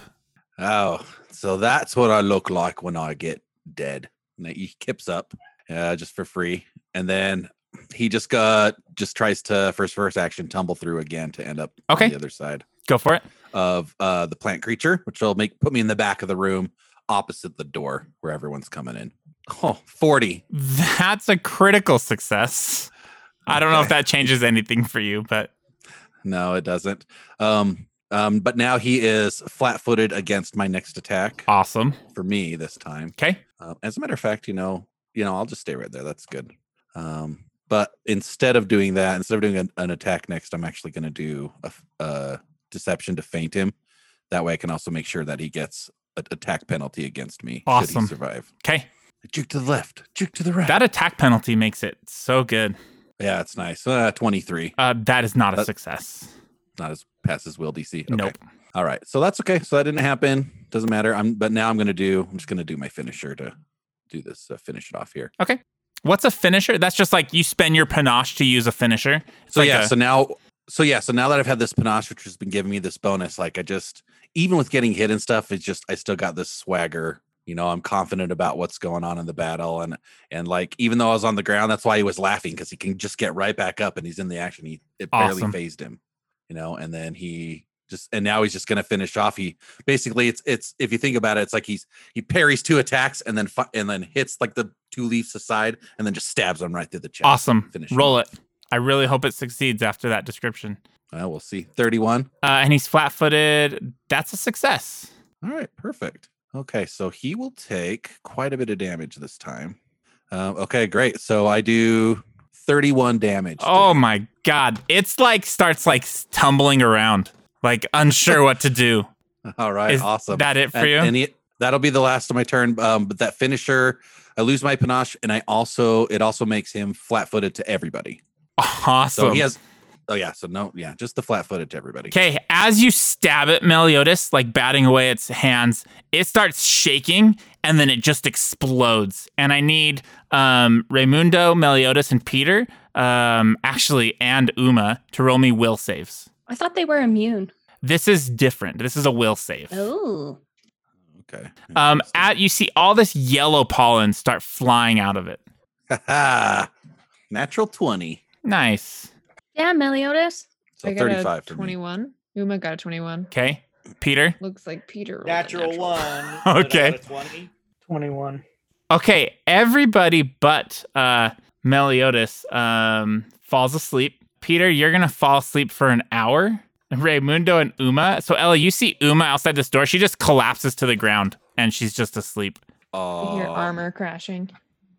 [SPEAKER 7] Oh, so that's what I look like when I get dead. And he kips up uh, just for free. And then he just got just tries to first first action tumble through again to end up
[SPEAKER 2] Okay.
[SPEAKER 7] on the other side
[SPEAKER 2] Go for it.
[SPEAKER 7] of uh, the plant creature, which will make put me in the back of the room opposite the door where everyone's coming in. Oh, 40.
[SPEAKER 2] That's a critical success. I don't know if
[SPEAKER 7] Okay.
[SPEAKER 2] that changes anything for you, but
[SPEAKER 7] No, it doesn't. Um, um, but now he is flat footed against my next attack
[SPEAKER 2] awesome.
[SPEAKER 7] for me this time.
[SPEAKER 2] Okay.
[SPEAKER 7] Um, as a matter of fact, you know, you know, I'll just stay right there. That's good. Um, but instead of doing that, instead of doing an, an attack next, I'm actually going to do a, f- a deception to feint him. That way, I can also make sure that he gets an attack penalty against me. Should
[SPEAKER 2] Awesome.
[SPEAKER 7] he survive?
[SPEAKER 2] Okay.
[SPEAKER 7] Juke to the left. Juke to the right.
[SPEAKER 2] That attack penalty makes it so good.
[SPEAKER 7] yeah, it's nice. Uh, 23.
[SPEAKER 2] Uh, that is not a
[SPEAKER 7] That-
[SPEAKER 2] success.
[SPEAKER 7] Not as past as will DC. Okay.
[SPEAKER 2] Nope.
[SPEAKER 7] All right. So that's okay. So that didn't happen. Doesn't matter. I'm. But now I'm going to do. I'm just going to do my finisher to do this. Uh, finish it off here.
[SPEAKER 2] What's a finisher? That's just like you spend your panache to use a finisher. It's
[SPEAKER 7] So
[SPEAKER 2] like
[SPEAKER 7] yeah,
[SPEAKER 2] a-
[SPEAKER 7] so now so yeah, so now that I've had this panache, which has been giving me this bonus, like I just even with getting hit and stuff, it's just I still got this swagger You know, I'm confident about what's going on in the battle, and and like even though I was on the ground, that's why he was laughing because he can just get right back up and he's in the action. He it
[SPEAKER 2] Awesome.
[SPEAKER 7] barely phased him, you know, and then he just and now he's just gonna finish off. He basically it's it's if you think about it, it's like he's he parries two attacks and then fi- and then hits like the two leaves aside and then just stabs him right through the chest.
[SPEAKER 2] Awesome.
[SPEAKER 7] Finish him.
[SPEAKER 2] Roll it. I really hope it succeeds after that description.
[SPEAKER 7] Uh, we'll see. Thirty-one.
[SPEAKER 2] Uh, and he's flat footed. That's a success.
[SPEAKER 7] All right, perfect. Okay, so he will take quite a bit of damage this time. Um, okay, great. So I do 31 damage. to
[SPEAKER 2] Oh
[SPEAKER 7] him.
[SPEAKER 2] my God. It's like starts like tumbling around, like unsure what to
[SPEAKER 7] [LAUGHS]
[SPEAKER 2] do.
[SPEAKER 7] All right,
[SPEAKER 2] Is
[SPEAKER 7] awesome.
[SPEAKER 2] that it for
[SPEAKER 7] And-
[SPEAKER 2] you?
[SPEAKER 7] and he- that'll be the last of my turn. Um, but that finisher, I lose my panache, and I also it also makes him flat-footed to everybody. So
[SPEAKER 2] [LAUGHS] Awesome.
[SPEAKER 7] he has. Oh yeah, so no, yeah, just the flat-footed to everybody.
[SPEAKER 2] Okay, as you stab it, Meliodas, like batting away its hands, it starts shaking and then it just explodes. And I need um, Raimundo, Meliodas, and Peter, um, actually, and Uma to roll me will saves.
[SPEAKER 6] I thought they were immune.
[SPEAKER 2] This is different. This is a will save.
[SPEAKER 6] Oh.
[SPEAKER 7] Okay.
[SPEAKER 2] Um,
[SPEAKER 7] Interesting.
[SPEAKER 2] at you see all this yellow pollen start flying out of it.
[SPEAKER 7] Ha-ha. [LAUGHS] natural 20.
[SPEAKER 2] Nice.
[SPEAKER 6] Yeah, Meliodas.
[SPEAKER 7] So
[SPEAKER 5] got a
[SPEAKER 7] 35 for me.
[SPEAKER 5] 21. Uma got a 21.
[SPEAKER 2] Okay, Peter.
[SPEAKER 5] Looks like Peter. rolled a
[SPEAKER 3] Natural, one.
[SPEAKER 2] [LAUGHS]
[SPEAKER 3] but
[SPEAKER 2] Okay.
[SPEAKER 3] out of 20.
[SPEAKER 4] 21.
[SPEAKER 2] Okay, everybody but uh, Meliodas um, falls asleep. Peter, you're gonna fall asleep for an hour. Raymundo and Uma. So Ella, you see Uma outside this door. She just collapses to the ground and she's just asleep.
[SPEAKER 5] You
[SPEAKER 7] Oh,
[SPEAKER 5] hear armor crashing.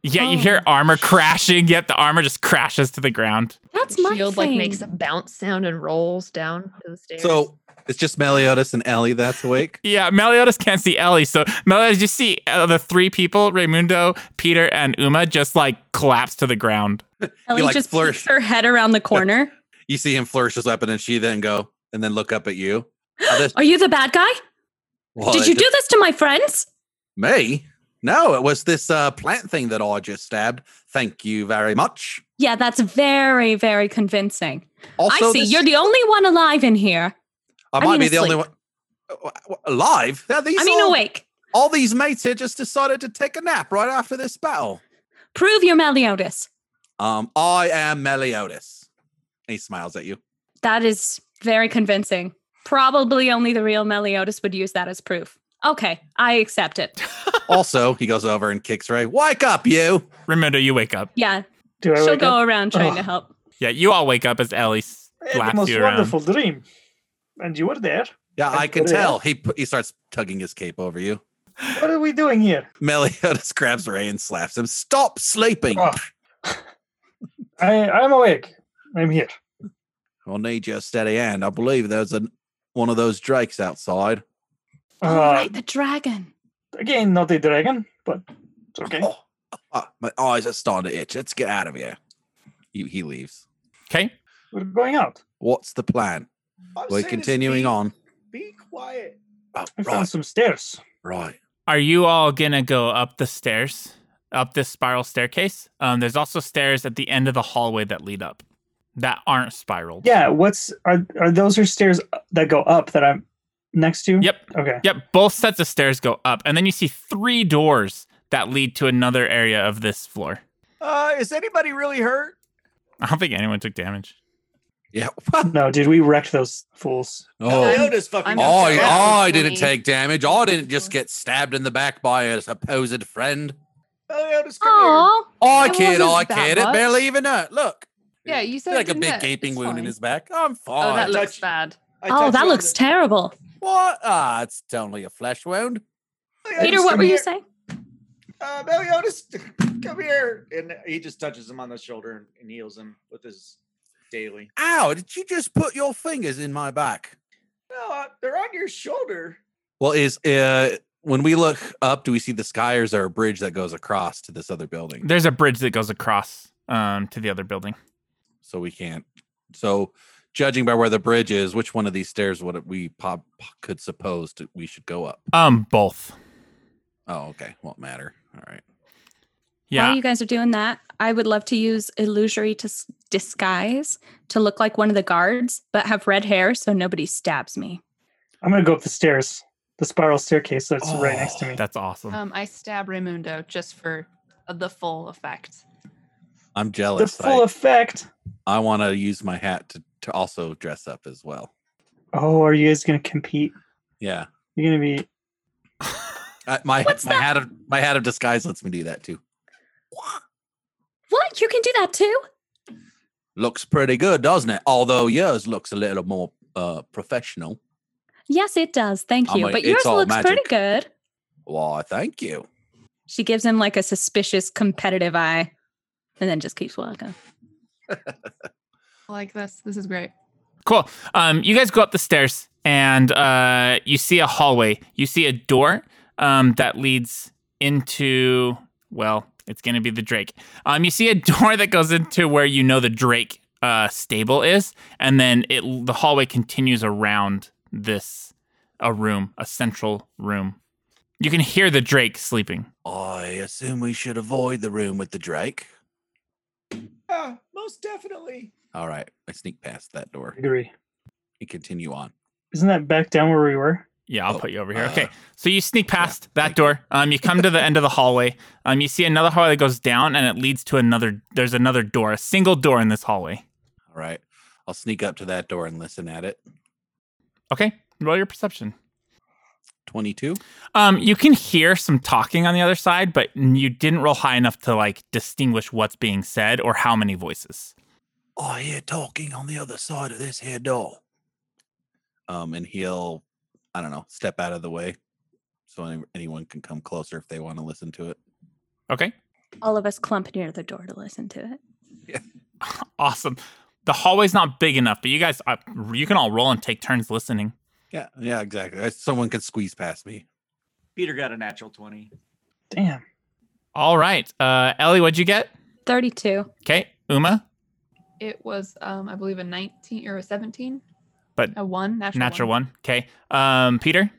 [SPEAKER 2] Yeah, you
[SPEAKER 6] Oh.
[SPEAKER 2] hear armor crashing. Yep, the armor just crashes to the ground.
[SPEAKER 6] That's
[SPEAKER 5] The
[SPEAKER 6] my
[SPEAKER 5] shield
[SPEAKER 6] thing.
[SPEAKER 5] like makes a bounce sound and rolls down to the stairs.
[SPEAKER 7] So it's just Meliodas and Ellie that's awake.
[SPEAKER 2] Yeah, Meliodas can't see Ellie. So Meliodas, you see uh, the three people, Raymundo, Peter, and Uma, just like collapse to the ground.
[SPEAKER 6] Ellie
[SPEAKER 7] like,
[SPEAKER 6] just
[SPEAKER 7] flourish.
[SPEAKER 6] peeks her head around the corner.
[SPEAKER 7] you see him flourish his weapon, and she then go and then look up at you.
[SPEAKER 6] [LAUGHS]
[SPEAKER 7] Now this-
[SPEAKER 6] Are you the bad guy?
[SPEAKER 7] well,
[SPEAKER 6] Did
[SPEAKER 7] it
[SPEAKER 6] you
[SPEAKER 7] just-
[SPEAKER 6] do this to my friends?
[SPEAKER 7] me? No, it was this uh, plant thing that I just stabbed. Thank you very much.
[SPEAKER 6] Yeah, that's very, very convincing.
[SPEAKER 7] Also,
[SPEAKER 6] I see.
[SPEAKER 7] this-
[SPEAKER 6] You're the only one alive in here.
[SPEAKER 7] I
[SPEAKER 6] I
[SPEAKER 7] might
[SPEAKER 6] mean,
[SPEAKER 7] be the only one
[SPEAKER 6] asleep.
[SPEAKER 7] Uh, uh, alive. Now, these
[SPEAKER 6] I mean,
[SPEAKER 7] all,
[SPEAKER 6] awake.
[SPEAKER 7] all these mates here just decided to take a nap right after this battle.
[SPEAKER 6] Prove you're Meliodas.
[SPEAKER 7] Um, I am Meliodas. He smiles at you.
[SPEAKER 6] That is very convincing. Probably only the real Meliodas would use that as proof. Okay, I accept it.
[SPEAKER 7] also, he goes over and kicks Ray. Wake up, you!
[SPEAKER 2] Raymundo, you wake up.
[SPEAKER 6] Yeah,
[SPEAKER 4] Do I
[SPEAKER 6] she'll
[SPEAKER 4] wake
[SPEAKER 6] go
[SPEAKER 4] up?
[SPEAKER 6] around trying
[SPEAKER 3] Oh.
[SPEAKER 6] to
[SPEAKER 4] Ugh.
[SPEAKER 6] help.
[SPEAKER 2] Yeah, you all wake up as Ellie
[SPEAKER 4] I had the
[SPEAKER 2] slaps
[SPEAKER 4] most
[SPEAKER 2] you around.
[SPEAKER 4] wonderful dream. And you were there.
[SPEAKER 7] Yeah, I
[SPEAKER 4] And
[SPEAKER 7] can
[SPEAKER 4] what is-
[SPEAKER 7] tell. He put, he starts tugging his cape over you.
[SPEAKER 4] What are we doing here?
[SPEAKER 7] Meliodas [LAUGHS] grabs Ray and slaps him. Stop sleeping.
[SPEAKER 4] Oh. I, I'm awake. I'm here.
[SPEAKER 7] I'll need your steady hand. I believe there's an, one of those drakes outside.
[SPEAKER 3] Oh.
[SPEAKER 6] All right,
[SPEAKER 4] Uh,
[SPEAKER 6] the dragon.
[SPEAKER 4] again, not a dragon, but it's okay.
[SPEAKER 7] Oh, ah, my eyes are starting to itch. Let's get out of here. He, he leaves.
[SPEAKER 2] Okay.
[SPEAKER 4] We're going out.
[SPEAKER 7] What's the plan?
[SPEAKER 3] I'm
[SPEAKER 7] We're
[SPEAKER 3] saying is
[SPEAKER 7] continuing
[SPEAKER 3] be-
[SPEAKER 7] on.
[SPEAKER 3] Be quiet.
[SPEAKER 7] Oh,
[SPEAKER 4] I found
[SPEAKER 7] right,
[SPEAKER 4] some stairs.
[SPEAKER 7] right.
[SPEAKER 2] Are you all gonna go up the stairs, up this spiral staircase? Um, there's also stairs at the end of the hallway that lead up, that aren't spiraled.
[SPEAKER 4] Yeah, what's are are those are stairs that go up that I'm next to?
[SPEAKER 2] Yep.
[SPEAKER 4] Okay.
[SPEAKER 2] Yep. Both sets of stairs go up, and then you see three doors that lead to another area of this floor.
[SPEAKER 7] Uh, is anybody really hurt?
[SPEAKER 2] I don't think anyone took damage.
[SPEAKER 7] Yeah. [LAUGHS]
[SPEAKER 4] No, dude, we wrecked those fools.
[SPEAKER 7] Oh,
[SPEAKER 3] Meliodas fucking.
[SPEAKER 5] I'm not
[SPEAKER 7] I,
[SPEAKER 5] sure.
[SPEAKER 7] I didn't
[SPEAKER 5] Twenty.
[SPEAKER 7] take damage. I didn't
[SPEAKER 5] Oh.
[SPEAKER 7] just get stabbed in the back by a supposed friend.
[SPEAKER 3] Meliodas, come here.
[SPEAKER 6] Oh,
[SPEAKER 7] I
[SPEAKER 5] It
[SPEAKER 7] kid,
[SPEAKER 5] wasn't
[SPEAKER 7] I
[SPEAKER 5] that
[SPEAKER 7] kid. It
[SPEAKER 5] much.
[SPEAKER 7] barely even hurt. Look.
[SPEAKER 5] Yeah, you said it
[SPEAKER 7] like a
[SPEAKER 5] didn't
[SPEAKER 7] big
[SPEAKER 5] hurt.
[SPEAKER 7] gaping
[SPEAKER 5] It's
[SPEAKER 7] wound in
[SPEAKER 5] fine.
[SPEAKER 7] his back. I'm fine.
[SPEAKER 2] uh,
[SPEAKER 5] Oh, that looks
[SPEAKER 3] touched-
[SPEAKER 5] bad.
[SPEAKER 3] I
[SPEAKER 6] oh,
[SPEAKER 3] touched you
[SPEAKER 6] that
[SPEAKER 3] on
[SPEAKER 6] looks
[SPEAKER 3] the-
[SPEAKER 6] terrible.
[SPEAKER 7] What? Ah, it's only a flesh wound.
[SPEAKER 3] Meliodas,
[SPEAKER 6] Peter, what
[SPEAKER 3] come
[SPEAKER 6] were you
[SPEAKER 3] here.
[SPEAKER 6] saying?
[SPEAKER 3] Uh, Meliodas, [LAUGHS] come here. And he just touches him on the shoulder and- and heals him with his daily.
[SPEAKER 7] Ow, did you just put your fingers in my back?
[SPEAKER 3] No, uh, they're on your shoulder.
[SPEAKER 7] Well, is uh when we look up, do we see the sky or is there a bridge that goes across to this other building?
[SPEAKER 2] There's a bridge that goes across um, to the other building.
[SPEAKER 7] So we can't. So judging by where the bridge is, which one of these stairs would we pop could suppose that we should go up?
[SPEAKER 2] Um, both.
[SPEAKER 7] Oh, okay. Won't matter. All right.
[SPEAKER 2] Yeah.
[SPEAKER 6] While you guys are doing that, I would love to use illusory to s- disguise to look like one of the guards, but have red hair so nobody stabs me.
[SPEAKER 4] I'm gonna go up the stairs. the spiral staircase that's right next to me.
[SPEAKER 2] That's awesome.
[SPEAKER 10] Um, I stab Raimundo just for uh, the full effect.
[SPEAKER 7] I'm
[SPEAKER 4] The
[SPEAKER 7] jealous.
[SPEAKER 4] full
[SPEAKER 7] I,
[SPEAKER 4] effect.
[SPEAKER 7] I want to use my hat to, to also dress up as well.
[SPEAKER 4] Oh, are you guys gonna compete?
[SPEAKER 7] Yeah,
[SPEAKER 4] You're gonna be
[SPEAKER 7] Uh, my
[SPEAKER 6] What's
[SPEAKER 7] my hat of my hat of disguise lets me do that too.
[SPEAKER 6] What? You can do that too?
[SPEAKER 7] Looks pretty good, doesn't it? Although yours looks a little more uh, professional.
[SPEAKER 6] Yes, it does. Thank
[SPEAKER 7] I'm
[SPEAKER 6] you.
[SPEAKER 7] like,
[SPEAKER 6] but
[SPEAKER 7] it's
[SPEAKER 6] yours
[SPEAKER 7] all
[SPEAKER 6] looks pretty good.
[SPEAKER 7] magic. Why, thank you.
[SPEAKER 6] She gives him like a suspicious, competitive eye and then just keeps walking.
[SPEAKER 10] I Like this. This is great.
[SPEAKER 2] Cool. Um, you guys go up the stairs and uh, you see a hallway. You see a door um, that leads into, well, it's going to be the Drake. Um, you see a [LAUGHS] door that goes into where you know the Drake uh, stable is, and then it the hallway continues around this a room, a central room. You can hear the Drake sleeping.
[SPEAKER 8] I assume we should avoid the room with the Drake.
[SPEAKER 3] Yeah, most definitely.
[SPEAKER 7] All right, I sneak past that door
[SPEAKER 4] agree.
[SPEAKER 7] and continue on.
[SPEAKER 4] Isn't that back down where we were?
[SPEAKER 2] Yeah, I'll
[SPEAKER 7] Oh,
[SPEAKER 2] put you over here.
[SPEAKER 7] uh,
[SPEAKER 2] okay. So you sneak past that
[SPEAKER 7] thank you.
[SPEAKER 2] door. Um, you come to the end of the hallway. Um, you see another hallway that goes down, and it leads to another. There's another door, a single door in this hallway.
[SPEAKER 7] All right, I'll sneak up to that door and listen at it.
[SPEAKER 2] Okay, roll your perception.
[SPEAKER 7] Twenty-two.
[SPEAKER 2] Um, you can hear some talking on the other side, but you didn't roll high enough to like distinguish what's being said or how many voices.
[SPEAKER 7] Oh,
[SPEAKER 8] I hear talking on the other side of this here door.
[SPEAKER 7] um, and he'll, I don't know, step out of the way so any, anyone can come closer if they want to listen to it.
[SPEAKER 2] Okay,
[SPEAKER 6] All of us clump near the door to listen to it.
[SPEAKER 2] awesome. The hallway's not big enough, but you guys, uh, you can all roll and take turns listening.
[SPEAKER 7] Yeah, yeah, exactly. Uh, Someone could squeeze past me.
[SPEAKER 3] Peter got a natural 20.
[SPEAKER 4] Damn.
[SPEAKER 2] All right, uh, Ellie, what'd you get?
[SPEAKER 6] 32.
[SPEAKER 2] Okay, Uma,
[SPEAKER 10] It was, um, I believe, a 19 or a 17.
[SPEAKER 2] But
[SPEAKER 10] a one natural,
[SPEAKER 2] natural one. Okay, um, Peter.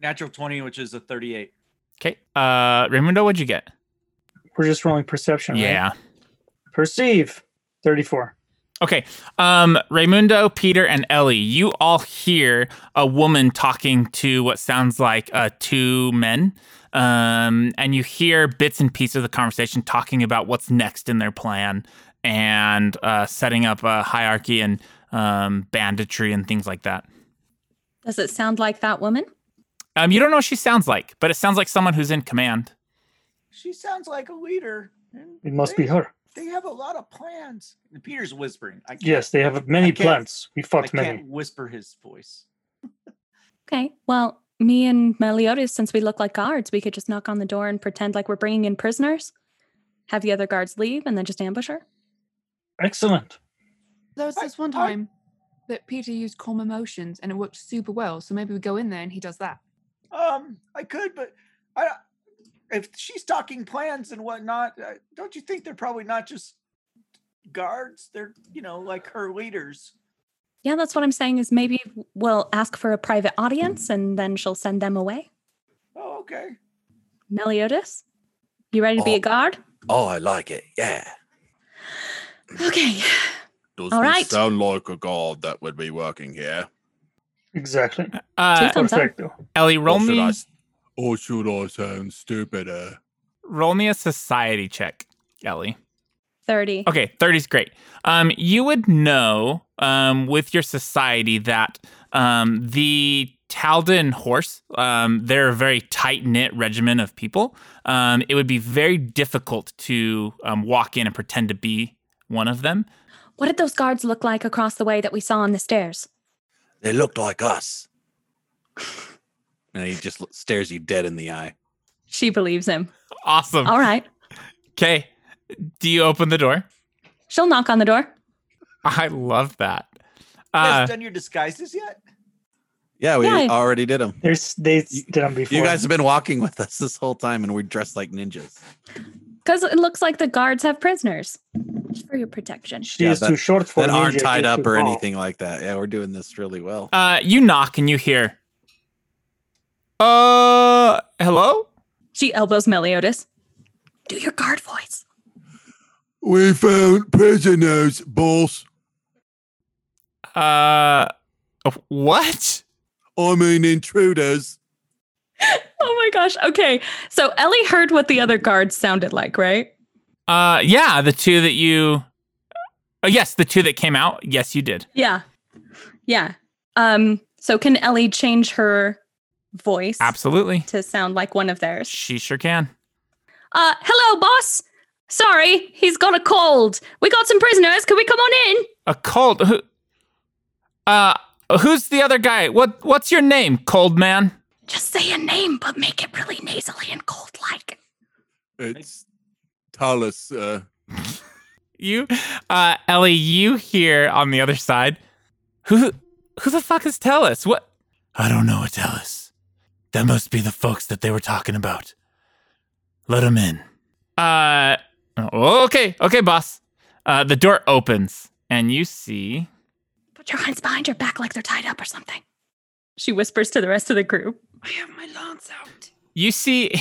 [SPEAKER 3] Natural 20, which is a 38.
[SPEAKER 2] Okay. Uh, Raimundo, what'd you get?
[SPEAKER 4] We're just rolling perception. right?
[SPEAKER 2] Yeah.
[SPEAKER 4] Perceive. Thirty-four.
[SPEAKER 2] Okay. Um, Raimundo, Peter, and Ellie, you all hear a woman talking to what sounds like uh, two men. Um, and you hear bits and pieces of the conversation talking about what's next in their plan and uh, setting up a hierarchy and um, banditry and things like that.
[SPEAKER 6] Does it sound like that woman?
[SPEAKER 2] Um, you don't know what she sounds like, but it sounds like someone who's in command.
[SPEAKER 3] She sounds like a leader. and
[SPEAKER 4] It must
[SPEAKER 3] they,
[SPEAKER 4] be her.
[SPEAKER 3] They have a lot of plans. And Peter's whispering. I can't,
[SPEAKER 4] Yes, they have many
[SPEAKER 3] I can't-
[SPEAKER 4] plants. We
[SPEAKER 3] I
[SPEAKER 4] fucked many.
[SPEAKER 3] can't whisper his voice.
[SPEAKER 6] Okay. Well, me and Meliodas, since we look like guards, we could just knock on the door and pretend like we're bringing in prisoners, have the other guards leave, and then just ambush her.
[SPEAKER 4] Excellent.
[SPEAKER 10] There was
[SPEAKER 3] I-
[SPEAKER 10] this one
[SPEAKER 3] I-
[SPEAKER 10] time that Peter used calm emotions and it worked super well. So maybe we go in there and he does that.
[SPEAKER 3] Um, I could, but I if she's talking plans and whatnot, uh, don't you think they're probably not just guards? They're you know like her leaders.
[SPEAKER 6] Yeah, that's what I'm saying is maybe we'll ask for a private audience and then she'll send them away.
[SPEAKER 3] Oh, okay.
[SPEAKER 6] Meliodas, you ready to be
[SPEAKER 8] Oh.
[SPEAKER 6] a guard?
[SPEAKER 8] Oh, I like it. Yeah.
[SPEAKER 6] Okay.
[SPEAKER 7] Does
[SPEAKER 6] All this right.
[SPEAKER 7] sound like a god that would be working here?
[SPEAKER 4] Exactly.
[SPEAKER 2] Uh,
[SPEAKER 6] Thumbs up.
[SPEAKER 4] Perfecto.
[SPEAKER 2] Ellie, roll
[SPEAKER 7] should I
[SPEAKER 2] me,
[SPEAKER 7] s- Or should I sound stupider?
[SPEAKER 2] roll me a society check, Ellie.
[SPEAKER 6] 30.
[SPEAKER 2] Okay, 30 is great. Um, you would know um, with your society that um, the Taldan horse, um, they're a very tight knit regiment of people. Um, it would be very difficult to um, walk in and pretend to be one of them.
[SPEAKER 6] What did those guards look like across the way that we saw on the stairs?
[SPEAKER 8] They looked like us.
[SPEAKER 7] And he just l- stares you dead in the eye.
[SPEAKER 6] She believes him.
[SPEAKER 2] Awesome.
[SPEAKER 6] All right.
[SPEAKER 2] Okay. Do you open the door? [LAUGHS]
[SPEAKER 6] She'll knock on the door.
[SPEAKER 2] I love that.
[SPEAKER 3] You guys
[SPEAKER 2] Uh,
[SPEAKER 3] done your disguises yet?
[SPEAKER 7] Yeah, we
[SPEAKER 6] Yeah.
[SPEAKER 7] already did him.
[SPEAKER 4] There's they s-
[SPEAKER 7] You-
[SPEAKER 4] did them before.
[SPEAKER 7] You guys have been walking with us this whole time, and we're dressed like ninjas.
[SPEAKER 6] Because it looks like the guards have prisoners. Just for your protection.
[SPEAKER 4] she
[SPEAKER 7] Yeah,
[SPEAKER 4] is
[SPEAKER 7] that-
[SPEAKER 4] too short for
[SPEAKER 7] That
[SPEAKER 4] a ninja,
[SPEAKER 7] aren't
[SPEAKER 4] she
[SPEAKER 7] tied
[SPEAKER 4] is
[SPEAKER 7] up
[SPEAKER 4] too
[SPEAKER 7] or
[SPEAKER 4] tall.
[SPEAKER 7] anything like that. Yeah, we're doing this really well.
[SPEAKER 2] uh, you knock and you hear, uh, hello?
[SPEAKER 6] She elbows Meliodas. Do your guard voice.
[SPEAKER 8] We found prisoners, boss.
[SPEAKER 2] Uh, what?
[SPEAKER 8] I mean, intruders.
[SPEAKER 6] Oh my gosh. Okay. So Ellie heard what the other guards sounded like, right?
[SPEAKER 2] Uh, yeah, the two that you. Oh, yes, the two that came out. Yes, you did.
[SPEAKER 6] Yeah. Yeah. Um, so can Ellie change her voice
[SPEAKER 2] Absolutely.
[SPEAKER 6] to sound like one of theirs?
[SPEAKER 2] She sure can.
[SPEAKER 6] Uh, hello, boss. Sorry, he's got a cold. We got some prisoners. Can we come on in?
[SPEAKER 2] A cold. Who, uh, who's the other guy? What What's your name, cold man?
[SPEAKER 6] Just say a name, but make it really nasally and cold like.
[SPEAKER 7] It's Talus. Uh,
[SPEAKER 2] You, uh, Ellie, you here on the other side. Who Who the fuck is Tellus? What?
[SPEAKER 8] I don't know what Ellis. That must be the folks that they were talking about. Let them in.
[SPEAKER 2] Uh, oh, okay, okay, boss. Uh, the door opens and you see.
[SPEAKER 6] Put your hands behind your back like they're tied up or something. She whispers to the rest of the group.
[SPEAKER 11] I have my lance out.
[SPEAKER 2] You see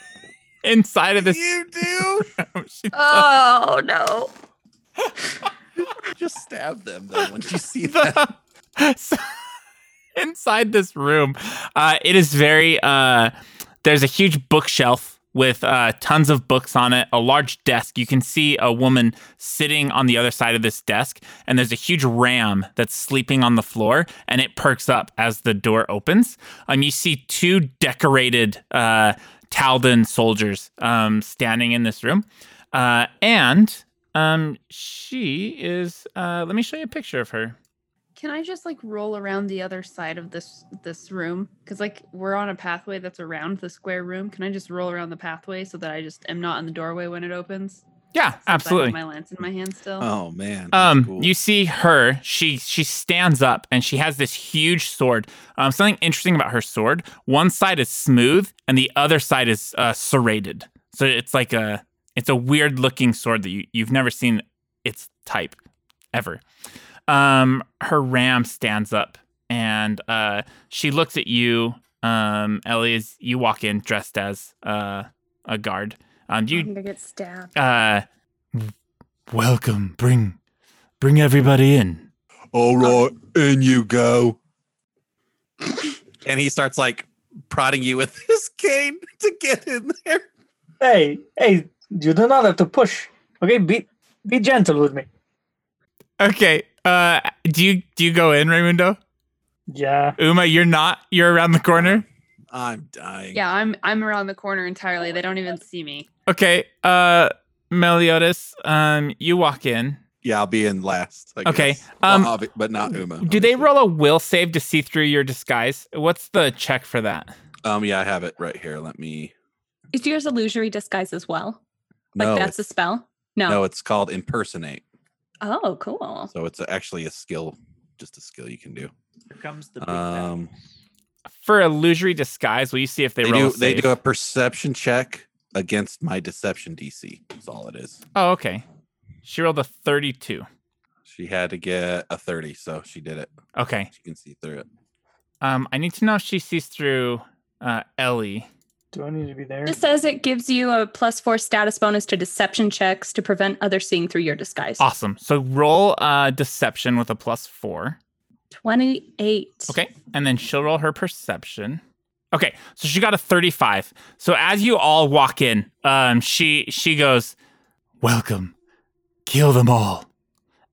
[SPEAKER 2] [LAUGHS] inside of this.
[SPEAKER 7] do?
[SPEAKER 6] Oh no.
[SPEAKER 7] Just stab them though. Once you [LAUGHS] see that,
[SPEAKER 2] the- so- [LAUGHS] inside this room uh, it is very uh, there's a huge bookshelf with uh, tons of books on it a large desk you can see a woman sitting on the other side of this desk and there's a huge ram that's sleeping on the floor and it perks up as the door opens um, you see two decorated uh, taldan soldiers um, standing in this room uh, and um, she is uh, let me show you a picture of her
[SPEAKER 5] Can I just like roll around the other side of this this room? Because like we're on a pathway that's around the square room. Can I just roll around the pathway so that I just am not in the doorway when it opens? Since
[SPEAKER 2] yeah
[SPEAKER 5] I have
[SPEAKER 2] absolutely
[SPEAKER 5] my lance in my hand still.
[SPEAKER 7] oh man. that's
[SPEAKER 2] Um,
[SPEAKER 7] cool.
[SPEAKER 2] you see her. She she stands up and she has this huge sword. Um, something interesting about her sword: one side is smooth and the other side is uh, serrated. So it's like a it's a weird looking sword that you you've never seen its type ever. Um, her ram stands up and uh, she looks at you, um, Ellie, as you walk in dressed as uh, a guard. Um, you
[SPEAKER 6] gonna get stabbed.
[SPEAKER 2] uh,
[SPEAKER 8] Welcome. Bring, bring everybody in.
[SPEAKER 7] [LAUGHS] All right, in you go. and he starts like prodding you with [LAUGHS] his cane to get in there.
[SPEAKER 4] Hey, hey, you do not have to push. Okay, be be gentle with me.
[SPEAKER 2] Okay. Uh, do you do you go in, Raimundo?
[SPEAKER 4] Yeah.
[SPEAKER 2] Uma, you're not. You're around the corner.
[SPEAKER 7] I'm dying.
[SPEAKER 5] Yeah, I'm I'm around the corner entirely. They don't even see me.
[SPEAKER 2] Okay. Uh, Meliodas, um, you walk in.
[SPEAKER 7] Yeah, I'll be in last. I
[SPEAKER 2] Okay,
[SPEAKER 7] guess. Well,
[SPEAKER 2] um,
[SPEAKER 7] obvi- but not Uma.
[SPEAKER 2] Do they
[SPEAKER 7] obviously.
[SPEAKER 2] roll a will save to see through your disguise? What's the check for that?
[SPEAKER 7] Um, yeah, I have it right here. Let me.
[SPEAKER 6] Is yours illusory disguise as well? Like
[SPEAKER 7] No,
[SPEAKER 6] that's a
[SPEAKER 7] it's-
[SPEAKER 6] spell? No.
[SPEAKER 7] no, it's called impersonate.
[SPEAKER 6] Oh, cool.
[SPEAKER 7] So it's actually a skill, just a skill you can do.
[SPEAKER 3] Here comes the big bad.
[SPEAKER 7] Um,
[SPEAKER 2] For illusory disguise, will you see if they,
[SPEAKER 7] they
[SPEAKER 2] roll?
[SPEAKER 7] do
[SPEAKER 2] a
[SPEAKER 7] they
[SPEAKER 2] save?
[SPEAKER 7] do a perception check against my deception DC. That's all it is.
[SPEAKER 2] Oh, okay. She rolled a thirty-two.
[SPEAKER 7] She had to get a thirty, so she did it.
[SPEAKER 2] Okay.
[SPEAKER 7] She can see through it.
[SPEAKER 2] Um, I need to know if she sees through uh, Ellie.
[SPEAKER 4] Do I need to be there?
[SPEAKER 6] It says it gives you a plus four status bonus to deception checks to prevent others seeing through your disguise.
[SPEAKER 2] Awesome. So roll uh, deception with a plus four.
[SPEAKER 6] 28.
[SPEAKER 2] Okay. And then she'll roll her perception. Okay. So she got a 35. So as you all walk in, um, she she goes,
[SPEAKER 8] Welcome. Kill them all.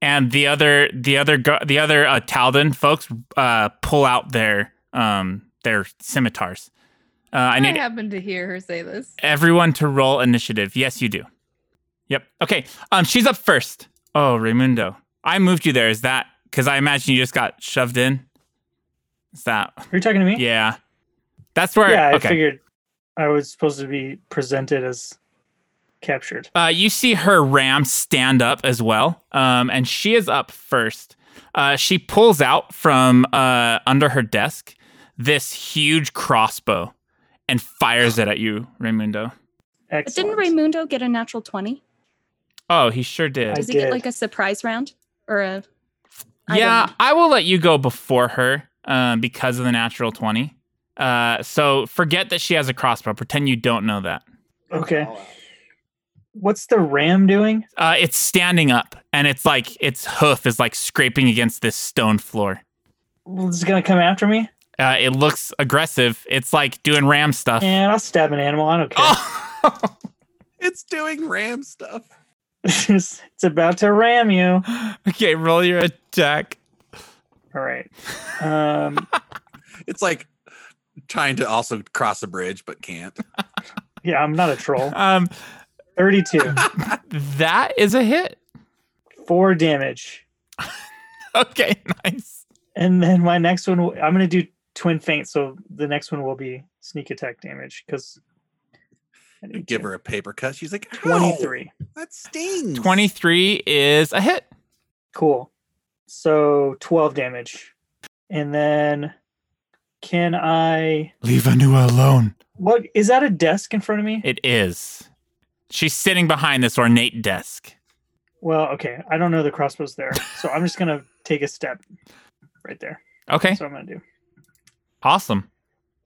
[SPEAKER 2] and the other the other gu- the other uh, Taldan folks uh, pull out their um their scimitars. Uh, I need
[SPEAKER 5] happened to hear her say this.
[SPEAKER 2] everyone to roll initiative. Yes, you do. Yep. Okay. Um, she's up first. Oh, Raimundo, I moved you there. Is that because I imagine you just got shoved in? Is that
[SPEAKER 4] You're talking to me?
[SPEAKER 2] yeah? That's where
[SPEAKER 4] Yeah, I
[SPEAKER 2] okay.
[SPEAKER 4] figured I was supposed to be presented as captured.
[SPEAKER 2] Uh, you see her ram stand up as well, um, and she is up first. Uh, she pulls out from uh, under her desk this huge crossbow and fires it at you, Raimundo.
[SPEAKER 6] But didn't
[SPEAKER 4] Excellent.
[SPEAKER 6] Raimundo get a natural 20?
[SPEAKER 2] Oh, he sure did.
[SPEAKER 4] I
[SPEAKER 6] Does he get
[SPEAKER 4] did.
[SPEAKER 6] like a surprise round or a. I
[SPEAKER 2] yeah,
[SPEAKER 6] don't-
[SPEAKER 2] I will let you go before her um, because of the natural 20. Uh, so forget that she has a crossbow. Pretend you don't know that.
[SPEAKER 4] Okay. What's the ram doing?
[SPEAKER 2] Uh, it's standing up, and it's like its hoof is like scraping against this stone floor.
[SPEAKER 4] Well, It's gonna come after me.
[SPEAKER 2] Uh, it looks aggressive. It's like doing ram stuff.
[SPEAKER 4] And I'll stab an animal. I don't care.
[SPEAKER 2] Oh!
[SPEAKER 7] It's doing ram stuff.
[SPEAKER 4] [LAUGHS] it's about to ram you.
[SPEAKER 2] [LAUGHS] okay, roll your attack.
[SPEAKER 4] All right. Um,
[SPEAKER 7] It's like trying to also cross a bridge
[SPEAKER 2] [LAUGHS]
[SPEAKER 7] but can't.
[SPEAKER 4] yeah, I'm not a troll.
[SPEAKER 2] Um,
[SPEAKER 7] [LAUGHS]
[SPEAKER 4] 32.
[SPEAKER 2] that is a hit.
[SPEAKER 4] Four damage.
[SPEAKER 2] Okay, [LAUGHS] nice.
[SPEAKER 4] And then my next one, will- I'm going to do twin feint. So the next one will be sneak attack damage because
[SPEAKER 7] Give her a paper cut. She's like, "Ow,
[SPEAKER 4] 23.
[SPEAKER 7] That stings.
[SPEAKER 2] 23 is a hit.
[SPEAKER 4] Cool. So 12 damage. And then can I.
[SPEAKER 2] Leave Anua alone.
[SPEAKER 4] What is that a desk in front of me?
[SPEAKER 2] It is. She's sitting behind this ornate desk.
[SPEAKER 4] Well, okay. I don't know the crossbow's there. So I'm just going to take a step right there.
[SPEAKER 2] Okay,
[SPEAKER 4] That's what I'm going to do.
[SPEAKER 2] awesome.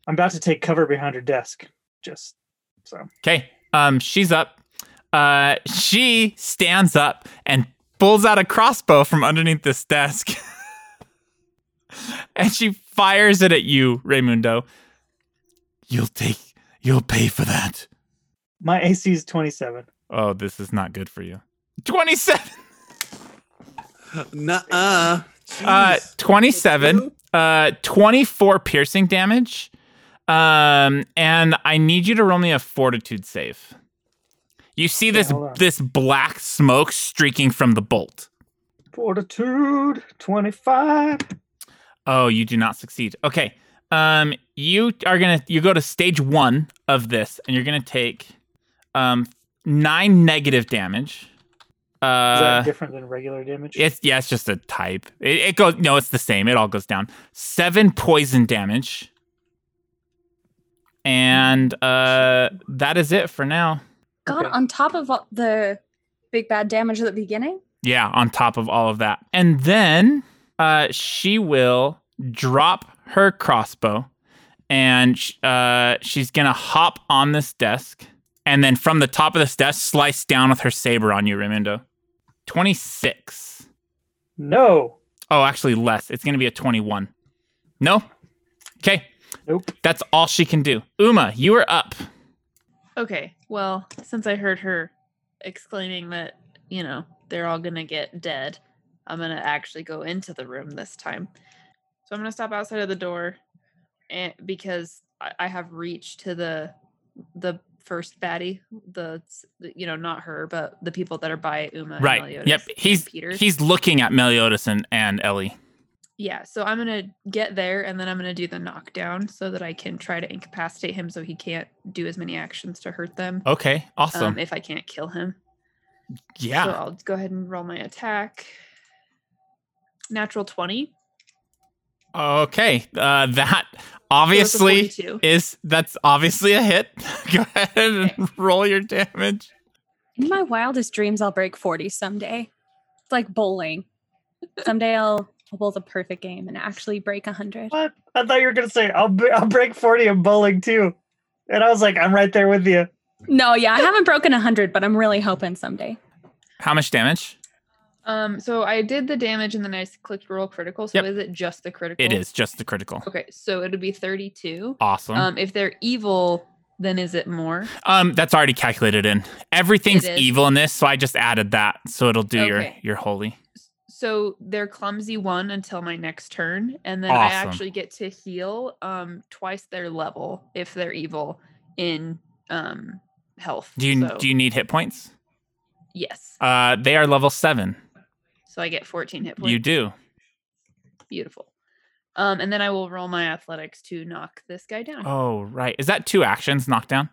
[SPEAKER 4] I'm about to take cover behind her desk. Just so.
[SPEAKER 2] Okay, um, she's up. Uh, she stands up and pulls out a crossbow from underneath this desk, [LAUGHS] and she fires it at you, Raymundo. You'll take. You'll pay for that.
[SPEAKER 4] My AC is 27.
[SPEAKER 2] Oh, this is not good for you. Twenty-seven.
[SPEAKER 7] Uh, Nuh-uh.
[SPEAKER 2] Uh,
[SPEAKER 7] Jeez.
[SPEAKER 4] [LAUGHS]
[SPEAKER 2] 27 uh 24 piercing damage um and i need you to roll me a fortitude save you see
[SPEAKER 4] Okay,
[SPEAKER 2] this
[SPEAKER 4] hold on.
[SPEAKER 2] this black smoke streaking from the bolt
[SPEAKER 4] Fortitude 25.
[SPEAKER 2] oh you do not succeed okay um you are gonna you go to stage one of this and you're gonna take um nine negative damage
[SPEAKER 4] Is
[SPEAKER 2] uh
[SPEAKER 4] that different than regular damage?
[SPEAKER 2] It's yeah, it's just a type. It, it goes no, it's the same. It all goes down. Seven poison damage, and uh, that is it for now.
[SPEAKER 6] God, on top of all the big bad damage at the beginning,
[SPEAKER 2] Yeah, on top of all of that, and then uh, she will drop her crossbow, and sh- uh, she's gonna hop on this desk, and then from the top of this desk, slice down with her saber on you, Raimundo. Twenty six.
[SPEAKER 4] No.
[SPEAKER 2] Oh, actually less. It's going to be a 21. No? Okay.
[SPEAKER 4] Nope.
[SPEAKER 2] That's all she can do. Uma, you are up.
[SPEAKER 5] Okay, well, since I heard her exclaiming that, you know, they're all gonna get dead, I'm gonna actually go into the room this time. So I'm gonna stop outside of the door, and because I, I have reach to the the first baddie, the s- the- you know not her, but the people that are by Uma. and
[SPEAKER 2] Right.
[SPEAKER 5] Uh, Meliodas
[SPEAKER 2] Yep.
[SPEAKER 5] and
[SPEAKER 2] He's
[SPEAKER 5] Peter.
[SPEAKER 2] he's looking at Meliodas and, and Ellie.
[SPEAKER 5] Yeah, so I'm gonna get there and then I'm gonna do the knockdown so that I can try to incapacitate him so he can't do as many actions to hurt them.
[SPEAKER 2] Okay. Awesome.
[SPEAKER 5] Um, if I can't kill him. So
[SPEAKER 2] yeah.
[SPEAKER 5] I'll go ahead and roll my attack. Natural 20.
[SPEAKER 2] Okay. Uh, that
[SPEAKER 5] so that's a
[SPEAKER 2] obviously
[SPEAKER 5] 42.
[SPEAKER 2] is that's obviously a hit. [LAUGHS] Go ahead and
[SPEAKER 5] Okay.
[SPEAKER 2] roll your damage.
[SPEAKER 6] in my wildest dreams, I'll break 40 someday. It's like bowling. Someday I'll I'll bowl the perfect game and actually break 100.
[SPEAKER 4] What? I thought you were gonna say I'll b- I'll break forty in bowling too, and I was like, I'm right there with you.
[SPEAKER 6] No, yeah, I haven't broken 100, but I'm really hoping someday.
[SPEAKER 2] How much damage?
[SPEAKER 5] Um, so I did the damage and then I s- clicked roll critical. So
[SPEAKER 2] Yep.
[SPEAKER 5] is it just the critical?
[SPEAKER 2] It is just the critical.
[SPEAKER 5] Okay, so it'll be 32.
[SPEAKER 2] Awesome. Um,
[SPEAKER 5] Um, if they're evil, then is it more?
[SPEAKER 2] that's already calculated in. Everything's
[SPEAKER 5] is.
[SPEAKER 2] evil in this, so I just added that so it'll do your
[SPEAKER 5] Okay.
[SPEAKER 2] your holy.
[SPEAKER 5] S- So they're clumsy one until my next turn, and then I
[SPEAKER 2] Awesome.
[SPEAKER 5] actually get to heal um twice their level if they're evil in um health.
[SPEAKER 2] Do you
[SPEAKER 5] So,
[SPEAKER 2] do you need hit points?
[SPEAKER 5] yes.
[SPEAKER 2] Uh, they are level seven.
[SPEAKER 5] So I get 14 hit points.
[SPEAKER 2] You do.
[SPEAKER 5] Beautiful. Um, and then I will roll my athletics to knock this guy down.
[SPEAKER 2] Oh, right. Is that two actions? Knockdown.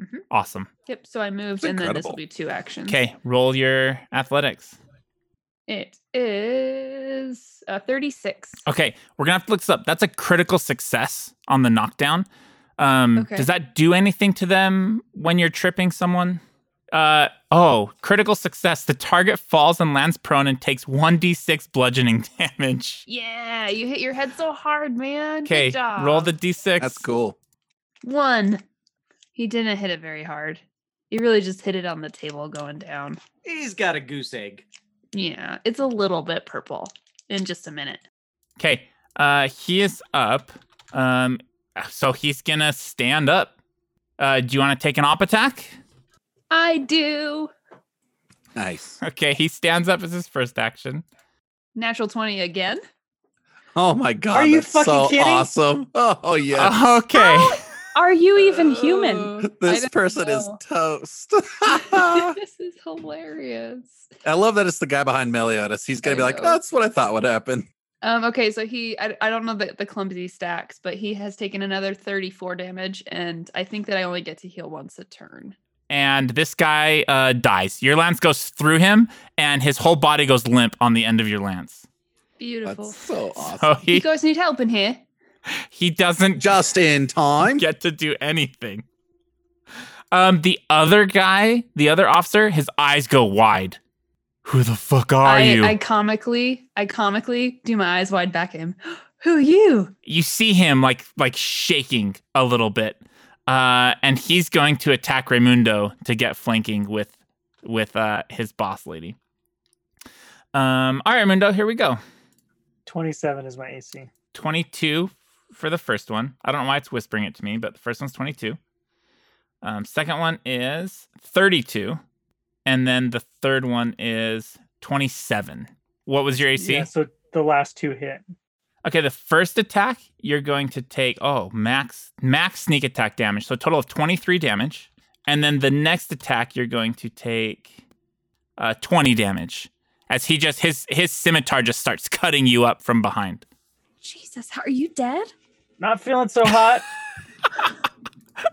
[SPEAKER 5] Mhm.
[SPEAKER 2] Awesome.
[SPEAKER 5] Yep. So I moved,
[SPEAKER 7] That's
[SPEAKER 5] and then this will
[SPEAKER 7] incredible.
[SPEAKER 5] be two actions.
[SPEAKER 2] Okay, roll your athletics.
[SPEAKER 5] It is uh, 36.
[SPEAKER 2] Okay, we're gonna have to look this up. That's a critical success on the knockdown. Um,
[SPEAKER 5] Okay.
[SPEAKER 2] Does that do anything to them when you're tripping someone? Uh, oh, critical success. The target falls and lands prone and takes 1d6 bludgeoning [LAUGHS] damage.
[SPEAKER 5] Yeah, you hit your head so hard, man. Good
[SPEAKER 2] Okay, roll
[SPEAKER 5] job.
[SPEAKER 2] the d6.
[SPEAKER 7] That's cool.
[SPEAKER 5] one. He didn't hit it very hard. He really just hit it on the table going down.
[SPEAKER 3] He's got a goose egg.
[SPEAKER 5] Yeah, it's a little bit purple in just a minute.
[SPEAKER 2] Okay, uh, he is up. Um, so he's gonna stand up. Uh, do you want to take an op attack? [LAUGHS]
[SPEAKER 5] I do.
[SPEAKER 7] Nice.
[SPEAKER 2] Okay, he stands up as his first action.
[SPEAKER 5] Natural 20 again.
[SPEAKER 7] Oh my god.
[SPEAKER 4] you
[SPEAKER 7] that's
[SPEAKER 4] fucking
[SPEAKER 7] so
[SPEAKER 4] kidding?
[SPEAKER 7] awesome. Oh
[SPEAKER 2] [LAUGHS]
[SPEAKER 7] yeah.
[SPEAKER 2] Okay.
[SPEAKER 6] Are you even human?
[SPEAKER 2] Uh,
[SPEAKER 5] Oh, I
[SPEAKER 7] [LAUGHS] this
[SPEAKER 5] don't
[SPEAKER 7] person is [LAUGHS]
[SPEAKER 5] know. [LAUGHS]
[SPEAKER 7] toast.
[SPEAKER 5] this is hilarious.
[SPEAKER 7] I love that it's the guy behind Meliodas. He's gonna
[SPEAKER 5] I
[SPEAKER 7] be like,
[SPEAKER 5] know.
[SPEAKER 7] that's what I thought would happen.
[SPEAKER 5] Um, okay, so he I, I don't know the, the clumsy stacks, but he has taken another 34 damage, and I think that I only get to heal once a turn.
[SPEAKER 2] and this guy uh, dies. Your lance goes through him, and his whole body goes limp on the end of your lance. [LAUGHS]
[SPEAKER 5] Beautiful.
[SPEAKER 7] That's so awesome.
[SPEAKER 2] So
[SPEAKER 5] You
[SPEAKER 2] he
[SPEAKER 5] guys need help in here.
[SPEAKER 2] he doesn't
[SPEAKER 7] Just in time.
[SPEAKER 2] get to do anything. Um, the other guy, the other officer, his eyes go wide. Who the fuck are
[SPEAKER 5] I,
[SPEAKER 2] you?
[SPEAKER 5] I comically, I comically do my eyes wide back at him. [GASPS] Who are you?
[SPEAKER 2] you see him like like shaking a little bit, uh, and he's going to attack Raimundo to get flanking with with uh, his boss lady. Um, all right, Raimundo, here we go.
[SPEAKER 4] 27 is my AC.
[SPEAKER 2] 22 for the first one. I don't know why it's whispering it to me, but the first one's 22. Um, second one is 32. And then the third one is 27. What was your AC?
[SPEAKER 4] Yeah, so the last two hit.
[SPEAKER 2] Okay, the first attack, you're going to take, oh, max max sneak attack damage. So a total of 23 damage. And then the next attack, you're going to take uh, 20 damage. As he just his his scimitar just starts [LAUGHS] cutting you up from behind.
[SPEAKER 6] Jesus, how are you dead?
[SPEAKER 4] Not feeling so hot.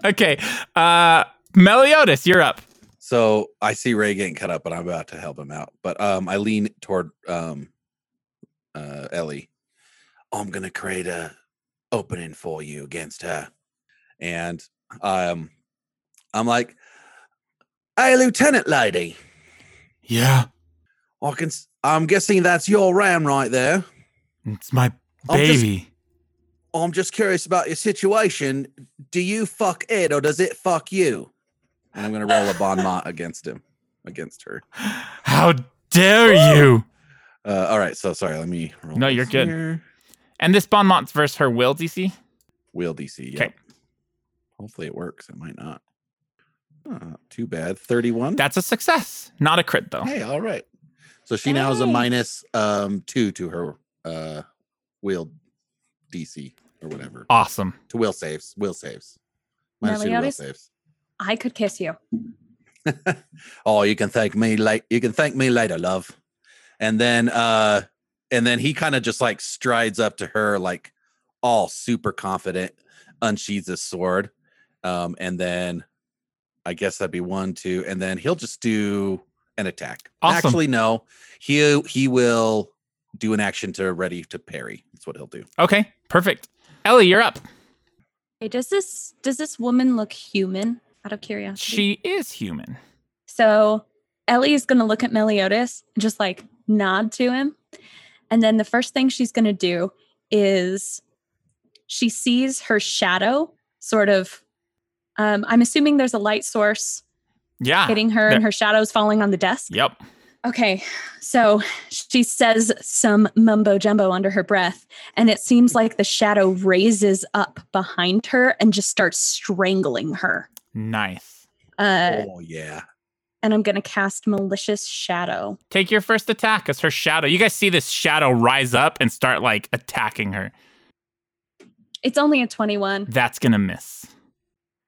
[SPEAKER 2] Okay. Uh Meliodas, you're up.
[SPEAKER 7] So I see Ray getting cut up, but I'm about to help him out. But um, I lean toward um, uh, Ellie. I'm gonna create a opening for you against her, and um, I'm like, "Hey, Lieutenant Lady,
[SPEAKER 2] Yeah.
[SPEAKER 7] I can. s- I'm guessing that's your ram right there.
[SPEAKER 2] It's my
[SPEAKER 7] I'm just- I'm just curious about your situation. Do you fuck it, or does it fuck you?" And I'm gonna roll a bon mot against him, against her.
[SPEAKER 2] How dare you?
[SPEAKER 7] Uh, all right, so sorry. Let me. Roll
[SPEAKER 2] No,
[SPEAKER 7] this
[SPEAKER 2] you're good.
[SPEAKER 7] here.
[SPEAKER 2] And this Bon Mont's versus her will, DC?
[SPEAKER 7] Wheel DC. Yep.
[SPEAKER 2] Okay.
[SPEAKER 7] Hopefully it works. It might not. Huh, too bad. Thirty-one.
[SPEAKER 2] That's a success. Not a crit though.
[SPEAKER 7] hey, all right. So she now has a
[SPEAKER 6] Hey.
[SPEAKER 7] minus um two to her uh wheel DC or whatever
[SPEAKER 2] Awesome.
[SPEAKER 7] to will saves. Will saves. Minus two to will
[SPEAKER 6] Meliodas?
[SPEAKER 7] saves.
[SPEAKER 6] I could kiss you.
[SPEAKER 7] oh, you can thank me late. You can thank me later, love. And then, uh, and then he kind of just like strides up to her, like all super confident, unsheathes his sword. Um, and then I guess that'd be one, two, and then he'll just do an attack.
[SPEAKER 2] Awesome.
[SPEAKER 7] Actually, no, he he will do an action to ready to parry. That's what he'll do.
[SPEAKER 2] Okay, perfect. Ellie, you're up.
[SPEAKER 6] Hey, does this does this woman look human? Out of curiosity.
[SPEAKER 2] She is human.
[SPEAKER 6] So Ellie is going to look at Meliodas and just like nod to him. And then the first thing she's going to do is she sees her shadow sort of. Um, I'm assuming there's a light source
[SPEAKER 2] Yeah.
[SPEAKER 6] hitting her and her shadow's falling on the desk.
[SPEAKER 2] Yep.
[SPEAKER 6] Okay. So she says some mumbo jumbo under her breath. And it seems like the shadow raises up behind her and just starts strangling her.
[SPEAKER 2] Nice.
[SPEAKER 6] Uh,
[SPEAKER 7] oh yeah,
[SPEAKER 6] And I'm going to cast Malicious Shadow.
[SPEAKER 2] Take your first attack as her shadow. You guys see this shadow rise up and start like attacking her.
[SPEAKER 6] It's only a 21.
[SPEAKER 2] That's gonna miss.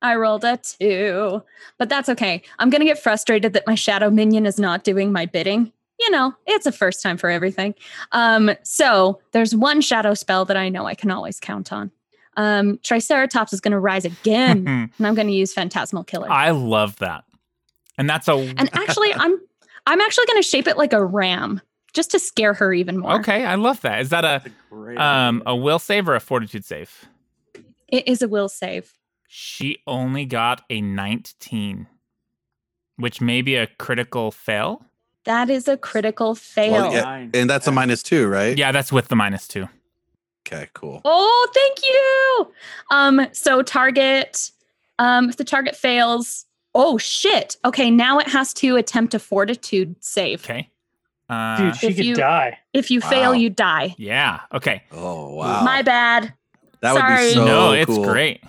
[SPEAKER 6] I rolled a two, but that's okay. I'm going to get frustrated that my shadow minion is not doing my bidding. You know, it's a first time for everything. Um, so there's one shadow spell that I know I can always count on. Um, Triceratops is going to rise
[SPEAKER 2] [LAUGHS]
[SPEAKER 6] again, and I'm going to use Phantasmal Killer.
[SPEAKER 2] I love that. And that's a
[SPEAKER 6] and actually, I'm I'm actually going to shape it like a ram just to scare her even more.
[SPEAKER 2] Okay, I love that. Is that a
[SPEAKER 7] great.
[SPEAKER 2] uh, um a will save or a fortitude save?
[SPEAKER 6] It is a will save.
[SPEAKER 2] She only got a 19, which may be a critical fail.
[SPEAKER 6] That is a critical fail.
[SPEAKER 7] Well, Oh, yeah,
[SPEAKER 3] Nine.
[SPEAKER 7] and that's a
[SPEAKER 6] uh,
[SPEAKER 3] Yeah.
[SPEAKER 7] minus two, right?
[SPEAKER 2] Yeah, that's with the minus two.
[SPEAKER 7] Okay, cool.
[SPEAKER 6] Oh, thank you. Um, so target, um, if the target fails, oh shit. Okay, now it has to attempt a fortitude save.
[SPEAKER 2] Okay. [LAUGHS] Uh,
[SPEAKER 4] Dude, she
[SPEAKER 6] If
[SPEAKER 4] could
[SPEAKER 6] you-
[SPEAKER 4] die.
[SPEAKER 6] If you fail,
[SPEAKER 7] Wow.
[SPEAKER 6] you die.
[SPEAKER 2] yeah. Okay.
[SPEAKER 7] Oh wow.
[SPEAKER 6] My bad.
[SPEAKER 7] That would be
[SPEAKER 6] Sorry.
[SPEAKER 7] so
[SPEAKER 2] no, it's
[SPEAKER 7] cool.
[SPEAKER 2] great.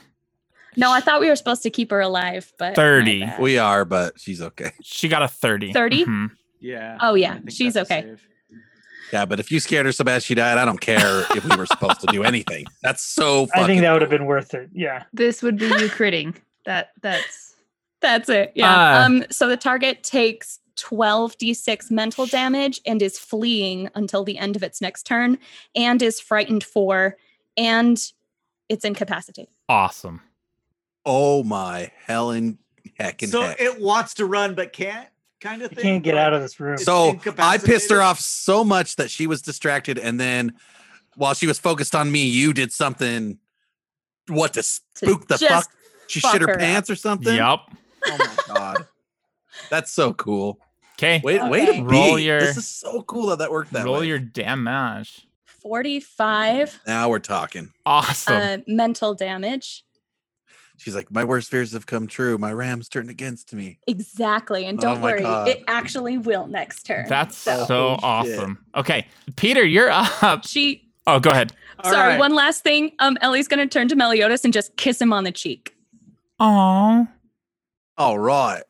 [SPEAKER 6] No, I thought we were supposed to keep her alive, but my
[SPEAKER 2] 30.
[SPEAKER 6] bad.
[SPEAKER 7] We are, but she's okay.
[SPEAKER 2] She got a 30.
[SPEAKER 6] 30?
[SPEAKER 2] Mhm.
[SPEAKER 12] Yeah.
[SPEAKER 6] Oh, yeah,
[SPEAKER 12] I think
[SPEAKER 6] she's
[SPEAKER 12] that's a
[SPEAKER 6] okay.
[SPEAKER 12] save.
[SPEAKER 7] Yeah, but if you scared her so bad she died, I don't care if we were supposed to
[SPEAKER 2] [LAUGHS]
[SPEAKER 7] do anything. That's so fucking.
[SPEAKER 4] I think that would have been worth it. Yeah.
[SPEAKER 5] This would be you
[SPEAKER 2] [LAUGHS]
[SPEAKER 5] critting. That that's
[SPEAKER 6] That's it. Yeah.
[SPEAKER 2] Ah.
[SPEAKER 6] um. So the target takes 12d6 mental damage and is fleeing until the end of its next turn, and is frightened for, and it's incapacitated.
[SPEAKER 2] Awesome.
[SPEAKER 7] oh my helen heck and
[SPEAKER 3] so
[SPEAKER 7] heck.
[SPEAKER 3] it wants to run but can't, kind of
[SPEAKER 4] You
[SPEAKER 3] thing.
[SPEAKER 4] can't get out of this room.
[SPEAKER 3] It's
[SPEAKER 7] so I pissed
[SPEAKER 3] incapacitated?
[SPEAKER 7] her off so much that she was distracted, and then while she was focused on me, you did something. What
[SPEAKER 6] To
[SPEAKER 7] to spook the
[SPEAKER 6] just
[SPEAKER 7] fuck? She
[SPEAKER 6] fuck
[SPEAKER 7] shit her,
[SPEAKER 6] her up.
[SPEAKER 7] pants or something.
[SPEAKER 2] Yup.
[SPEAKER 7] Oh
[SPEAKER 4] [LAUGHS]
[SPEAKER 7] my god, that's so cool.
[SPEAKER 2] Okay.
[SPEAKER 7] Wait, way to
[SPEAKER 6] Okay.
[SPEAKER 2] Roll
[SPEAKER 7] be.
[SPEAKER 2] your-
[SPEAKER 7] This is so cool that that worked that
[SPEAKER 2] Roll
[SPEAKER 7] way.
[SPEAKER 2] your damage.
[SPEAKER 6] 45
[SPEAKER 7] now we're talking.
[SPEAKER 2] Awesome.
[SPEAKER 6] uh, mental damage.
[SPEAKER 7] She's like, my worst fears have come true. My ram's turned against me.
[SPEAKER 6] Exactly. And
[SPEAKER 7] Oh
[SPEAKER 6] don't
[SPEAKER 7] my
[SPEAKER 6] worry,
[SPEAKER 7] God.
[SPEAKER 6] it actually will next turn.
[SPEAKER 2] That's so,
[SPEAKER 7] so- Holy shit.
[SPEAKER 2] awesome. Okay. Peter, you're up.
[SPEAKER 6] she
[SPEAKER 2] Oh, go ahead.
[SPEAKER 3] All
[SPEAKER 6] sorry,
[SPEAKER 3] right.
[SPEAKER 6] one last thing. Um Ellie's gonna turn to Meliodas and just kiss him on the cheek.
[SPEAKER 2] Oh.
[SPEAKER 7] All right.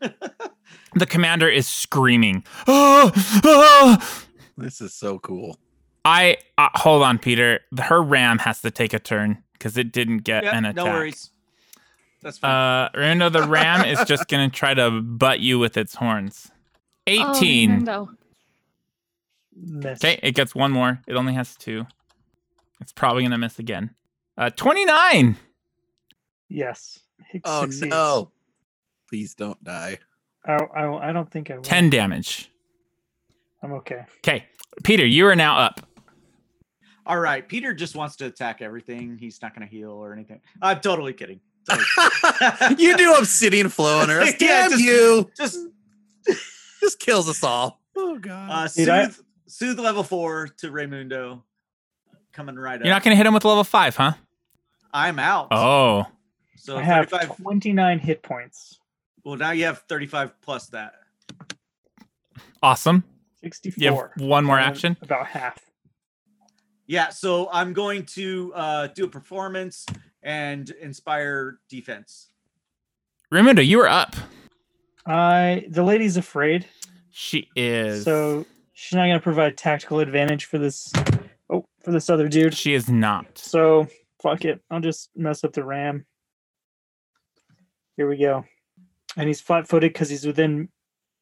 [SPEAKER 2] The commander is screaming. [GASPS] Oh, oh.
[SPEAKER 7] This is so cool.
[SPEAKER 2] I uh, hold on, Peter. Her ram has to take a turn because it didn't get
[SPEAKER 3] Yep,
[SPEAKER 2] an attack.
[SPEAKER 3] No worries. That's fine.
[SPEAKER 2] Uh, Rando, the ram is just gonna try to butt you with its horns.
[SPEAKER 5] Oh,
[SPEAKER 2] Eighteen.
[SPEAKER 4] Miss.
[SPEAKER 2] okay, it gets one more. It only has two. It's probably gonna miss again. Uh, twenty-nine.
[SPEAKER 4] Yes. Hick
[SPEAKER 7] Oh
[SPEAKER 4] succeeds.
[SPEAKER 7] no. Please don't die.
[SPEAKER 4] I, I, I don't think I will.
[SPEAKER 2] Ten damage.
[SPEAKER 4] I'm okay.
[SPEAKER 2] Okay, Peter, you are now up.
[SPEAKER 3] All right. Peter just wants to attack everything. He's not going to heal or anything. I'm totally
[SPEAKER 4] [LAUGHS]
[SPEAKER 3] kidding. Totally kidding.
[SPEAKER 7] [LAUGHS] you do obsidian flow on her. [LAUGHS]
[SPEAKER 3] Yeah,
[SPEAKER 7] Damn
[SPEAKER 3] just-
[SPEAKER 7] you.
[SPEAKER 3] [LAUGHS] just
[SPEAKER 7] This kills us all. Oh god.
[SPEAKER 3] uh,
[SPEAKER 4] Dude,
[SPEAKER 3] soothe,
[SPEAKER 4] I-
[SPEAKER 3] soothe level four to Raymundo. Coming right
[SPEAKER 2] You're
[SPEAKER 3] up.
[SPEAKER 2] not gonna hit him with level five, huh?
[SPEAKER 3] I'm out.
[SPEAKER 2] Oh,
[SPEAKER 3] so
[SPEAKER 4] I have
[SPEAKER 3] 35.
[SPEAKER 4] 29 hit points.
[SPEAKER 3] Well, now you have 35 plus that.
[SPEAKER 2] awesome.
[SPEAKER 4] 64.
[SPEAKER 2] You have one more
[SPEAKER 4] Um,
[SPEAKER 2] action.
[SPEAKER 4] About half.
[SPEAKER 3] Yeah. So I'm going to uh, do a performance and inspire defense.
[SPEAKER 2] Raimundo, you are up.
[SPEAKER 4] I the lady's afraid,
[SPEAKER 2] She is.
[SPEAKER 4] so she's not gonna provide tactical advantage for this. Oh, for this other dude.
[SPEAKER 2] she is not.
[SPEAKER 4] So fuck it. I'll just mess up the ram. Here we go. And he's flat-footed because he's within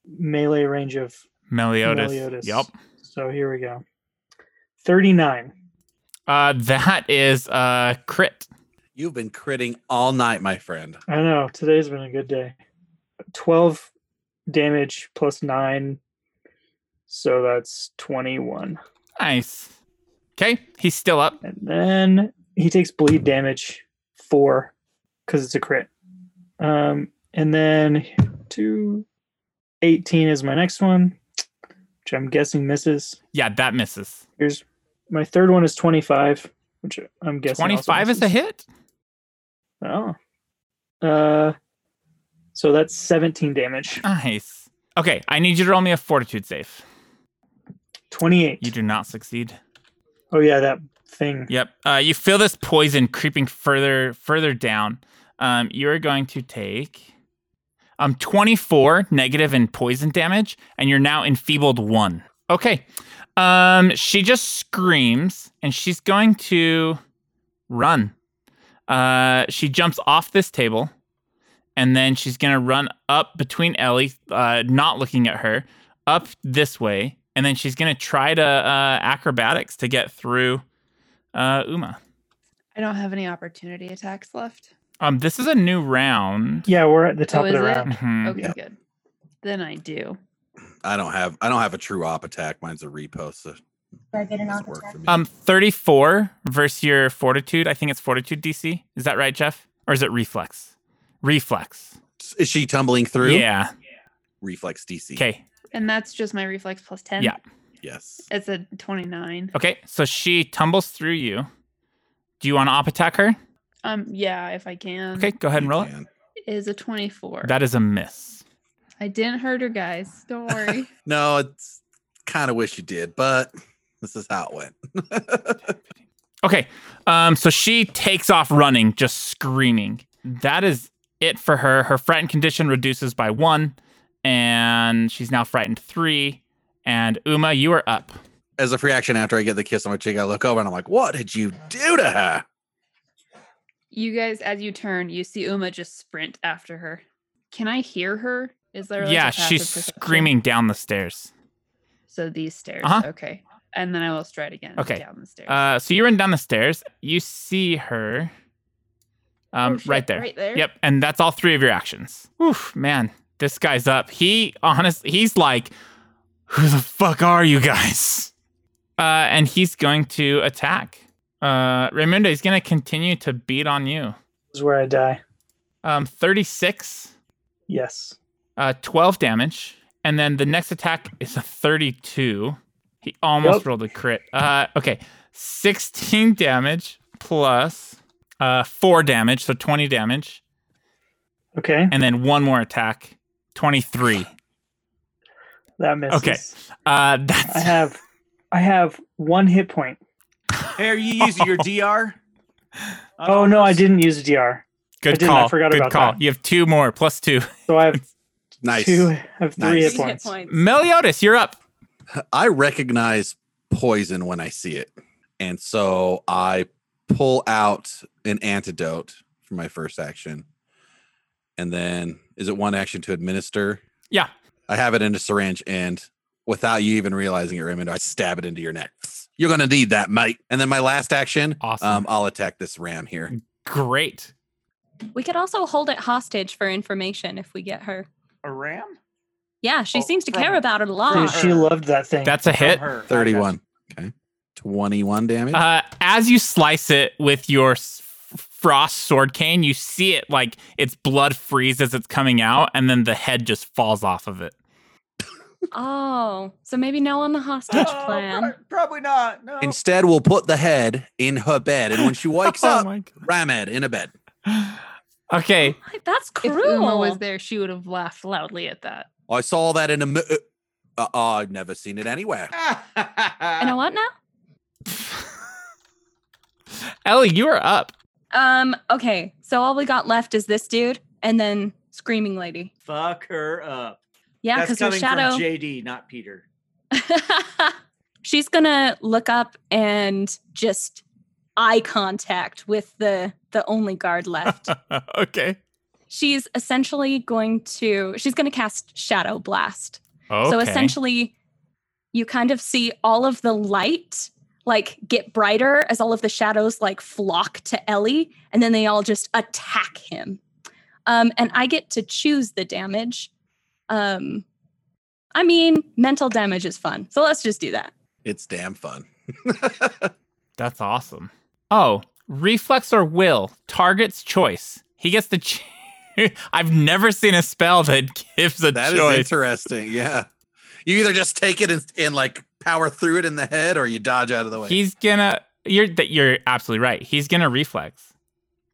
[SPEAKER 4] melee range of.
[SPEAKER 2] Meliodas.
[SPEAKER 4] Meliodas.
[SPEAKER 2] Yup.
[SPEAKER 4] So here we go. Thirty-nine.
[SPEAKER 2] Uh, that is uh crit.
[SPEAKER 7] You've been critting all night, my friend.
[SPEAKER 4] I know today's been a good day. Twelve damage plus nine, so that's twenty-one.
[SPEAKER 2] Nice. Okay, he's still up.
[SPEAKER 4] And then he takes bleed damage four because it's a crit. Um, and then two, 18 is my next one, which I'm guessing misses.
[SPEAKER 2] Yeah, that misses.
[SPEAKER 4] Here's my third one is 25, which I'm guessing. also
[SPEAKER 2] 25 is a
[SPEAKER 4] misses.
[SPEAKER 2] hit.
[SPEAKER 4] Oh. Uh, so that's 17 damage.
[SPEAKER 2] Nice. Okay, I need you to roll me a fortitude save.
[SPEAKER 4] 28.
[SPEAKER 2] You do not succeed.
[SPEAKER 4] Oh, yeah, that thing.
[SPEAKER 2] Yep. Uh, you feel this poison creeping further further down. Um, you're going to take um 24 negative in poison damage, and you're now enfeebled one. Okay. Um, she just screams, and she's going to run. Uh, she jumps off this table, and then she's gonna run up between Ellie, uh, not looking at her, up this way, and then she's gonna try to uh, acrobatics to get through. Uh, Uma.
[SPEAKER 5] I don't have any opportunity attacks left.
[SPEAKER 2] Um, this is a new round.
[SPEAKER 4] Yeah, we're at the top of
[SPEAKER 5] Oh, is
[SPEAKER 4] the
[SPEAKER 5] it?
[SPEAKER 4] round.
[SPEAKER 2] Mhm.
[SPEAKER 5] Okay, good. Then I do.
[SPEAKER 7] I don't have I don't have a true op attack. Mine's a repost, so it
[SPEAKER 13] I get an
[SPEAKER 7] doesn't
[SPEAKER 13] op
[SPEAKER 7] work
[SPEAKER 13] attack?
[SPEAKER 7] for me.
[SPEAKER 2] Um, thirty-four versus your fortitude. I think it's fortitude DC. Is that right, Jeff? Or is it reflex? Reflex.
[SPEAKER 7] is she tumbling through?
[SPEAKER 2] Yeah.
[SPEAKER 7] Reflex DC.
[SPEAKER 2] Okay.
[SPEAKER 5] And that's just my reflex plus 10.
[SPEAKER 2] Yeah.
[SPEAKER 7] Yes.
[SPEAKER 5] It's a 29.
[SPEAKER 2] Okay. So she tumbles through you. Do you want to op attack her?
[SPEAKER 5] Um yeah, if I can.
[SPEAKER 2] Okay, go ahead and
[SPEAKER 7] You
[SPEAKER 2] roll it.
[SPEAKER 7] can.
[SPEAKER 5] It Is a 24.
[SPEAKER 2] That is a miss.
[SPEAKER 5] I didn't hurt her, guys. Don't
[SPEAKER 2] [LAUGHS]
[SPEAKER 5] worry.
[SPEAKER 7] No, it's kind of wish you did, but this is how it went. [LAUGHS]
[SPEAKER 2] Okay. Um, so she takes off running, just screaming. That is it for her. Her frightened condition reduces by one, and she's now frightened three. And Uma, you are up.
[SPEAKER 7] As a free action after I get the kiss on my cheek, I look over and I'm like, what did you do to her?
[SPEAKER 5] You guys, as you turn, you see Uma just sprint after her. Can I hear her? Is there? like, a
[SPEAKER 2] yeah,
[SPEAKER 5] passive
[SPEAKER 2] she's
[SPEAKER 5] perception?
[SPEAKER 2] screaming down the stairs.
[SPEAKER 5] So these stairs.
[SPEAKER 2] Uh-huh.
[SPEAKER 5] Okay. And then I will stride again.
[SPEAKER 2] Okay.
[SPEAKER 5] Down the stairs.
[SPEAKER 2] Uh, so you run down the stairs. You see her. Um,
[SPEAKER 5] Oh, shit,
[SPEAKER 2] right there.
[SPEAKER 5] right there.
[SPEAKER 2] Yep, and that's all three of your actions. Oof, man, this guy's up. He honestly, he's like, who the fuck are you guys? Uh, and he's going to attack. Uh, Raimundo, he's going to continue to beat on you.
[SPEAKER 4] This is where I die.
[SPEAKER 2] Um, 36,
[SPEAKER 4] Yes.
[SPEAKER 2] uh, 12 damage, and then the next attack is a 32. He almost
[SPEAKER 4] Yep.
[SPEAKER 2] rolled a crit. Uh, okay, 16 damage plus uh, four damage, so 20 damage.
[SPEAKER 4] Okay.
[SPEAKER 2] and then one more attack 23
[SPEAKER 4] That misses.
[SPEAKER 2] Okay. uh
[SPEAKER 4] I
[SPEAKER 2] that's
[SPEAKER 4] have I have one hit point.
[SPEAKER 3] Hey, are you
[SPEAKER 2] [LAUGHS]
[SPEAKER 3] using your DR? On
[SPEAKER 4] Oh
[SPEAKER 3] all
[SPEAKER 4] no, I
[SPEAKER 3] those?
[SPEAKER 4] didn't use DR. I
[SPEAKER 2] good
[SPEAKER 4] didn't, I
[SPEAKER 2] call
[SPEAKER 4] forgot
[SPEAKER 2] good
[SPEAKER 4] about
[SPEAKER 2] call
[SPEAKER 4] that.
[SPEAKER 2] you have two more plus two
[SPEAKER 4] So I have
[SPEAKER 7] [LAUGHS] Nice.
[SPEAKER 4] two I have three
[SPEAKER 7] Nice.
[SPEAKER 4] hit points.
[SPEAKER 2] Mm. meliodas you're up
[SPEAKER 7] I recognize poison when I see it. And so I pull out an antidote for my first action. And then is it one action to administer?
[SPEAKER 2] Yeah.
[SPEAKER 7] I have it in a syringe and without you even realizing it, Raymond, I stab it into your neck. You're gonna need that, mate. And then my last action,
[SPEAKER 2] Awesome. Mm,
[SPEAKER 7] um, I'll attack this ram here.
[SPEAKER 2] great
[SPEAKER 6] We could also hold it hostage for information if we get her.
[SPEAKER 3] A ram?
[SPEAKER 6] Yeah, she
[SPEAKER 3] Oh,
[SPEAKER 6] seems to
[SPEAKER 3] from-
[SPEAKER 6] care about it a
[SPEAKER 4] Dude,
[SPEAKER 6] lot.
[SPEAKER 4] she [LAUGHS] loved that thing.
[SPEAKER 2] that's a
[SPEAKER 3] From
[SPEAKER 2] hit
[SPEAKER 3] her. I got
[SPEAKER 7] Thirty-one. Okay. Twenty-one damage.
[SPEAKER 2] uh as you slice it with your s- f- frost sword cane you see it like its blood freeze as it's coming out and then the head just falls off of it
[SPEAKER 6] Oh, so maybe no on the
[SPEAKER 3] you. [LAUGHS]
[SPEAKER 6] hostage
[SPEAKER 3] Oh,
[SPEAKER 6] plan.
[SPEAKER 3] pro- probably not. No. [LAUGHS]
[SPEAKER 7] Instead, we'll put the head in her bed,
[SPEAKER 2] [LAUGHS]
[SPEAKER 7] and when she wakes up,
[SPEAKER 2] Oh my
[SPEAKER 7] ram head in a bed.
[SPEAKER 2] god [LAUGHS] okay
[SPEAKER 6] Like, That's
[SPEAKER 5] if
[SPEAKER 6] cruel.
[SPEAKER 5] Uma was there, she would have laughed loudly at that.
[SPEAKER 7] I saw that in a. Mo- uh, uh, I've never seen it anywhere.
[SPEAKER 6] You know what now?
[SPEAKER 2] ellie you are up
[SPEAKER 6] Um, okay, so all we got left is this dude and then Screaming Lady.
[SPEAKER 3] Fuck her up.
[SPEAKER 6] Yeah,
[SPEAKER 3] That's coming
[SPEAKER 6] because her shadow.
[SPEAKER 3] from JD, not Peter.
[SPEAKER 6] [LAUGHS] She's gonna look up and just eye contact with the the only
[SPEAKER 3] [LAUGHS]
[SPEAKER 6] guard left.
[SPEAKER 2] [LAUGHS] okay
[SPEAKER 6] she's essentially going to she's going to cast shadow blast
[SPEAKER 2] okay
[SPEAKER 6] so essentially you kind of see all of the light like get brighter as all of the shadows like flock to ellie and then they all just attack him um, and i get to choose the damage um, i mean mental damage is fun so let's just do that
[SPEAKER 7] It's damn fun. [LAUGHS]
[SPEAKER 2] That's awesome. Oh, reflex or will, target's choice. He gets to choose. [LAUGHS] I've never seen a spell that [LAUGHS] gives a
[SPEAKER 7] That is
[SPEAKER 2] choice.
[SPEAKER 7] interesting. Yeah, you either just take it and, and like power through it in the head, or you dodge out of the way.
[SPEAKER 2] He's gonna. You're that. You're absolutely right. He's gonna reflex.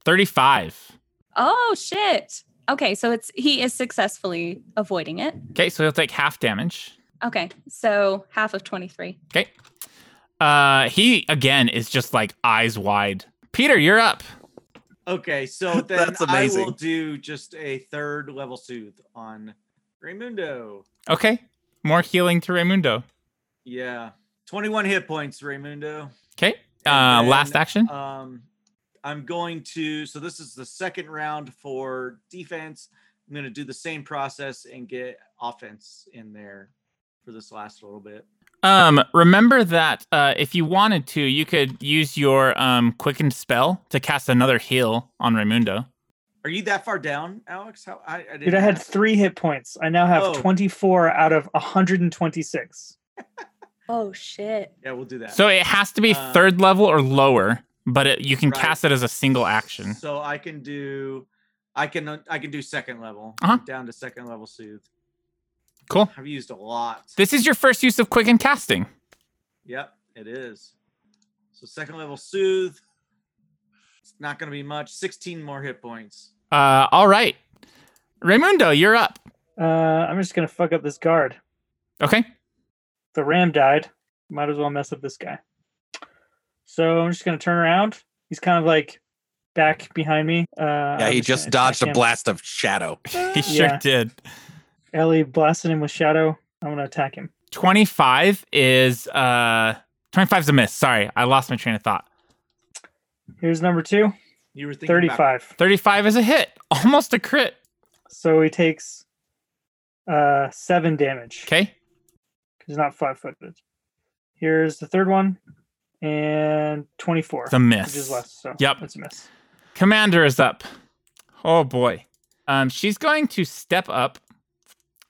[SPEAKER 2] Thirty-five.
[SPEAKER 6] oh shit okay so it's he is successfully avoiding it
[SPEAKER 2] Okay, so he'll take half damage.
[SPEAKER 6] okay so half of 23
[SPEAKER 2] Okay. Uh, he again is just like eyes wide. Peter, you're up.
[SPEAKER 3] Okay,
[SPEAKER 7] [LAUGHS]
[SPEAKER 3] so then
[SPEAKER 7] That's
[SPEAKER 3] I will
[SPEAKER 7] amazing.
[SPEAKER 3] do just a third level soothe on Raymundo.
[SPEAKER 2] Okay. More healing to Raimundo.
[SPEAKER 3] Yeah. 21 hit points, Raymundo.
[SPEAKER 2] Okay. Uh,
[SPEAKER 3] And
[SPEAKER 2] last
[SPEAKER 3] then,
[SPEAKER 2] action.
[SPEAKER 3] Um, I'm going to. So this is the second round for defense. I'm going to do the same process and get offense in there for this last little bit.
[SPEAKER 2] Um, remember that uh, if you wanted to, you could use your um quickened spell to cast another heal on Raimundo.
[SPEAKER 3] Are you that far down, Alex? How I, I didn't.
[SPEAKER 4] Dude, I had
[SPEAKER 3] ask.
[SPEAKER 4] three hit points. I now have
[SPEAKER 3] Oh.
[SPEAKER 4] 24 out of 126.
[SPEAKER 6] oh shit
[SPEAKER 3] Yeah, we'll do that.
[SPEAKER 2] So it has to be
[SPEAKER 3] Uh,
[SPEAKER 2] third level or lower, but it, you can
[SPEAKER 3] Right.
[SPEAKER 2] cast it as a single action.
[SPEAKER 3] So I can do. I can uh, I can do second level.
[SPEAKER 2] Uh-huh.
[SPEAKER 3] I'm down to second level soothe.
[SPEAKER 2] Cool.
[SPEAKER 3] I've used a lot.
[SPEAKER 2] This is your first use of quickened casting.
[SPEAKER 3] Yep, it is. So second level soothe. It's not going to be much. 16 more hit points.
[SPEAKER 2] Uh, all right, Raimundo, you're up.
[SPEAKER 4] Uh, I'm just gonna fuck up this guard.
[SPEAKER 2] Okay.
[SPEAKER 4] [LAUGHS] The ram died. Might as well mess up this guy. So I'm just gonna turn around. He's kind of like back behind me. Uh,
[SPEAKER 7] Yeah, he just dodged a blast of shadow.
[SPEAKER 2] He sure
[SPEAKER 4] Yeah.
[SPEAKER 2] did.
[SPEAKER 4] Ellie blasted him with shadow. I'm gonna attack him.
[SPEAKER 2] 25 is uh 25's a miss. Sorry, I lost my train of thought.
[SPEAKER 4] Here's number two.
[SPEAKER 12] You were thinking about-
[SPEAKER 4] 35.
[SPEAKER 2] 35 is a hit. [LAUGHS] Almost a crit.
[SPEAKER 4] So he takes uh seven damage.
[SPEAKER 2] Okay.
[SPEAKER 4] He's not flat footed. Here's the third one. And twenty-four.
[SPEAKER 2] It's a miss.
[SPEAKER 4] Which is less, so
[SPEAKER 2] Yep.
[SPEAKER 4] It's a miss.
[SPEAKER 2] Commander is up. Oh boy. Um she's going to step up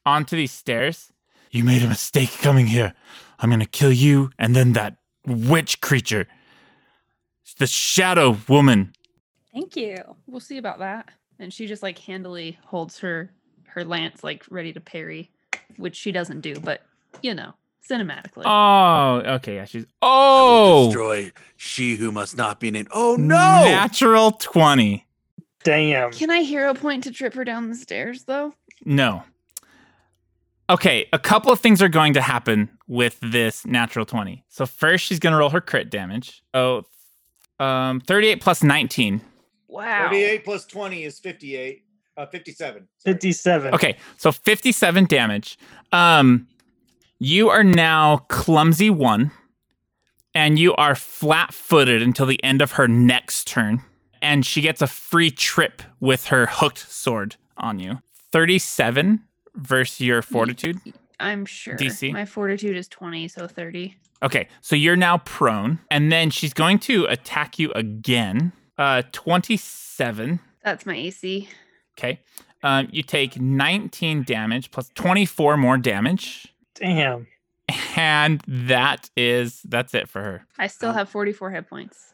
[SPEAKER 2] onto these stairs. You made a mistake coming here. I'm going to kill you and then that witch creature. The shadow woman.
[SPEAKER 6] Thank you.
[SPEAKER 5] We'll see about that. And she just like handily holds her her lance like ready to parry, which she doesn't do, but you know, cinematically.
[SPEAKER 2] Oh, okay. Yeah, she's Oh.
[SPEAKER 8] uh, Destroy she who must not be named. Oh no!
[SPEAKER 2] Natural 20.
[SPEAKER 4] Damn.
[SPEAKER 5] Can I hero point to trip her down the stairs though?
[SPEAKER 2] No. Okay, a couple of things are going to happen with this natural 20. So first she's going to roll her crit damage. Oh, um 38 plus 19.
[SPEAKER 5] Wow.
[SPEAKER 12] 38 plus 20 is 58. Uh, 57. sorry.
[SPEAKER 4] Fifty-seven.
[SPEAKER 2] Okay, so 57 damage. Um you are now clumsy 1 and you are flat-footed until the end of her next turn and she gets a free trip with her hooked sword on you. 37 versus your fortitude.
[SPEAKER 5] I'm sure.
[SPEAKER 2] DC?
[SPEAKER 5] My fortitude is 20, so 30.
[SPEAKER 2] Okay, so you're now prone, and then she's going to attack you again. Uh, twenty-seven.
[SPEAKER 5] That's my AC.
[SPEAKER 2] Okay, um, you take nineteen damage plus twenty-four more damage,
[SPEAKER 4] Damn.
[SPEAKER 2] [LAUGHS] and that is that's it for her.
[SPEAKER 5] I still have 44 hit points.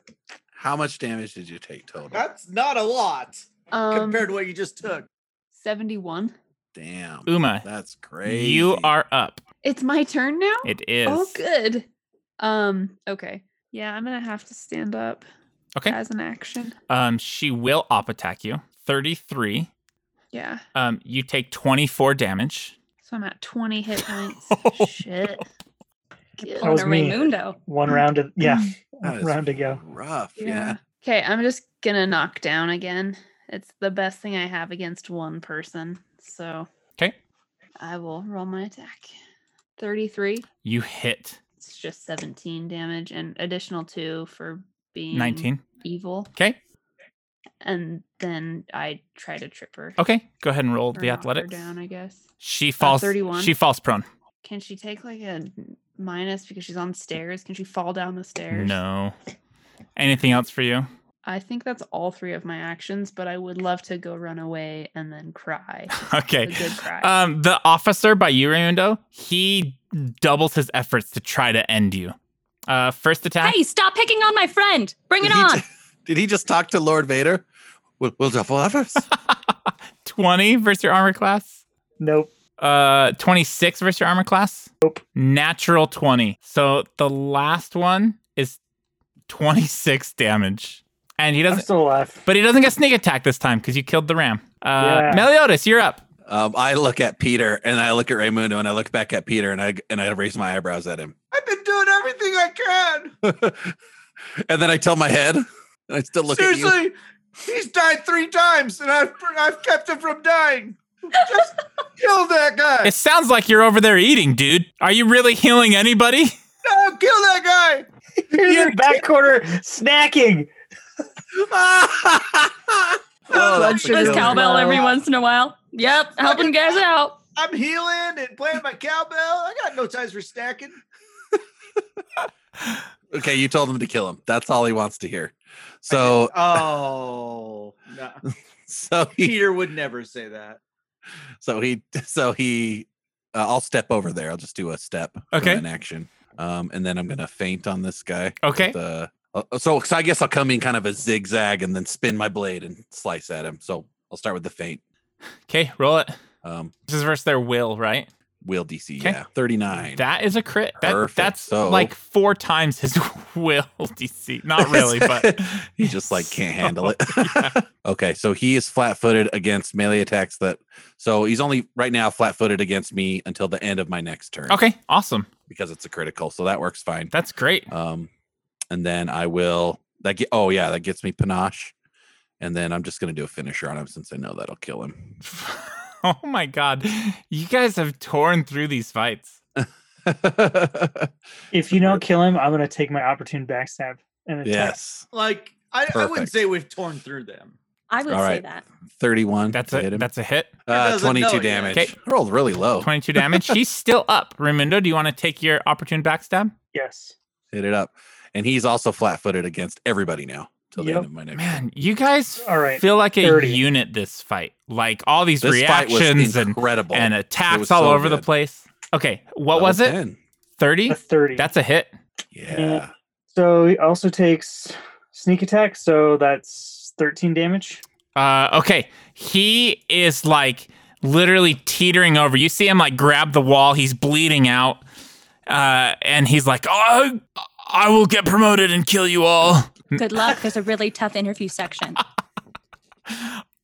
[SPEAKER 7] How much damage did you take total?
[SPEAKER 12] That's not a lot
[SPEAKER 5] Um,
[SPEAKER 12] compared to what you just took.
[SPEAKER 5] 71.
[SPEAKER 7] Damn.
[SPEAKER 2] Uma,
[SPEAKER 7] That's crazy.
[SPEAKER 2] you are up.
[SPEAKER 5] It's my turn now?
[SPEAKER 2] It is.
[SPEAKER 5] Oh, good. Um, okay. Yeah, I'm gonna have to stand up.
[SPEAKER 2] Okay.
[SPEAKER 5] As an action.
[SPEAKER 2] Um, she will op attack you. Thirty-three.
[SPEAKER 5] Yeah.
[SPEAKER 2] Um, you take twenty-four damage.
[SPEAKER 5] So I'm at 20 hit
[SPEAKER 2] [LAUGHS]
[SPEAKER 5] points. Shit. Good.
[SPEAKER 4] That was
[SPEAKER 6] Honorary
[SPEAKER 4] me.
[SPEAKER 6] Mundo.
[SPEAKER 4] One round to yeah.
[SPEAKER 7] That is
[SPEAKER 4] round to go.
[SPEAKER 7] Rough. Yeah.
[SPEAKER 5] Okay, I'm just gonna knock down again. It's the best thing I have against one person. So
[SPEAKER 2] Okay,
[SPEAKER 5] I will roll my attack. 33.
[SPEAKER 2] you hit
[SPEAKER 5] It's just 17 damage and additional 2 for being
[SPEAKER 2] nineteen.
[SPEAKER 5] evil.
[SPEAKER 2] Okay,
[SPEAKER 5] And then I try to trip her.
[SPEAKER 2] okay. Go ahead and roll
[SPEAKER 5] or Uh,
[SPEAKER 2] the
[SPEAKER 5] knock her
[SPEAKER 2] athletics.
[SPEAKER 5] down, I guess.
[SPEAKER 2] She falls.
[SPEAKER 5] 31.
[SPEAKER 2] She falls prone.
[SPEAKER 5] Can she take like a n- minus because she's on stairs? Can she fall down the stairs?
[SPEAKER 2] No. Anything else for you? [LAUGHS]
[SPEAKER 5] I think that's all three of my actions, but I would love to go run away and then cry.
[SPEAKER 2] Okay.
[SPEAKER 5] A good cry.
[SPEAKER 2] Um, the officer by Yuriundo, he doubles his efforts to try to end you. Uh, first attack.
[SPEAKER 6] Hey, stop picking on my friend. Bring it
[SPEAKER 7] Did he
[SPEAKER 6] on.
[SPEAKER 7] ju- did he just talk to Lord Vader? We'll, we'll double efforts.
[SPEAKER 2] 20 versus your armor class.
[SPEAKER 4] Nope.
[SPEAKER 2] Uh, 26 versus your armor class.
[SPEAKER 4] Nope.
[SPEAKER 2] Natural 20. So the last one is 26 damage. And he
[SPEAKER 4] I'm
[SPEAKER 2] doesn't,
[SPEAKER 4] still alive. [LAUGHS]
[SPEAKER 2] but he doesn't get sneak attack this time because you killed the ram. Uh,
[SPEAKER 4] Yeah.
[SPEAKER 2] Meliodas, you're up.
[SPEAKER 7] Um, I look at Peter and I look at Raymundo and I look back at Peter and I and I raise my eyebrows at him.
[SPEAKER 12] I've been doing everything I can.
[SPEAKER 7] and then I tell my head and I still look at you.
[SPEAKER 12] Seriously, he's died three times and I've, I've kept him from dying. Just
[SPEAKER 7] [LAUGHS]
[SPEAKER 12] kill that guy.
[SPEAKER 2] It sounds like you're over there eating, dude. Are you really healing anybody? [LAUGHS]
[SPEAKER 12] No, kill that guy.
[SPEAKER 4] Here's in the back corner snacking.
[SPEAKER 7] Oh, that's a
[SPEAKER 6] This
[SPEAKER 7] good one.
[SPEAKER 6] cowbell every once in a while. Yep, helping guys out.
[SPEAKER 12] I'm healing and playing my cowbell. I got no time for snacking.
[SPEAKER 7] [LAUGHS] Okay, you told him to kill him. That's all he wants to hear. So
[SPEAKER 12] [LAUGHS] Oh, no.
[SPEAKER 7] so he
[SPEAKER 12] Peter would never say that.
[SPEAKER 7] so he so he uh, I'll step over there. I'll just do a step from
[SPEAKER 2] Okay.
[SPEAKER 7] an action. Um and then I'm going to faint on this guy.
[SPEAKER 2] Okay.
[SPEAKER 7] with, uh, uh, so so I guess I'll come in kind of a zigzag and then spin my blade and slice at him. So I'll start with the faint.
[SPEAKER 2] Okay, roll it.
[SPEAKER 7] Um
[SPEAKER 2] This is versus their will, right?
[SPEAKER 7] will DC.
[SPEAKER 2] Okay.
[SPEAKER 7] Yeah. 39.
[SPEAKER 2] That is a crit. That,
[SPEAKER 7] Perfect. Oh.
[SPEAKER 2] that's
[SPEAKER 7] So-
[SPEAKER 2] like four times his [LAUGHS] will DC.
[SPEAKER 7] [LAUGHS]
[SPEAKER 2] Not really, but
[SPEAKER 7] he
[SPEAKER 2] [LAUGHS]
[SPEAKER 7] just like can't
[SPEAKER 2] So,
[SPEAKER 7] handle it. [LAUGHS] okay, so he is flat-footed against melee attacks that so he's only right now flat-footed against me until the end of my next turn
[SPEAKER 2] okay, awesome.
[SPEAKER 7] because it's a critical. So that works fine.
[SPEAKER 2] That's great.
[SPEAKER 7] Um and then I will that get oh yeah, that gets me panache. And then I'm just gonna do a finisher on him since I know that'll kill him. [LAUGHS]
[SPEAKER 2] [LAUGHS] Oh my god. You guys have torn through these fights.
[SPEAKER 4] If you don't kill him, I'm gonna take my opportune backstab and attack.
[SPEAKER 7] yes.
[SPEAKER 3] Like I, I wouldn't
[SPEAKER 7] Perfect.
[SPEAKER 3] say we've torn through them.
[SPEAKER 6] I would
[SPEAKER 7] All
[SPEAKER 6] say
[SPEAKER 7] right.
[SPEAKER 6] that.
[SPEAKER 7] Thirty-one.
[SPEAKER 2] That's
[SPEAKER 7] to hit
[SPEAKER 2] a
[SPEAKER 7] him.
[SPEAKER 2] that's a hit.
[SPEAKER 7] uh,
[SPEAKER 3] doesn't know
[SPEAKER 7] twenty-two
[SPEAKER 3] it yet.
[SPEAKER 7] damage.
[SPEAKER 2] Okay.
[SPEAKER 7] I rolled really low.
[SPEAKER 2] 22 damage.
[SPEAKER 7] [LAUGHS]
[SPEAKER 2] He's still up. Raimundo, do you want to take your opportune backstab?
[SPEAKER 4] Yes.
[SPEAKER 7] Hit it up, and he's also flat-footed against everybody now till the
[SPEAKER 4] Yep.
[SPEAKER 7] end of my next.
[SPEAKER 2] Man, you guys
[SPEAKER 4] All right.
[SPEAKER 2] feel like a
[SPEAKER 4] 30.
[SPEAKER 2] unit this fight. Like all these
[SPEAKER 7] This fight was
[SPEAKER 2] reactions and,
[SPEAKER 7] incredible.
[SPEAKER 2] and
[SPEAKER 7] It
[SPEAKER 2] attacks
[SPEAKER 7] was
[SPEAKER 2] all
[SPEAKER 7] so
[SPEAKER 2] over the
[SPEAKER 7] good.
[SPEAKER 2] place. Okay, what
[SPEAKER 7] Level
[SPEAKER 2] was it?
[SPEAKER 7] 10.
[SPEAKER 2] 30?
[SPEAKER 4] A thirty.
[SPEAKER 2] That's a hit.
[SPEAKER 7] Yeah.
[SPEAKER 4] so he also takes sneak attack, so that's thirteen damage.
[SPEAKER 2] Uh, okay, he is like literally teetering over. You see him like grab the wall. He's bleeding out, uh, and he's like, "Oh, I will get promoted and kill you all.
[SPEAKER 6] Good luck. There's a really tough interview section.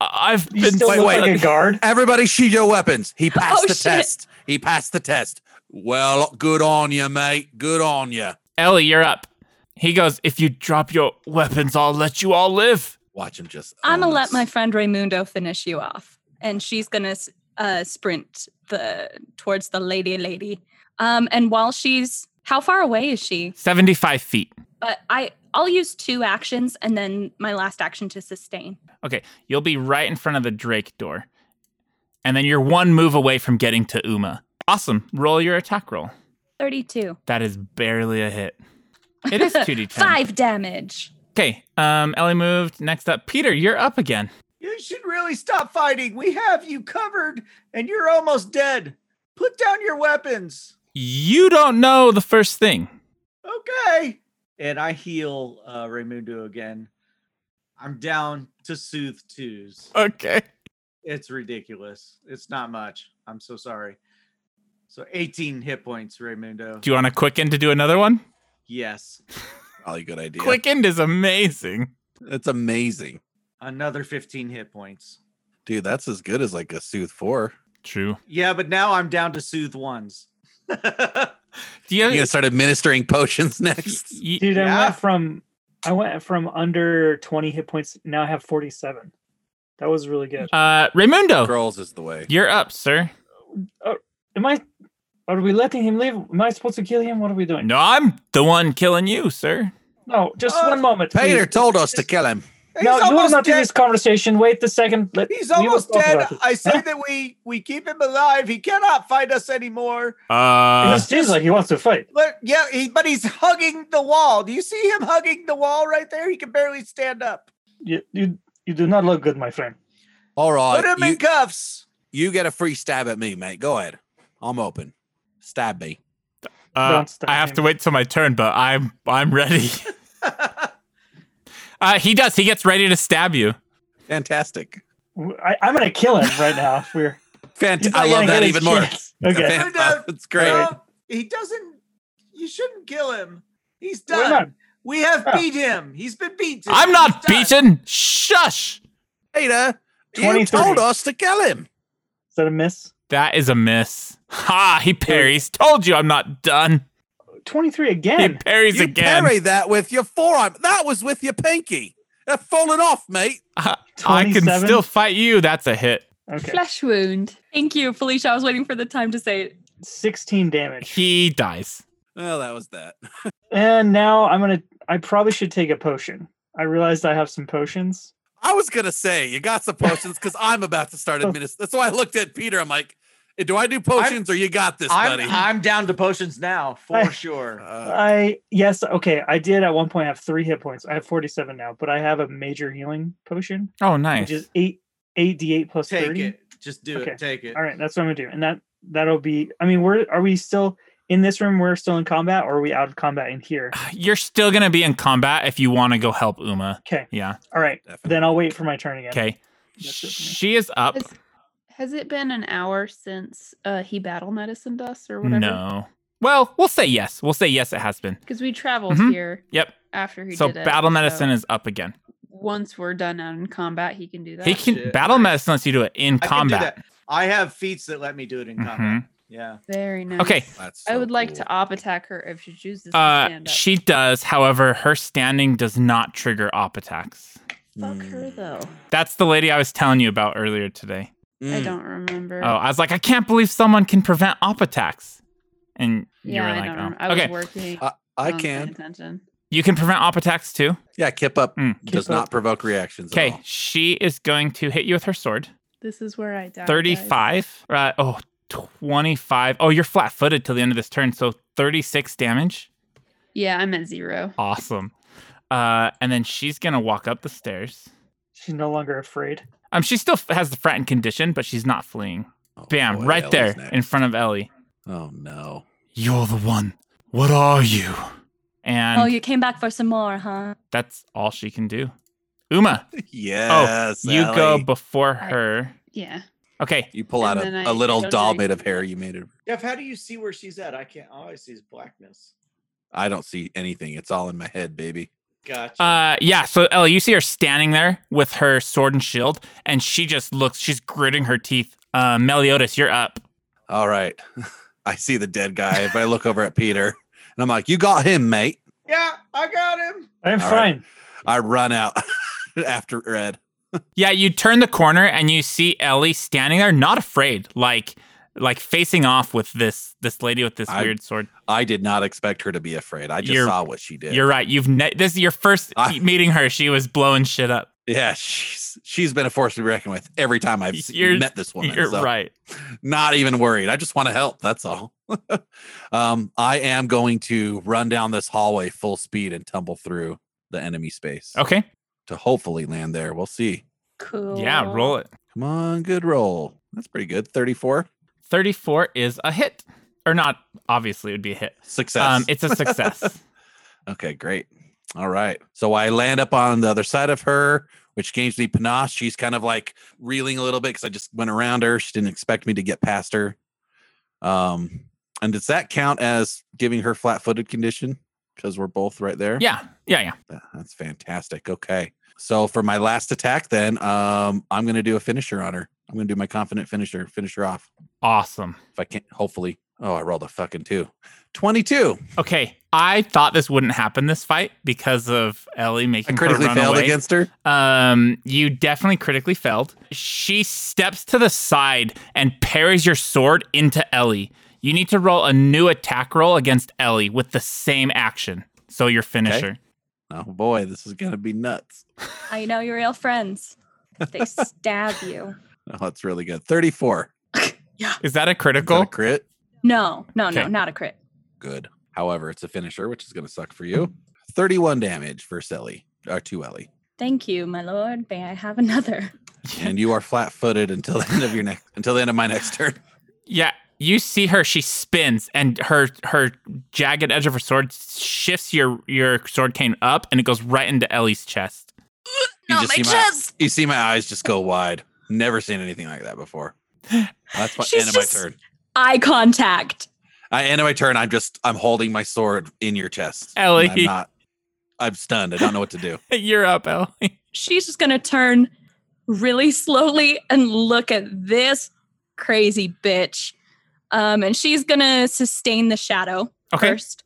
[SPEAKER 2] I've
[SPEAKER 4] You
[SPEAKER 2] been
[SPEAKER 4] still
[SPEAKER 7] Wait,
[SPEAKER 4] look
[SPEAKER 7] wait.
[SPEAKER 4] like a guard.
[SPEAKER 7] Everybody shoot your weapons. He passed
[SPEAKER 6] Oh,
[SPEAKER 7] the
[SPEAKER 6] shit.
[SPEAKER 7] test. He passed the test. Well, good on you, mate. Good on you.
[SPEAKER 2] Ellie. You're up." He goes, "If you drop your weapons, I'll let you all live."
[SPEAKER 7] Watch him just.
[SPEAKER 6] I'm gonna
[SPEAKER 7] own
[SPEAKER 6] let
[SPEAKER 7] this.
[SPEAKER 6] my friend Raymundo finish you off, and she's gonna s- uh, sprint the towards the lady, lady. Um, and while she's how far away is she?
[SPEAKER 2] Seventy-five feet.
[SPEAKER 6] But I I'll use two actions and then my last action to sustain.
[SPEAKER 2] You'll be right in front of the Drake door. And then you're one move away from getting to Uma. Awesome. Roll your attack roll.
[SPEAKER 6] Thirty-two.
[SPEAKER 2] That is barely a hit. It
[SPEAKER 6] [LAUGHS]
[SPEAKER 4] [LAUGHS]
[SPEAKER 2] is 2d10.
[SPEAKER 6] Five damage.
[SPEAKER 2] Okay. Um, Ellie moved. Next up, Peter, you're up again.
[SPEAKER 3] You should really stop fighting. We have you covered, and you're almost dead. Put down your weapons.
[SPEAKER 2] You don't know the first thing.
[SPEAKER 3] Okay. And I heal uh, Raymundo again. I'm down to soothe twos.
[SPEAKER 2] Okay.
[SPEAKER 3] It's ridiculous. It's not much. I'm so sorry. So 18 hit points, Raymundo.
[SPEAKER 2] Do you want a quick end to do another one?
[SPEAKER 3] Yes.
[SPEAKER 7] Probably a good idea.
[SPEAKER 2] Quick end is amazing.
[SPEAKER 7] That's amazing.
[SPEAKER 3] Another 15 hit points.
[SPEAKER 7] Dude, that's as good as like a Sooth 4.
[SPEAKER 2] True.
[SPEAKER 3] Yeah, but now I'm down to soothe ones. [LAUGHS]
[SPEAKER 2] Do you
[SPEAKER 7] You're
[SPEAKER 2] have,
[SPEAKER 7] going to start administering [LAUGHS] potions next.
[SPEAKER 2] y-
[SPEAKER 4] Dude, I
[SPEAKER 3] Yeah.
[SPEAKER 4] went from I went from under twenty hit points. Now I have forty seven. That was really good.
[SPEAKER 2] uh, Raimundo,
[SPEAKER 7] Girls is the way.
[SPEAKER 2] you're up, sir.
[SPEAKER 4] Am I? Are we letting him leave? Am I supposed to kill him? What are we doing?
[SPEAKER 2] No, I'm the one killing you, sir.
[SPEAKER 4] No, just
[SPEAKER 3] Oh,
[SPEAKER 4] one moment. please.
[SPEAKER 7] Peter told us to kill him.
[SPEAKER 3] He's
[SPEAKER 4] No, you will
[SPEAKER 3] almost
[SPEAKER 4] not do
[SPEAKER 3] dead.
[SPEAKER 4] this conversation. Wait the second. Let,
[SPEAKER 3] He's
[SPEAKER 4] we will
[SPEAKER 3] almost
[SPEAKER 4] talk
[SPEAKER 3] dead.
[SPEAKER 4] about it.
[SPEAKER 3] I say
[SPEAKER 4] Huh?
[SPEAKER 3] that we we keep him alive. He cannot fight us anymore.
[SPEAKER 4] It
[SPEAKER 2] Uh,
[SPEAKER 4] just seems like he wants to fight.
[SPEAKER 3] But yeah, he, but he's hugging the wall. Do you see him hugging the wall right there? He can barely stand up.
[SPEAKER 4] You, you, you do not look good, my friend.
[SPEAKER 7] All right.
[SPEAKER 3] Put him
[SPEAKER 7] Uh, you,
[SPEAKER 3] in
[SPEAKER 7] [LAUGHS]
[SPEAKER 3] cuffs.
[SPEAKER 7] you get a free stab at me, mate. Go ahead. I'm open. Stab me.
[SPEAKER 2] uh,
[SPEAKER 4] Don't stop
[SPEAKER 2] I have
[SPEAKER 4] him.
[SPEAKER 2] to wait till my turn, but I'm I'm ready. Uh, he does. He gets ready to stab you.
[SPEAKER 7] Fantastic.
[SPEAKER 4] W- I, am gonna kill him right now. If we're,
[SPEAKER 7] Fant-
[SPEAKER 4] he's not
[SPEAKER 7] I love
[SPEAKER 4] gonna
[SPEAKER 7] that
[SPEAKER 4] get
[SPEAKER 7] even
[SPEAKER 4] his
[SPEAKER 7] more. [LAUGHS]
[SPEAKER 4] chance. Okay,
[SPEAKER 7] Fan- oh, it's [LAUGHS] great.
[SPEAKER 3] No, he doesn't. You shouldn't kill him. He's
[SPEAKER 4] Why not?
[SPEAKER 3] done. We have
[SPEAKER 4] Yeah.
[SPEAKER 3] beat him. He's been beaten.
[SPEAKER 2] I'm not
[SPEAKER 3] He's done.
[SPEAKER 2] beaten. Shush.
[SPEAKER 7] Peter, you
[SPEAKER 4] 23.
[SPEAKER 7] told us to kill him.
[SPEAKER 4] is that a miss?
[SPEAKER 2] That is a miss. Ha! He parries. Told you I'm not done.
[SPEAKER 4] Twenty three
[SPEAKER 2] He
[SPEAKER 4] again.
[SPEAKER 2] parries
[SPEAKER 7] you
[SPEAKER 2] again.
[SPEAKER 7] parry that with your forearm. That was with your pinky. That fallen off, mate.
[SPEAKER 2] I can
[SPEAKER 4] 27?
[SPEAKER 2] still fight you. That's a hit.
[SPEAKER 4] Okay,
[SPEAKER 5] Flesh wound.
[SPEAKER 6] Thank you, Felicia. I was waiting for the time to say it.
[SPEAKER 4] sixteen damage.
[SPEAKER 2] He dies.
[SPEAKER 7] Well, that was that.
[SPEAKER 4] And now I'm gonna. I probably should take a potion. I realized I have some potions.
[SPEAKER 7] I was gonna say you got some potions because I'm about to start administering. That's why I looked at Peter. I'm like, "Eh, "Do I do potions or you got this, buddy?"
[SPEAKER 3] I'm, I'm down to potions now
[SPEAKER 4] I-
[SPEAKER 3] for sure.
[SPEAKER 7] Uh,
[SPEAKER 4] I yes, okay. I did at one point have three hit points. I have forty seven now, but I have a major healing potion,
[SPEAKER 2] Oh, nice.
[SPEAKER 4] which is eight eight d eight plus
[SPEAKER 3] Take
[SPEAKER 4] thirty.
[SPEAKER 3] it. Just do
[SPEAKER 4] Okay.
[SPEAKER 3] it. Take it.
[SPEAKER 4] All right, that's what I'm gonna do, and that that'll be. I mean, we're are we still in this room? We're still in combat, or are we out of combat in here?
[SPEAKER 7] Ah,
[SPEAKER 2] You're still gonna be in combat if you want to go help Uma.
[SPEAKER 4] Okay,
[SPEAKER 2] Yeah.
[SPEAKER 4] all right.
[SPEAKER 7] definitely.
[SPEAKER 4] Then I'll wait for my turn again.
[SPEAKER 2] Okay.
[SPEAKER 4] That's it for me.
[SPEAKER 2] She is up.
[SPEAKER 5] Has, has it been an hour since uh, he battle medicine us or whatever?
[SPEAKER 2] No. Well, we'll say yes. We'll say yes. It has been.
[SPEAKER 5] Because we traveled
[SPEAKER 2] Mhm.
[SPEAKER 5] here
[SPEAKER 2] Yep.
[SPEAKER 5] after he
[SPEAKER 2] so
[SPEAKER 5] did it.
[SPEAKER 2] battle medicine
[SPEAKER 5] so
[SPEAKER 2] is up again.
[SPEAKER 5] once we're done out in combat, he can do that.
[SPEAKER 2] He can
[SPEAKER 3] shit.
[SPEAKER 2] battle medicine lets you do it in
[SPEAKER 3] I can do
[SPEAKER 2] combat.
[SPEAKER 7] Mm-hmm.
[SPEAKER 3] that. I have feats that let me do it in combat.
[SPEAKER 2] Mhm.
[SPEAKER 3] Yeah.
[SPEAKER 5] Very nice.
[SPEAKER 2] Okay.
[SPEAKER 7] That's
[SPEAKER 5] I
[SPEAKER 7] so
[SPEAKER 5] would like
[SPEAKER 7] cool.
[SPEAKER 5] to op attack her if she chooses to
[SPEAKER 2] Uh,
[SPEAKER 5] stand up.
[SPEAKER 2] she does. However, her standing does not trigger op attacks.
[SPEAKER 5] Fuck her though.
[SPEAKER 2] That's the lady I was telling you about earlier today.
[SPEAKER 5] I
[SPEAKER 7] Mm.
[SPEAKER 5] don't remember.
[SPEAKER 2] Oh, I was like, I can't believe someone can prevent op attacks. And you
[SPEAKER 5] yeah,
[SPEAKER 2] were
[SPEAKER 5] I
[SPEAKER 2] like,
[SPEAKER 5] don't
[SPEAKER 2] oh.
[SPEAKER 5] remember. I
[SPEAKER 2] okay,
[SPEAKER 5] was working.
[SPEAKER 7] I,
[SPEAKER 5] I
[SPEAKER 7] I
[SPEAKER 5] wasn't paying
[SPEAKER 7] can.
[SPEAKER 5] Attention.
[SPEAKER 2] you can prevent op attacks too.
[SPEAKER 7] Yeah, Kip up
[SPEAKER 2] Mm.
[SPEAKER 7] does
[SPEAKER 4] Kip up.
[SPEAKER 7] not provoke reactions. at
[SPEAKER 2] Okay,
[SPEAKER 7] all.
[SPEAKER 2] she is going to hit you with her sword.
[SPEAKER 5] This is where I died. guys.
[SPEAKER 2] 35. Right. Oh, 25. Oh, you're flat footed till the end of this turn. So 36 damage.
[SPEAKER 5] Yeah, I'm at zero.
[SPEAKER 2] Awesome. Uh, and then she's going to walk up the stairs.
[SPEAKER 4] She's no longer afraid.
[SPEAKER 2] Um, She still f- has the frightened condition, but she's not fleeing.
[SPEAKER 7] Oh,
[SPEAKER 2] Bam,
[SPEAKER 7] boy,
[SPEAKER 2] right
[SPEAKER 7] Ellie's
[SPEAKER 2] there
[SPEAKER 7] next.
[SPEAKER 2] in front of Ellie.
[SPEAKER 7] Oh no.
[SPEAKER 2] You're the one. What are you? And
[SPEAKER 6] oh, you came back for some more, huh?
[SPEAKER 2] that's all she can do. Uma,
[SPEAKER 7] Yes.
[SPEAKER 2] Oh, you go
[SPEAKER 7] Ellie.
[SPEAKER 2] before her.
[SPEAKER 5] Yeah.
[SPEAKER 2] Okay.
[SPEAKER 7] You pull out
[SPEAKER 5] And
[SPEAKER 7] a,
[SPEAKER 5] then I-
[SPEAKER 7] a little
[SPEAKER 5] I don't
[SPEAKER 7] doll
[SPEAKER 5] really-
[SPEAKER 7] made of hair you made it.
[SPEAKER 3] Jeff, how do you see where she's at? I can't. All I see is blackness.
[SPEAKER 7] I don't see anything. It's all in my head, baby.
[SPEAKER 3] Gotcha.
[SPEAKER 2] Uh, yeah. So Ellie, you see her standing there with her sword and shield, and she just looks. She's gritting her teeth. Uh, Meliodas, you're up.
[SPEAKER 7] All right. [LAUGHS] I see the dead guy. If I look over at Peter and I'm like, you got him, mate.
[SPEAKER 3] yeah, I got him.
[SPEAKER 4] I'm
[SPEAKER 7] All right.
[SPEAKER 4] fine.
[SPEAKER 7] I run out [LAUGHS] after Red.
[SPEAKER 2] Yeah, you turn the corner and you see Ellie standing there, not afraid, like like facing off with this this lady with this
[SPEAKER 7] I-
[SPEAKER 2] weird sword.
[SPEAKER 7] I did not expect her to be afraid. I just
[SPEAKER 2] You're-
[SPEAKER 7] saw what she did.
[SPEAKER 2] You're right. You've ne- this is your first
[SPEAKER 7] I-
[SPEAKER 2] meeting her. She was blowing shit up.
[SPEAKER 7] Yeah, she's she's been a force to be reckoned with every time I've se-
[SPEAKER 2] You're-
[SPEAKER 7] met this woman.
[SPEAKER 2] you're
[SPEAKER 7] so
[SPEAKER 2] right.
[SPEAKER 7] Not even worried. I just want to help. That's all. [LAUGHS] um, I am going to run down this hallway full speed and tumble through the enemy space
[SPEAKER 2] Okay.
[SPEAKER 7] to hopefully land there. We'll see.
[SPEAKER 6] Cool.
[SPEAKER 2] Yeah. Roll it.
[SPEAKER 7] Come on, good roll. That's pretty good. 34
[SPEAKER 2] Thirty-four is a hit, or not? Obviously, it would be a hit.
[SPEAKER 7] success.
[SPEAKER 2] Um, it's a
[SPEAKER 7] [LAUGHS]
[SPEAKER 2] success.
[SPEAKER 7] Okay, great. All right. So I land up on the other side of her, which gains me panache. She's kind of like reeling a little bit because I just went around her. She didn't expect me to get past her. Um, and does that count as giving her flat footed condition? Because we're both right there.
[SPEAKER 2] yeah. Yeah. Yeah.
[SPEAKER 7] Yeah, That's fantastic. Okay. So for my last attack, then um, I'm gonna do a finisher on her. I'm gonna do my confident finisher, finish her off.
[SPEAKER 2] Awesome.
[SPEAKER 7] If I can't hopefully. Oh, I rolled a fucking two. 22.
[SPEAKER 2] Okay, I thought this wouldn't happen this fight because of Ellie
[SPEAKER 7] I
[SPEAKER 2] making
[SPEAKER 7] critically
[SPEAKER 2] her run
[SPEAKER 7] failed
[SPEAKER 2] away.
[SPEAKER 7] against her.
[SPEAKER 2] Um, you definitely critically failed. She steps to the side and parries your sword into Ellie. You need to roll a new attack roll against Ellie with the same action. So your finisher.
[SPEAKER 7] Oh boy, this is gonna be nuts.
[SPEAKER 6] I know your real friends. They stab
[SPEAKER 2] [LAUGHS]
[SPEAKER 6] you.
[SPEAKER 7] Oh, that's really good. 34.
[SPEAKER 2] Is that a
[SPEAKER 7] Is that
[SPEAKER 2] critical?
[SPEAKER 7] a crit.
[SPEAKER 6] No, no, no,
[SPEAKER 2] Okay.
[SPEAKER 6] not a crit.
[SPEAKER 7] Good. However, it's a finisher, which is gonna suck
[SPEAKER 2] [LAUGHS]
[SPEAKER 7] for you. 31 damage for Ellie. Or to Ellie.
[SPEAKER 6] Thank you, my lord. May I have another?
[SPEAKER 2] [LAUGHS]
[SPEAKER 7] And you are flat footed until the end of your next until the end of my next turn.
[SPEAKER 2] yeah. You see her, she spins and her her jagged edge of her sword shifts your your sword cane up and it goes right into Ellie's chest.
[SPEAKER 7] You
[SPEAKER 6] Not
[SPEAKER 7] just
[SPEAKER 6] my
[SPEAKER 7] see my-
[SPEAKER 6] chest.
[SPEAKER 7] You see my eyes just go wide. Never seen anything like that before. That's
[SPEAKER 6] [LAUGHS]
[SPEAKER 7] my
[SPEAKER 6] She's
[SPEAKER 7] end of
[SPEAKER 6] just-
[SPEAKER 7] my turn.
[SPEAKER 6] Eye contact.
[SPEAKER 7] I end of my turn. I'm just I'm holding my sword in your chest. and
[SPEAKER 2] Ellie.
[SPEAKER 7] I'm not I'm stunned. I don't know what to do.
[SPEAKER 2] [LAUGHS] You're up, Ellie.
[SPEAKER 6] She's just gonna turn really slowly and look at this crazy bitch. Um, and she's gonna sustain the shadow
[SPEAKER 2] [LAUGHS] Okay.
[SPEAKER 6] first.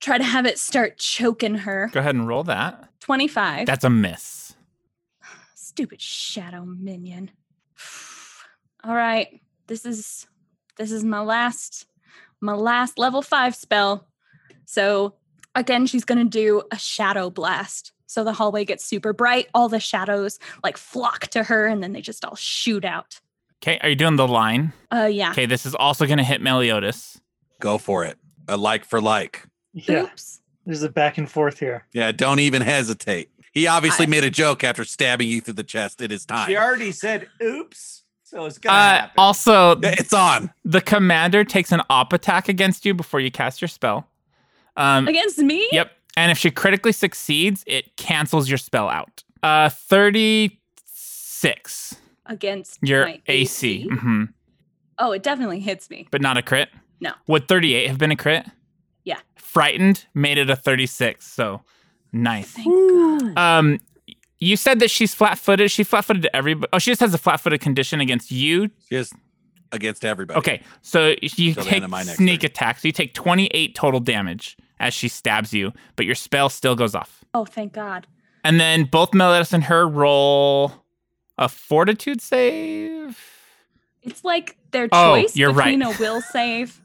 [SPEAKER 6] Try to have it start choking her.
[SPEAKER 2] Go ahead and roll that.
[SPEAKER 6] 25.
[SPEAKER 2] That's a miss.
[SPEAKER 6] Stupid shadow minion. [SIGHS] All right. This is this is my last my last level 5 spell. So again she's going to do a shadow blast. So the hallway gets super bright, all the shadows like flock to her and then they just all shoot out.
[SPEAKER 2] Okay, are you doing the line?
[SPEAKER 6] Uh yeah.
[SPEAKER 2] Okay, this is also going to hit Meliodas.
[SPEAKER 7] Go for it. A like for like.
[SPEAKER 4] Yeah,
[SPEAKER 6] Oops.
[SPEAKER 4] there's a back and forth here.
[SPEAKER 7] Yeah, don't even hesitate. He obviously
[SPEAKER 6] I-
[SPEAKER 7] made a joke after stabbing you through the chest. It is time.
[SPEAKER 3] She already said oops, so it's gonna
[SPEAKER 2] Uh,
[SPEAKER 3] happen.
[SPEAKER 2] also,
[SPEAKER 7] Yeah, It's on.
[SPEAKER 2] the commander takes an op attack against you before you cast your spell. Um,
[SPEAKER 6] Against me?
[SPEAKER 2] Yep. And if she critically succeeds, it cancels your spell out. Uh, 36.
[SPEAKER 6] Against
[SPEAKER 2] Your
[SPEAKER 6] my
[SPEAKER 2] AC. hmm
[SPEAKER 6] Oh, it definitely hits me.
[SPEAKER 2] But not a crit?
[SPEAKER 6] No.
[SPEAKER 2] Would 38 have been a crit?
[SPEAKER 6] Yeah.
[SPEAKER 2] Frightened made it a 36. So nice.
[SPEAKER 6] Thank God.
[SPEAKER 2] Um, you said that she's flat footed. She flat footed to everybody. Oh, she just has a flat footed condition against you,
[SPEAKER 7] Just against everybody.
[SPEAKER 2] Okay, so you
[SPEAKER 7] Till the end
[SPEAKER 2] take
[SPEAKER 7] of my next
[SPEAKER 2] sneak attack. So you take 28 total damage as she stabs you, but your spell still goes off.
[SPEAKER 6] Oh, thank God.
[SPEAKER 2] And then both Meletus and her roll a fortitude save. [LAUGHS]
[SPEAKER 6] It's like their
[SPEAKER 2] Oh,
[SPEAKER 6] choice
[SPEAKER 2] you're right.
[SPEAKER 6] between a will save.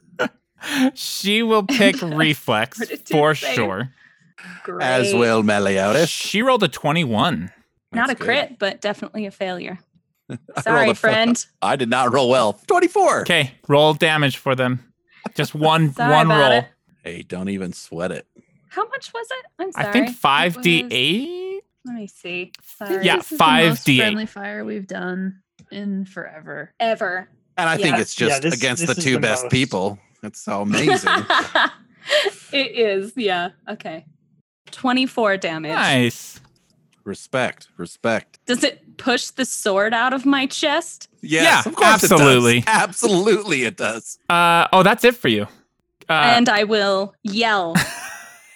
[SPEAKER 2] She will
[SPEAKER 6] [LAUGHS]
[SPEAKER 2] pick reflex
[SPEAKER 6] Fortitude
[SPEAKER 2] for
[SPEAKER 6] save.
[SPEAKER 2] sure.
[SPEAKER 6] Great.
[SPEAKER 7] Meliodas.
[SPEAKER 2] She rolled a 21.
[SPEAKER 6] Not a
[SPEAKER 7] good.
[SPEAKER 6] crit, but definitely a failure.
[SPEAKER 7] [LAUGHS] I
[SPEAKER 6] Sorry,
[SPEAKER 7] rolled a fu-
[SPEAKER 6] friend.
[SPEAKER 7] I did not roll well. 24.
[SPEAKER 2] Okay, roll damage for them.
[SPEAKER 6] [LAUGHS]
[SPEAKER 2] Just one
[SPEAKER 6] Sorry
[SPEAKER 2] one
[SPEAKER 6] about
[SPEAKER 2] roll.
[SPEAKER 6] it.
[SPEAKER 7] Hey, don't even sweat it.
[SPEAKER 6] How much was it? I'm sorry.
[SPEAKER 2] I think
[SPEAKER 6] It
[SPEAKER 2] 5d8.
[SPEAKER 6] was- Let me see.
[SPEAKER 5] I think
[SPEAKER 6] Sorry.
[SPEAKER 2] Yeah,
[SPEAKER 5] this is the
[SPEAKER 2] 5d8.
[SPEAKER 5] most friendly fire we've done in forever.
[SPEAKER 6] Ever.
[SPEAKER 7] And I think
[SPEAKER 6] Yeah.
[SPEAKER 7] it's just
[SPEAKER 4] Yeah, this-
[SPEAKER 7] against
[SPEAKER 4] this
[SPEAKER 7] the
[SPEAKER 4] is
[SPEAKER 7] two
[SPEAKER 4] the
[SPEAKER 7] best
[SPEAKER 4] most.
[SPEAKER 7] people. That's so
[SPEAKER 4] [LAUGHS]
[SPEAKER 7] amazing.
[SPEAKER 6] [LAUGHS] it is. Yeah. Okay. 24 damage.
[SPEAKER 2] Nice.
[SPEAKER 7] respect, respect.
[SPEAKER 6] Does it push the sword out of my chest?
[SPEAKER 7] Yes,
[SPEAKER 2] Yeah,
[SPEAKER 7] of course it does.
[SPEAKER 2] absolutely.
[SPEAKER 7] Absolutely it does.
[SPEAKER 2] Uh, oh, that's it for you. Uh,
[SPEAKER 6] and I will
[SPEAKER 2] [LAUGHS]
[SPEAKER 6] yell.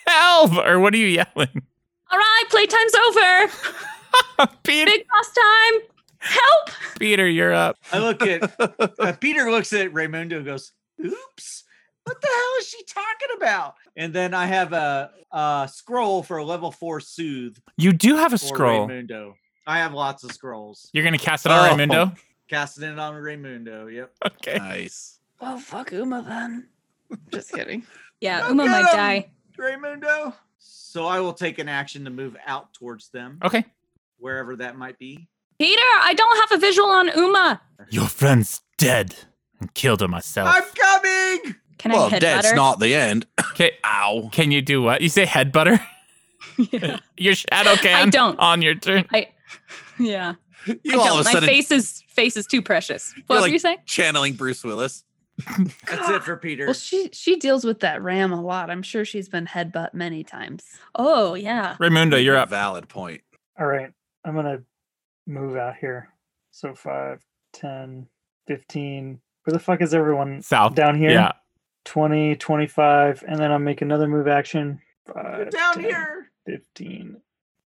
[SPEAKER 2] help! Or what are you yelling? [LAUGHS]
[SPEAKER 6] All right, playtime's over.
[SPEAKER 2] Peter,
[SPEAKER 6] Big boss time. Help.
[SPEAKER 2] Peter, you're up.
[SPEAKER 3] I look at uh,
[SPEAKER 2] [LAUGHS]
[SPEAKER 3] Peter looks at Raymundo and goes, "Oops, what the hell is she talking about?" And then I have a, a scroll for a level four soothe
[SPEAKER 2] You do have a
[SPEAKER 3] for
[SPEAKER 2] scroll.
[SPEAKER 3] Raymundo. I have lots of scrolls.
[SPEAKER 2] You're gonna cast it on
[SPEAKER 4] [LAUGHS]
[SPEAKER 7] Oh.
[SPEAKER 2] Raymundo.
[SPEAKER 3] Casting it on Raymundo. Yep.
[SPEAKER 2] Okay.
[SPEAKER 7] Nice.
[SPEAKER 5] Well, fuck Uma then. Just
[SPEAKER 7] [LAUGHS]
[SPEAKER 5] kidding.
[SPEAKER 6] Yeah,
[SPEAKER 3] Oh,
[SPEAKER 6] Uma
[SPEAKER 3] get
[SPEAKER 6] might
[SPEAKER 3] him.
[SPEAKER 6] die.
[SPEAKER 3] Raymundo. So I will take an action to move out towards them,
[SPEAKER 2] Okay.
[SPEAKER 3] wherever that might be.
[SPEAKER 6] Peter, I don't have a visual on Uma.
[SPEAKER 2] Your friend's dead and killed her myself.
[SPEAKER 3] I'm coming.
[SPEAKER 6] Can
[SPEAKER 7] well,
[SPEAKER 6] I headbutt
[SPEAKER 7] dead's
[SPEAKER 6] her?
[SPEAKER 7] not the end.
[SPEAKER 2] Okay.
[SPEAKER 7] Ow.
[SPEAKER 2] Can you do what? You say headbutter?
[SPEAKER 6] [LAUGHS]
[SPEAKER 2] [LAUGHS]
[SPEAKER 6] yeah.
[SPEAKER 2] Your shadow can.
[SPEAKER 6] don't.
[SPEAKER 2] On your turn.
[SPEAKER 6] I, yeah. I
[SPEAKER 7] You
[SPEAKER 6] don't.
[SPEAKER 7] all of a
[SPEAKER 6] my
[SPEAKER 7] sudden
[SPEAKER 6] face is face is too precious. What
[SPEAKER 7] like-
[SPEAKER 6] were you saying?
[SPEAKER 7] channeling Bruce Willis.
[SPEAKER 3] That's it for Peter.
[SPEAKER 5] Well, she she deals with that ram a lot. I'm sure she's been headbutt many times.
[SPEAKER 6] Oh yeah.
[SPEAKER 2] Raymundo, you're up.
[SPEAKER 7] Valid point.
[SPEAKER 4] All right, I'm gonna move out here. So 5, 10, 15. Where the fuck is everyone?
[SPEAKER 2] South.
[SPEAKER 4] Down here?
[SPEAKER 2] Yeah.
[SPEAKER 4] 20, 25, and then I'll make another move action.
[SPEAKER 3] You're
[SPEAKER 4] Five,
[SPEAKER 3] down
[SPEAKER 4] 10,
[SPEAKER 3] here.
[SPEAKER 4] 15.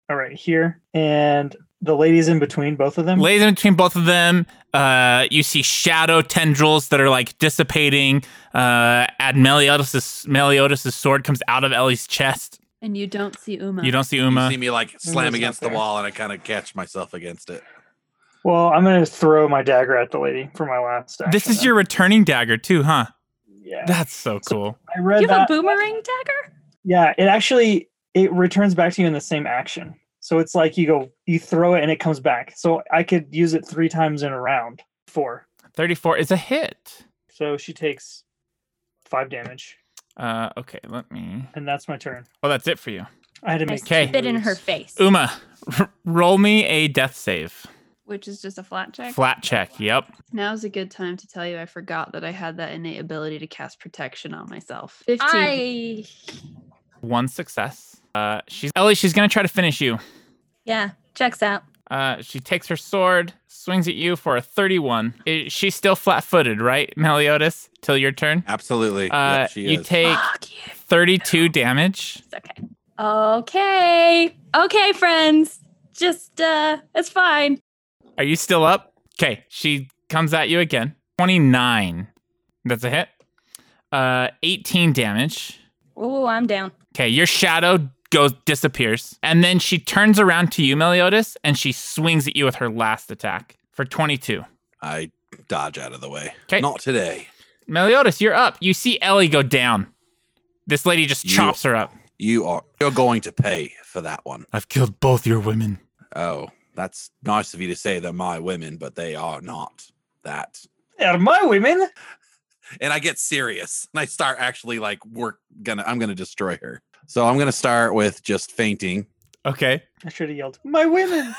[SPEAKER 4] All right, here. And the ladies in between both of them.
[SPEAKER 2] Lays in between both of them. Uh, you see shadow tendrils that are like dissipating. Uh, and Meliodas' Meliodas' sword comes out of Ellie's chest.
[SPEAKER 5] And you don't see Uma.
[SPEAKER 2] You don't see
[SPEAKER 7] You
[SPEAKER 2] Uma.
[SPEAKER 7] see me like slam
[SPEAKER 4] Uma's not
[SPEAKER 7] against the
[SPEAKER 4] there.
[SPEAKER 7] wall and I kind of catch myself against it.
[SPEAKER 4] well, I'm going to throw my dagger at the lady for my last action.
[SPEAKER 2] This is
[SPEAKER 4] then.
[SPEAKER 2] your returning dagger too, huh?
[SPEAKER 4] Yeah.
[SPEAKER 2] That's so cool.
[SPEAKER 4] I read
[SPEAKER 6] you have
[SPEAKER 4] that.
[SPEAKER 6] a boomerang dagger?
[SPEAKER 4] Yeah, it actually it returns back to you in the same action. So it's like you go you throw it and it comes back. So I could use it 3 times in a round. 4.
[SPEAKER 2] 34 is a hit.
[SPEAKER 4] So she takes 5 damage
[SPEAKER 2] Uh, okay, let me.
[SPEAKER 4] and that's my turn.
[SPEAKER 2] Well, that's it for you.
[SPEAKER 4] I had to
[SPEAKER 6] I
[SPEAKER 4] make
[SPEAKER 2] Okay.
[SPEAKER 4] two
[SPEAKER 6] spit in
[SPEAKER 4] [LAUGHS]
[SPEAKER 6] her
[SPEAKER 4] moves.
[SPEAKER 6] face.
[SPEAKER 2] Uma, roll me a death save.
[SPEAKER 5] Which is just a flat check.
[SPEAKER 2] Flat check. Yep.
[SPEAKER 5] Now's a good time to tell you I forgot that I had that innate ability to cast protection on myself. 15.
[SPEAKER 6] I
[SPEAKER 2] One success. Uh, she's Ellie. She's gonna try to finish you.
[SPEAKER 6] yeah. Checks out.
[SPEAKER 2] Uh, she takes her sword, swings at you for a 31. I- she's still flat-footed, right, Meliodas? Till your turn.
[SPEAKER 7] Absolutely.
[SPEAKER 2] Uh,
[SPEAKER 7] Yep, she
[SPEAKER 2] you
[SPEAKER 7] is.
[SPEAKER 2] take
[SPEAKER 6] Fuck you.
[SPEAKER 2] 32 damage.
[SPEAKER 6] It's okay. Okay. Okay, friends. Just uh it's fine.
[SPEAKER 2] Are you still up? Okay, she comes at you again. 29. That's a hit. Uh, 18 damage.
[SPEAKER 6] Oh, I'm down.
[SPEAKER 2] Okay, your shadow goes disappears. And then she turns around to you, Meliodas, and she swings at you with her last attack for 22.
[SPEAKER 7] I dodge out of the way.
[SPEAKER 2] 'Kay.
[SPEAKER 7] Not today.
[SPEAKER 2] Meliodas, you're up. You see Ellie go down. This lady just
[SPEAKER 7] You-
[SPEAKER 2] chops her up.
[SPEAKER 7] You are you're going to pay for that one.
[SPEAKER 2] I've killed both your women.
[SPEAKER 7] Oh, that's nice of you to say they're my women, but they are not that.
[SPEAKER 4] Are my women?
[SPEAKER 7] And I get serious and I start actually like work gonna I'm gonna destroy her. So I'm gonna start with just fainting. [LAUGHS]
[SPEAKER 2] Okay.
[SPEAKER 4] I should have yelled, "My women!"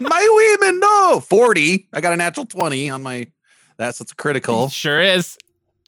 [SPEAKER 7] my women, no 40. I got a natural 20 on my that's that's critical. [LAUGHS]
[SPEAKER 2] Sure is.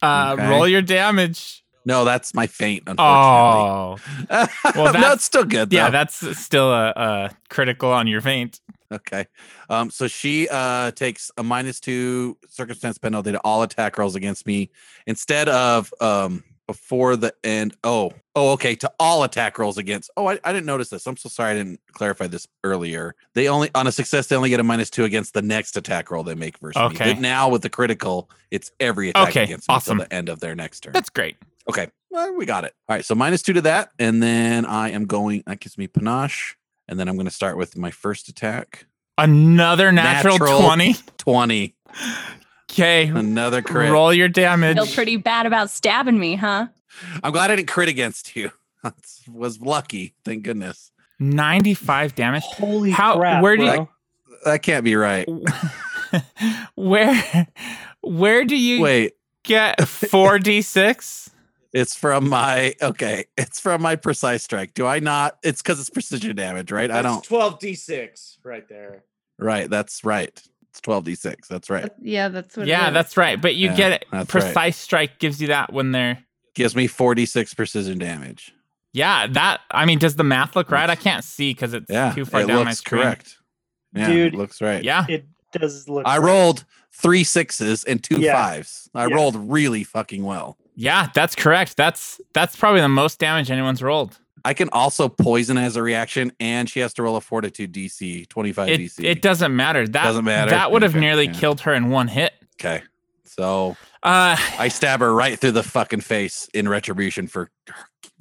[SPEAKER 2] Uh,
[SPEAKER 7] Okay.
[SPEAKER 2] Roll your damage.
[SPEAKER 7] No, that's my faint, unfortunately. [LAUGHS]
[SPEAKER 2] Oh.
[SPEAKER 7] well, that's,
[SPEAKER 2] that's-
[SPEAKER 7] still good though.
[SPEAKER 2] Yeah, that's still a, a critical on your faint.
[SPEAKER 7] Okay. Um, so she uh takes a minus two circumstance penalty to all attack rolls against me instead of um before the end. Oh, oh, okay. To all attack rolls against. Oh, I, I didn't notice this. I'm so sorry I didn't clarify this earlier. They only on a success they only get a minus two against the next attack roll they make versus me.
[SPEAKER 2] Okay.
[SPEAKER 7] But now with the critical, it's every attack
[SPEAKER 2] Okay,
[SPEAKER 7] against me
[SPEAKER 2] awesome.
[SPEAKER 7] till the end of their next turn.
[SPEAKER 2] That's great.
[SPEAKER 7] Okay, well, we got it. All right, so minus two to that, and then I am going. That gives me panache, and then I'm going to start with my first attack.
[SPEAKER 2] Another natural,
[SPEAKER 7] [LAUGHS]
[SPEAKER 2] 20.
[SPEAKER 7] 20.
[SPEAKER 2] Okay.
[SPEAKER 7] Another crit.
[SPEAKER 2] Roll your damage.
[SPEAKER 6] Feel pretty bad about stabbing me, huh?
[SPEAKER 7] I'm glad I didn't crit against you. [LAUGHS] That was lucky. Thank goodness.
[SPEAKER 2] 95 damage. [LAUGHS] [LAUGHS]
[SPEAKER 4] Holy
[SPEAKER 2] How
[SPEAKER 4] crap!
[SPEAKER 2] where do
[SPEAKER 4] bro.
[SPEAKER 2] you,
[SPEAKER 7] That can't be right.
[SPEAKER 2] where where do you
[SPEAKER 7] Wait,
[SPEAKER 2] get 4d6?
[SPEAKER 7] it's from my okay. It's from my precise strike. Do I not? It's because it's precision damage, right? I don't.
[SPEAKER 13] Twelve d six right there.
[SPEAKER 7] Right. That's right. It's twelve d six. That's right.
[SPEAKER 5] Yeah, that's what. it
[SPEAKER 2] Yeah,
[SPEAKER 5] is.
[SPEAKER 2] that's right. But you
[SPEAKER 7] Yeah,
[SPEAKER 2] get it.
[SPEAKER 7] that's
[SPEAKER 2] Precise
[SPEAKER 7] right.
[SPEAKER 2] strike gives you that when they're
[SPEAKER 7] Gives me forty six precision damage.
[SPEAKER 2] Yeah, that I mean, does the math look right? I can't see because it's
[SPEAKER 7] Yeah,
[SPEAKER 2] too far
[SPEAKER 7] it
[SPEAKER 2] down my
[SPEAKER 7] looks
[SPEAKER 2] screen.
[SPEAKER 7] correct. Yeah,
[SPEAKER 4] Dude.
[SPEAKER 7] it looks right.
[SPEAKER 2] Yeah.
[SPEAKER 4] It does look.
[SPEAKER 7] I
[SPEAKER 4] like-
[SPEAKER 7] rolled three sixes and two fives.
[SPEAKER 4] Yeah.
[SPEAKER 7] I
[SPEAKER 4] Yeah.
[SPEAKER 7] rolled really fucking well.
[SPEAKER 2] Yeah, that's correct. That's that's probably the most damage anyone's rolled.
[SPEAKER 7] I can also poison as a reaction, and she has to roll a fortitude DC, 25
[SPEAKER 2] It,
[SPEAKER 7] DC.
[SPEAKER 2] it doesn't matter. That
[SPEAKER 7] Doesn't matter?
[SPEAKER 2] That would have
[SPEAKER 7] Okay,
[SPEAKER 2] nearly
[SPEAKER 7] yeah.
[SPEAKER 2] killed her in one hit.
[SPEAKER 7] okay. So
[SPEAKER 2] Uh
[SPEAKER 7] I stab her right through the fucking face in retribution for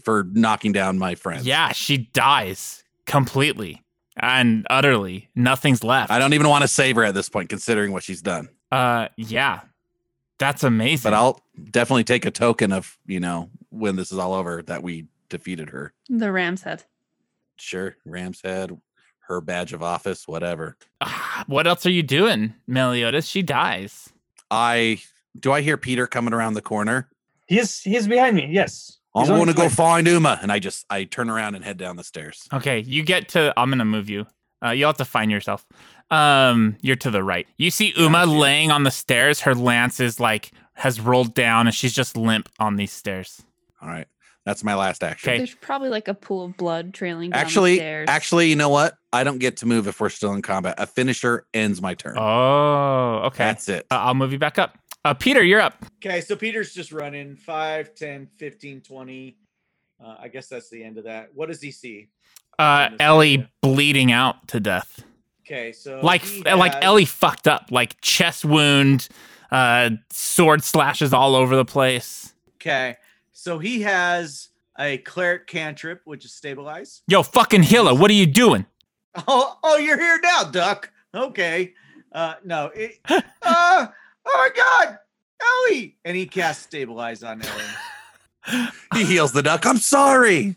[SPEAKER 7] for knocking down my friend.
[SPEAKER 2] yeah, she dies completely and utterly. Nothing's left.
[SPEAKER 7] I don't even want to save her at this point, considering what she's done.
[SPEAKER 2] uh yeah. That's amazing.
[SPEAKER 7] But I'll definitely take a token of, you know, when this is all over that we defeated her.
[SPEAKER 5] The ram's head.
[SPEAKER 7] Sure. Ram's head, her badge of office, whatever.
[SPEAKER 2] Ah, what else are you doing, Meliodas? She dies.
[SPEAKER 7] I do I hear Peter coming around the corner?
[SPEAKER 4] He is. He is behind me. Yes.
[SPEAKER 7] I'm
[SPEAKER 4] He's on
[SPEAKER 7] going to
[SPEAKER 4] his
[SPEAKER 7] go
[SPEAKER 4] way.
[SPEAKER 7] find Uma, and I just I turn around and head down the stairs.
[SPEAKER 2] Okay, you get to. I'm gonna move you. Uh, you'll have to find yourself. Um, you're to the right. You see Uma laying on the stairs. Her lance is like has rolled down, and she's just limp on these stairs.
[SPEAKER 7] All right, that's my last action.
[SPEAKER 2] Okay.
[SPEAKER 5] There's probably like a pool of blood trailing down the
[SPEAKER 7] Actually,
[SPEAKER 5] stairs.
[SPEAKER 7] actually, you know what? I don't get to move if we're still in combat. A finisher ends my turn.
[SPEAKER 2] Oh, okay.
[SPEAKER 7] That's it. [LAUGHS]
[SPEAKER 2] Uh, I'll move you back up. Uh, Peter, you're up.
[SPEAKER 13] Okay, so Peter's just running 5, 10, 15, 20. Uh, I guess that's the end of that. What does he see?
[SPEAKER 2] Uh, Ellie bleeding out to death.
[SPEAKER 13] Okay, so
[SPEAKER 3] Oh,
[SPEAKER 2] Like
[SPEAKER 13] he
[SPEAKER 2] like
[SPEAKER 13] has-
[SPEAKER 2] Ellie fucked up. Like chest wound, uh, sword slashes all over the place.
[SPEAKER 13] Okay, so he has a cleric cantrip, which is stabilize.
[SPEAKER 2] Yo, fucking Hilla, what are you doing?
[SPEAKER 13] [LAUGHS] Oh, oh, you're here now, Duck. Okay. Uh, no. It, uh, oh my God, Ellie! And he casts stabilize on Ellie.
[SPEAKER 7] He heals the duck. I'm sorry.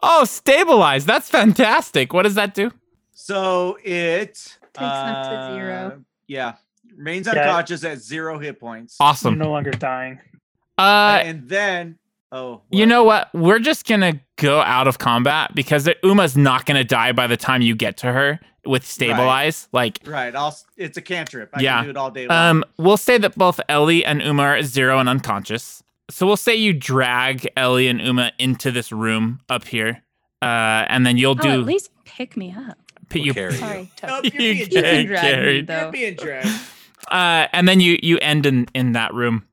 [SPEAKER 2] Oh, stabilize. That's fantastic. What does that do?
[SPEAKER 13] So it takes
[SPEAKER 5] up to zero.
[SPEAKER 13] Yeah, remains
[SPEAKER 4] Yeah.
[SPEAKER 13] unconscious at zero hit points.
[SPEAKER 4] I'm
[SPEAKER 2] Awesome.
[SPEAKER 4] no longer dying.
[SPEAKER 2] Uh,
[SPEAKER 13] and then, oh,
[SPEAKER 2] you know what? We're just gonna go out of combat because the- Uma's not gonna die by the time you get to her with stabilize. Like,
[SPEAKER 13] right? I'll. s- It's a cantrip. I
[SPEAKER 2] Yeah.
[SPEAKER 13] can do it all day long.
[SPEAKER 2] um, we'll say that both Ellie and Uma are at zero and unconscious. So we'll say you drag Ellie and Uma into this room up here, uh, and then you'll
[SPEAKER 6] Oh, at
[SPEAKER 2] do.
[SPEAKER 6] least pick me up.
[SPEAKER 2] p- you,
[SPEAKER 7] Carry you. [LAUGHS]
[SPEAKER 6] Sorry, Toad.
[SPEAKER 13] Nope, you're being
[SPEAKER 2] [LAUGHS] you
[SPEAKER 13] dragged.
[SPEAKER 2] get
[SPEAKER 5] drag me,
[SPEAKER 2] carried.
[SPEAKER 5] though.
[SPEAKER 13] You're being dragged.
[SPEAKER 2] uh, and then you you end in in that room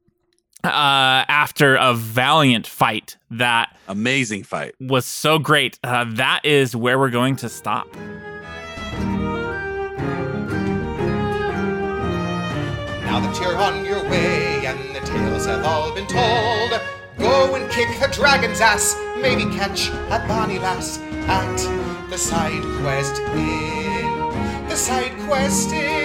[SPEAKER 2] uh, after a valiant fight that
[SPEAKER 7] Amazing fight.
[SPEAKER 2] was so great. Uh, that is where we're going to stop.
[SPEAKER 1] Now that you're on your way and the tales have all been told, go and kick the dragon's ass, maybe catch a bonny lass at the side quest inn. The side quest inn.